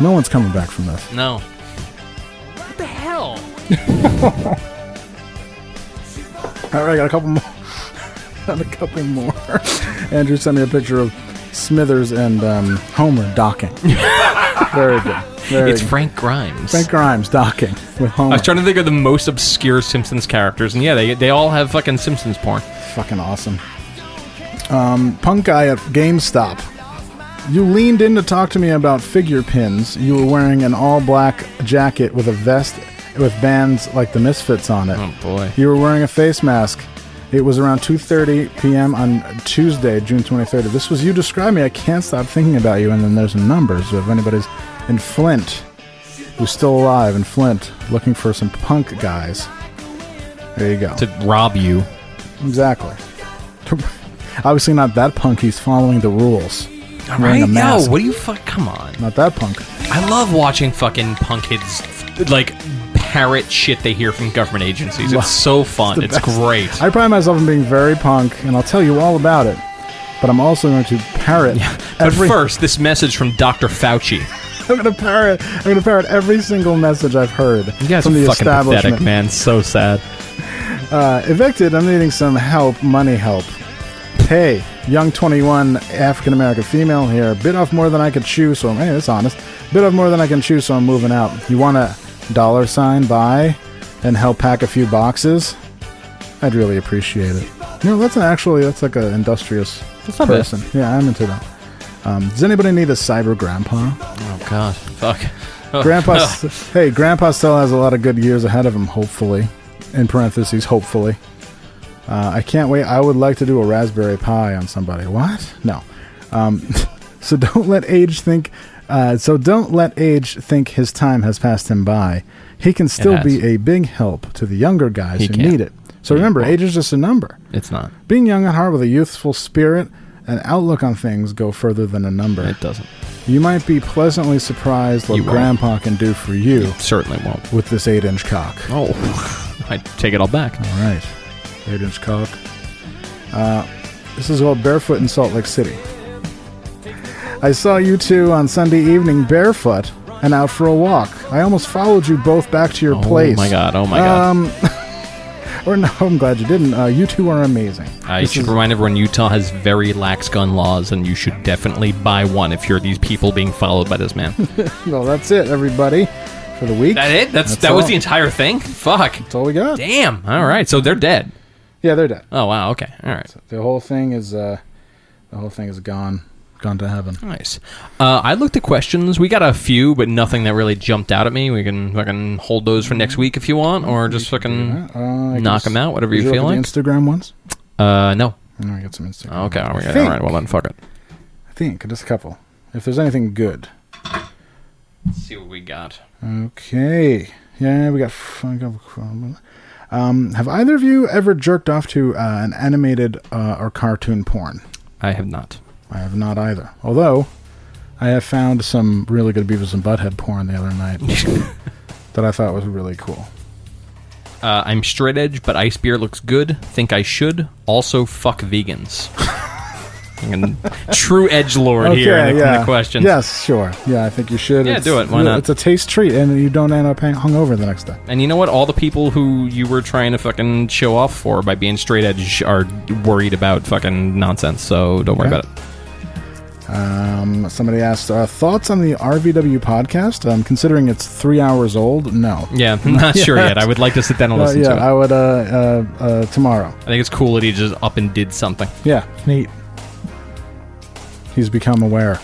Speaker 1: No one's coming back from this.
Speaker 2: No. What the hell?
Speaker 1: All right, I got a couple more. got a couple more. Andrew sent me a picture of Smithers and um, Homer docking. Very good. Very
Speaker 2: It's
Speaker 1: good.
Speaker 2: Frank Grimes.
Speaker 1: Frank Grimes docking with Homer.
Speaker 2: I was trying to think of the most obscure Simpsons characters, and yeah, they they all have fucking Simpsons porn.
Speaker 1: Fucking awesome. Um, punk guy at GameStop. You leaned in to talk to me about figure pins. You were wearing an all black jacket with a vest with bands like the Misfits on it.
Speaker 2: Oh boy.
Speaker 1: You were wearing a face mask. It was around 2:30 p.m. on Tuesday, June 23rd. This was you described me. I can't stop thinking about you. And then there's numbers of anybody's in Flint who's still alive in Flint looking for some punk guys. There you go.
Speaker 2: To rob you.
Speaker 1: Exactly. Obviously not that punk. He's following the rules. Wearing a
Speaker 2: No,
Speaker 1: mask.
Speaker 2: what do you fuck? Come on.
Speaker 1: Not that punk.
Speaker 2: I love watching fucking punk kids like parrot shit they hear from government agencies. It's so fun. It's, great.
Speaker 1: I pride myself on being very punk, and I'll tell you all about it. But I'm also going to parrot
Speaker 2: But
Speaker 1: every.
Speaker 2: first, this message from Dr. Fauci.
Speaker 1: I'm going to parrot. I'm going to parrot every single message I've heard
Speaker 2: You guys
Speaker 1: from
Speaker 2: are
Speaker 1: the
Speaker 2: fucking
Speaker 1: establishment.
Speaker 2: pathetic, man. So sad.
Speaker 1: Uh, evicted. I'm needing some help, money help. Hey, young 21 African American female here. Bit off more than I could chew, so I'm. Hey, that's honest. Bit off more than I can chew, so I'm moving out. You want a dollar sign buy and help pack a few boxes? I'd really appreciate it. You know, that's an actually that's like an industrious
Speaker 2: not bad.
Speaker 1: person. Yeah, I'm into that. Um, does anybody need a cyber grandpa?
Speaker 2: Oh god. Fuck.
Speaker 1: Grandpa, s- hey, Grandpa still has a lot of good years ahead of him. Hopefully, in parentheses, hopefully. Uh, I can't wait. I would like to do a raspberry pie on somebody. What? No. Um, so don't let age think Uh, so don't let age think his time has passed him by. He can still
Speaker 2: has.
Speaker 1: be a big help to the younger guys
Speaker 2: He
Speaker 1: who
Speaker 2: can.
Speaker 1: need it. So remember,
Speaker 2: won't.
Speaker 1: age is just a number.
Speaker 2: It's not.
Speaker 1: Being young at heart with a youthful spirit and outlook on things go further than a number.
Speaker 2: It doesn't.
Speaker 1: You might be pleasantly surprised what
Speaker 2: You won't.
Speaker 1: Grandpa can do for you
Speaker 2: Certainly won't.
Speaker 1: with this eight-inch cock.
Speaker 2: Oh, I take it all back.
Speaker 1: All right, eight-inch cock. Uh, this is called Barefoot in Salt Lake City. I saw you two on Sunday evening barefoot and out for a walk. I almost followed you both back to your
Speaker 2: Oh
Speaker 1: place.
Speaker 2: my god. Oh my god.
Speaker 1: Um, or no, I'm glad you didn't. Uh, you two are amazing.
Speaker 2: I
Speaker 1: This
Speaker 2: should
Speaker 1: is-
Speaker 2: remind everyone Utah has very lax gun laws, and you should definitely buy one if you're these people being followed by this man.
Speaker 1: well, that's it, everybody, for the week.
Speaker 2: that it? That's,
Speaker 1: That's
Speaker 2: that was
Speaker 1: all.
Speaker 2: the entire thing? Fuck.
Speaker 1: That's all we got.
Speaker 2: Damn. All right. So they're dead.
Speaker 1: Yeah, they're dead.
Speaker 2: Oh wow. Okay. All right.
Speaker 1: The whole thing is uh, the whole thing is gone, gone to heaven.
Speaker 2: Nice. Uh, I looked at questions. We got a few, but nothing that really jumped out at me. We can fucking hold those for next week if you want, or just fucking
Speaker 1: Uh, I
Speaker 2: knock
Speaker 1: guess-
Speaker 2: them out, whatever
Speaker 1: Did
Speaker 2: you
Speaker 1: look
Speaker 2: feel
Speaker 1: at
Speaker 2: like.
Speaker 1: the Instagram ones.
Speaker 2: Uh, no.
Speaker 1: No, I got some Instagram.
Speaker 2: Okay. All right.
Speaker 1: I
Speaker 2: All
Speaker 1: think.
Speaker 2: right. Well then, fuck it.
Speaker 1: I think just a couple. If there's anything good.
Speaker 2: Let's see what we got.
Speaker 1: Okay. Yeah, we got. f- I got- Um, have either of you ever jerked off to uh, an animated uh, or cartoon porn?
Speaker 2: I have not.
Speaker 1: I have not either. Although, I have found some really good Beavis and Butthead porn the other night that I thought was really cool.
Speaker 2: Uh, I'm straight edge, but ice beer looks good. Think I should. Also, fuck vegans. Fucking true edge lord here in the, in the questions.
Speaker 1: Yes, sure. Yeah, I think you should.
Speaker 2: Yeah,
Speaker 1: It's-
Speaker 2: do it. Why not?
Speaker 1: It's a taste treat, and you don't end up hang- hungover the next day.
Speaker 2: And you know what? All the people who you were trying to fucking show off for by being straight edge are worried about fucking nonsense. So don't worry
Speaker 1: Okay.
Speaker 2: about it.
Speaker 1: Um, somebody asked uh, thoughts on the RVW podcast. Um, considering it's three hours old, no.
Speaker 2: Yeah, I'm not sure
Speaker 1: yet.
Speaker 2: yet. I would like to sit down and
Speaker 1: Uh,
Speaker 2: listen
Speaker 1: yeah,
Speaker 2: to it.
Speaker 1: I would uh, uh, uh, tomorrow.
Speaker 2: I think it's cool that he just up and did something.
Speaker 1: Yeah, neat. He's become aware.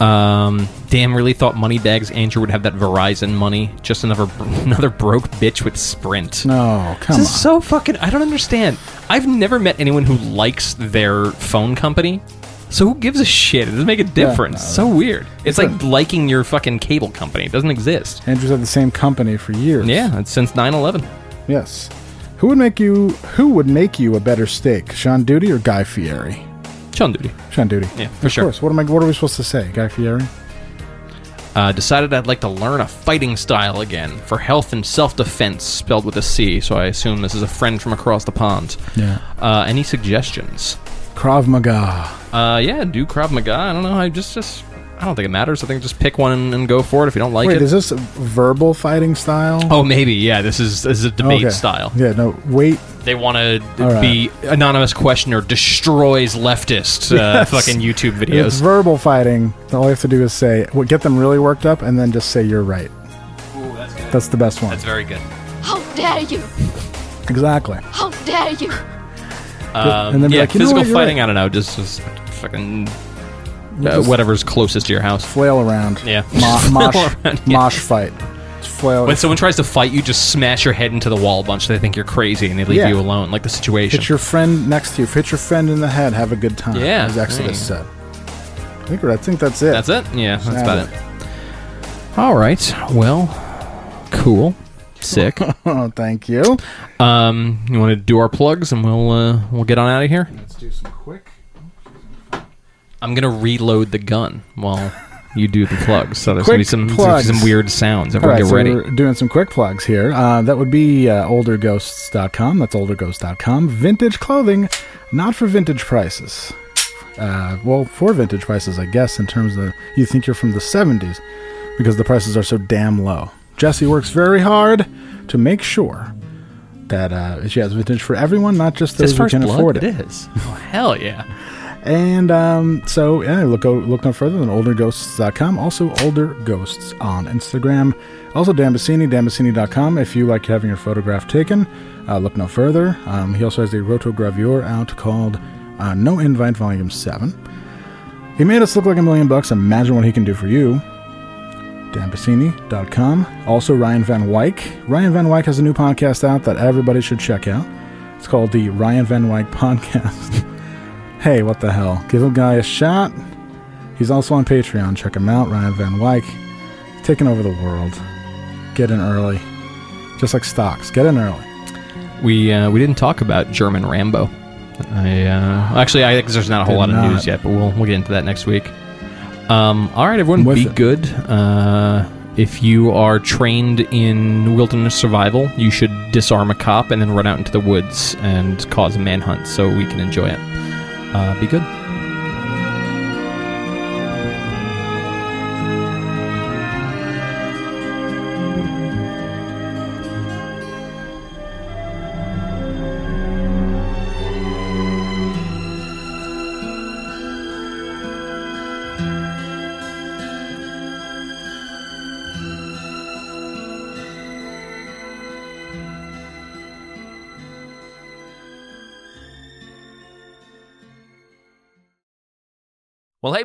Speaker 2: Um, damn, really thought Moneybags Andrew would have that Verizon money. Just another another broke bitch with Sprint.
Speaker 1: No, come
Speaker 2: This
Speaker 1: on.
Speaker 2: is so fucking. I don't understand. I've never met anyone who likes their phone company. So who gives a shit? It doesn't make a difference. so weird. It's like liking your fucking cable company. It doesn't exist.
Speaker 1: Andrew's had the same company for years.
Speaker 2: Yeah, it's since 9/11.
Speaker 1: Yes. Who would make you? Who would make you a better steak, Sean Duty or Guy Fieri?
Speaker 2: Chun duty.
Speaker 1: Sean Duty.
Speaker 2: Yeah, for
Speaker 1: of
Speaker 2: sure.
Speaker 1: course. What am I? What are we supposed to say, Guy Fieri?
Speaker 2: Uh, decided I'd like to learn a fighting style again for health and self-defense, spelled with a C. So I assume this is a friend from across the pond.
Speaker 1: Yeah.
Speaker 2: Uh, any suggestions?
Speaker 1: Krav Maga.
Speaker 2: Uh, yeah, do Krav Maga. I don't know. I just, just, I don't think it matters. I think just pick one and, and go for it. If you don't like
Speaker 1: Wait,
Speaker 2: it,
Speaker 1: is this a verbal fighting style?
Speaker 2: Oh, maybe. Yeah, this is this is a debate
Speaker 1: Okay.
Speaker 2: Oh, style.
Speaker 1: Yeah. No. Wait.
Speaker 2: They want to
Speaker 1: All right.
Speaker 2: be anonymous questioner destroys leftist uh,
Speaker 1: Yes.
Speaker 2: fucking YouTube
Speaker 1: If It's
Speaker 2: videos.
Speaker 1: verbal fighting. All you have to do is say, well, get them really worked up, and then just say you're right.
Speaker 2: that's,
Speaker 1: That's the best one.
Speaker 2: very good.
Speaker 9: How dare you!
Speaker 1: exactly.
Speaker 2: Uh,
Speaker 9: How dare you!
Speaker 2: Um,
Speaker 1: and then be
Speaker 2: yeah,
Speaker 1: like, "You know
Speaker 2: physical
Speaker 1: what, you're
Speaker 2: fighting.
Speaker 1: right."
Speaker 2: I don't know. Just, just fucking uh,
Speaker 1: just-
Speaker 2: whatever's closest to your house.
Speaker 1: Flail around.
Speaker 2: Yeah.
Speaker 1: Mo-
Speaker 2: Flail
Speaker 1: mosh,
Speaker 2: around, yeah.
Speaker 1: mosh fight. It's flail.
Speaker 2: When someone tries to fight you, just smash your head into the wall a bunch. They think you're crazy and they leave
Speaker 1: Yeah.
Speaker 2: you alone. Like the situation.
Speaker 1: Hit your friend next to you. Hit your friend in the head. Have a good time.
Speaker 2: Yeah,
Speaker 1: As Exodus
Speaker 2: there
Speaker 1: said. I think, I think that's it.
Speaker 2: That's it. Yeah, that's
Speaker 1: Sad.
Speaker 2: about it. All right. Well, cool. Sick.
Speaker 1: Oh, thank you.
Speaker 2: Um, you want to do our plugs and we'll uh, we'll get on out of here.
Speaker 1: Let's do some quick.
Speaker 2: I'm gonna reload the gun while you do the plugs. So there's gonna be
Speaker 1: Quick
Speaker 2: some there's gonna be
Speaker 1: plugs.
Speaker 2: some weird sounds.
Speaker 1: All
Speaker 2: Everyone
Speaker 1: right,
Speaker 2: get
Speaker 1: so
Speaker 2: ready.
Speaker 1: we're doing some quick plugs here. Uh, that would be uh, olderghosts.com. That's olderghosts.com. Vintage clothing, not for vintage prices. Uh, well, for vintage prices, I guess, in terms of you think you're from the 70s because the prices are so damn low. Jesse works very hard to make sure that uh, she has vintage for everyone, not just
Speaker 2: Is
Speaker 1: those
Speaker 2: this
Speaker 1: who
Speaker 2: first
Speaker 1: can
Speaker 2: blood?
Speaker 1: afford
Speaker 2: it is. Oh, hell yeah.
Speaker 1: and um, so, yeah, look look no further than olderghosts.com. Also, older ghosts on Instagram. Also, Dan Bassini, danbassini.com. If you like having your photograph taken, uh, look no further. Um, he also has a rotogravure out called uh, No Invite Volume 7. He made us look like a million bucks. Imagine what he can do for you. danbassini.com. Also, Ryan Van Wyck. Ryan Van Wyck has a new podcast out that everybody should check out. It's called the Ryan Van Wyck Podcast. Hey, what the hell? Give a guy a shot. He's also on Patreon. Check him out, Ryan Van Wyk. He's taking over the world. Get in early. Just like stocks. Get in early.
Speaker 2: We uh, we didn't talk about German Rambo. I uh, actually I think there's not a whole
Speaker 1: Did
Speaker 2: lot of
Speaker 1: not.
Speaker 2: news yet, but we'll we'll get into that next week. Um, all right, everyone,
Speaker 1: With
Speaker 2: be
Speaker 1: it.
Speaker 2: good. Uh, if you are trained in wilderness survival, you should disarm a cop and then run out into the woods and cause a manhunt so we can enjoy it. Uh, be good.
Speaker 10: Well, hey,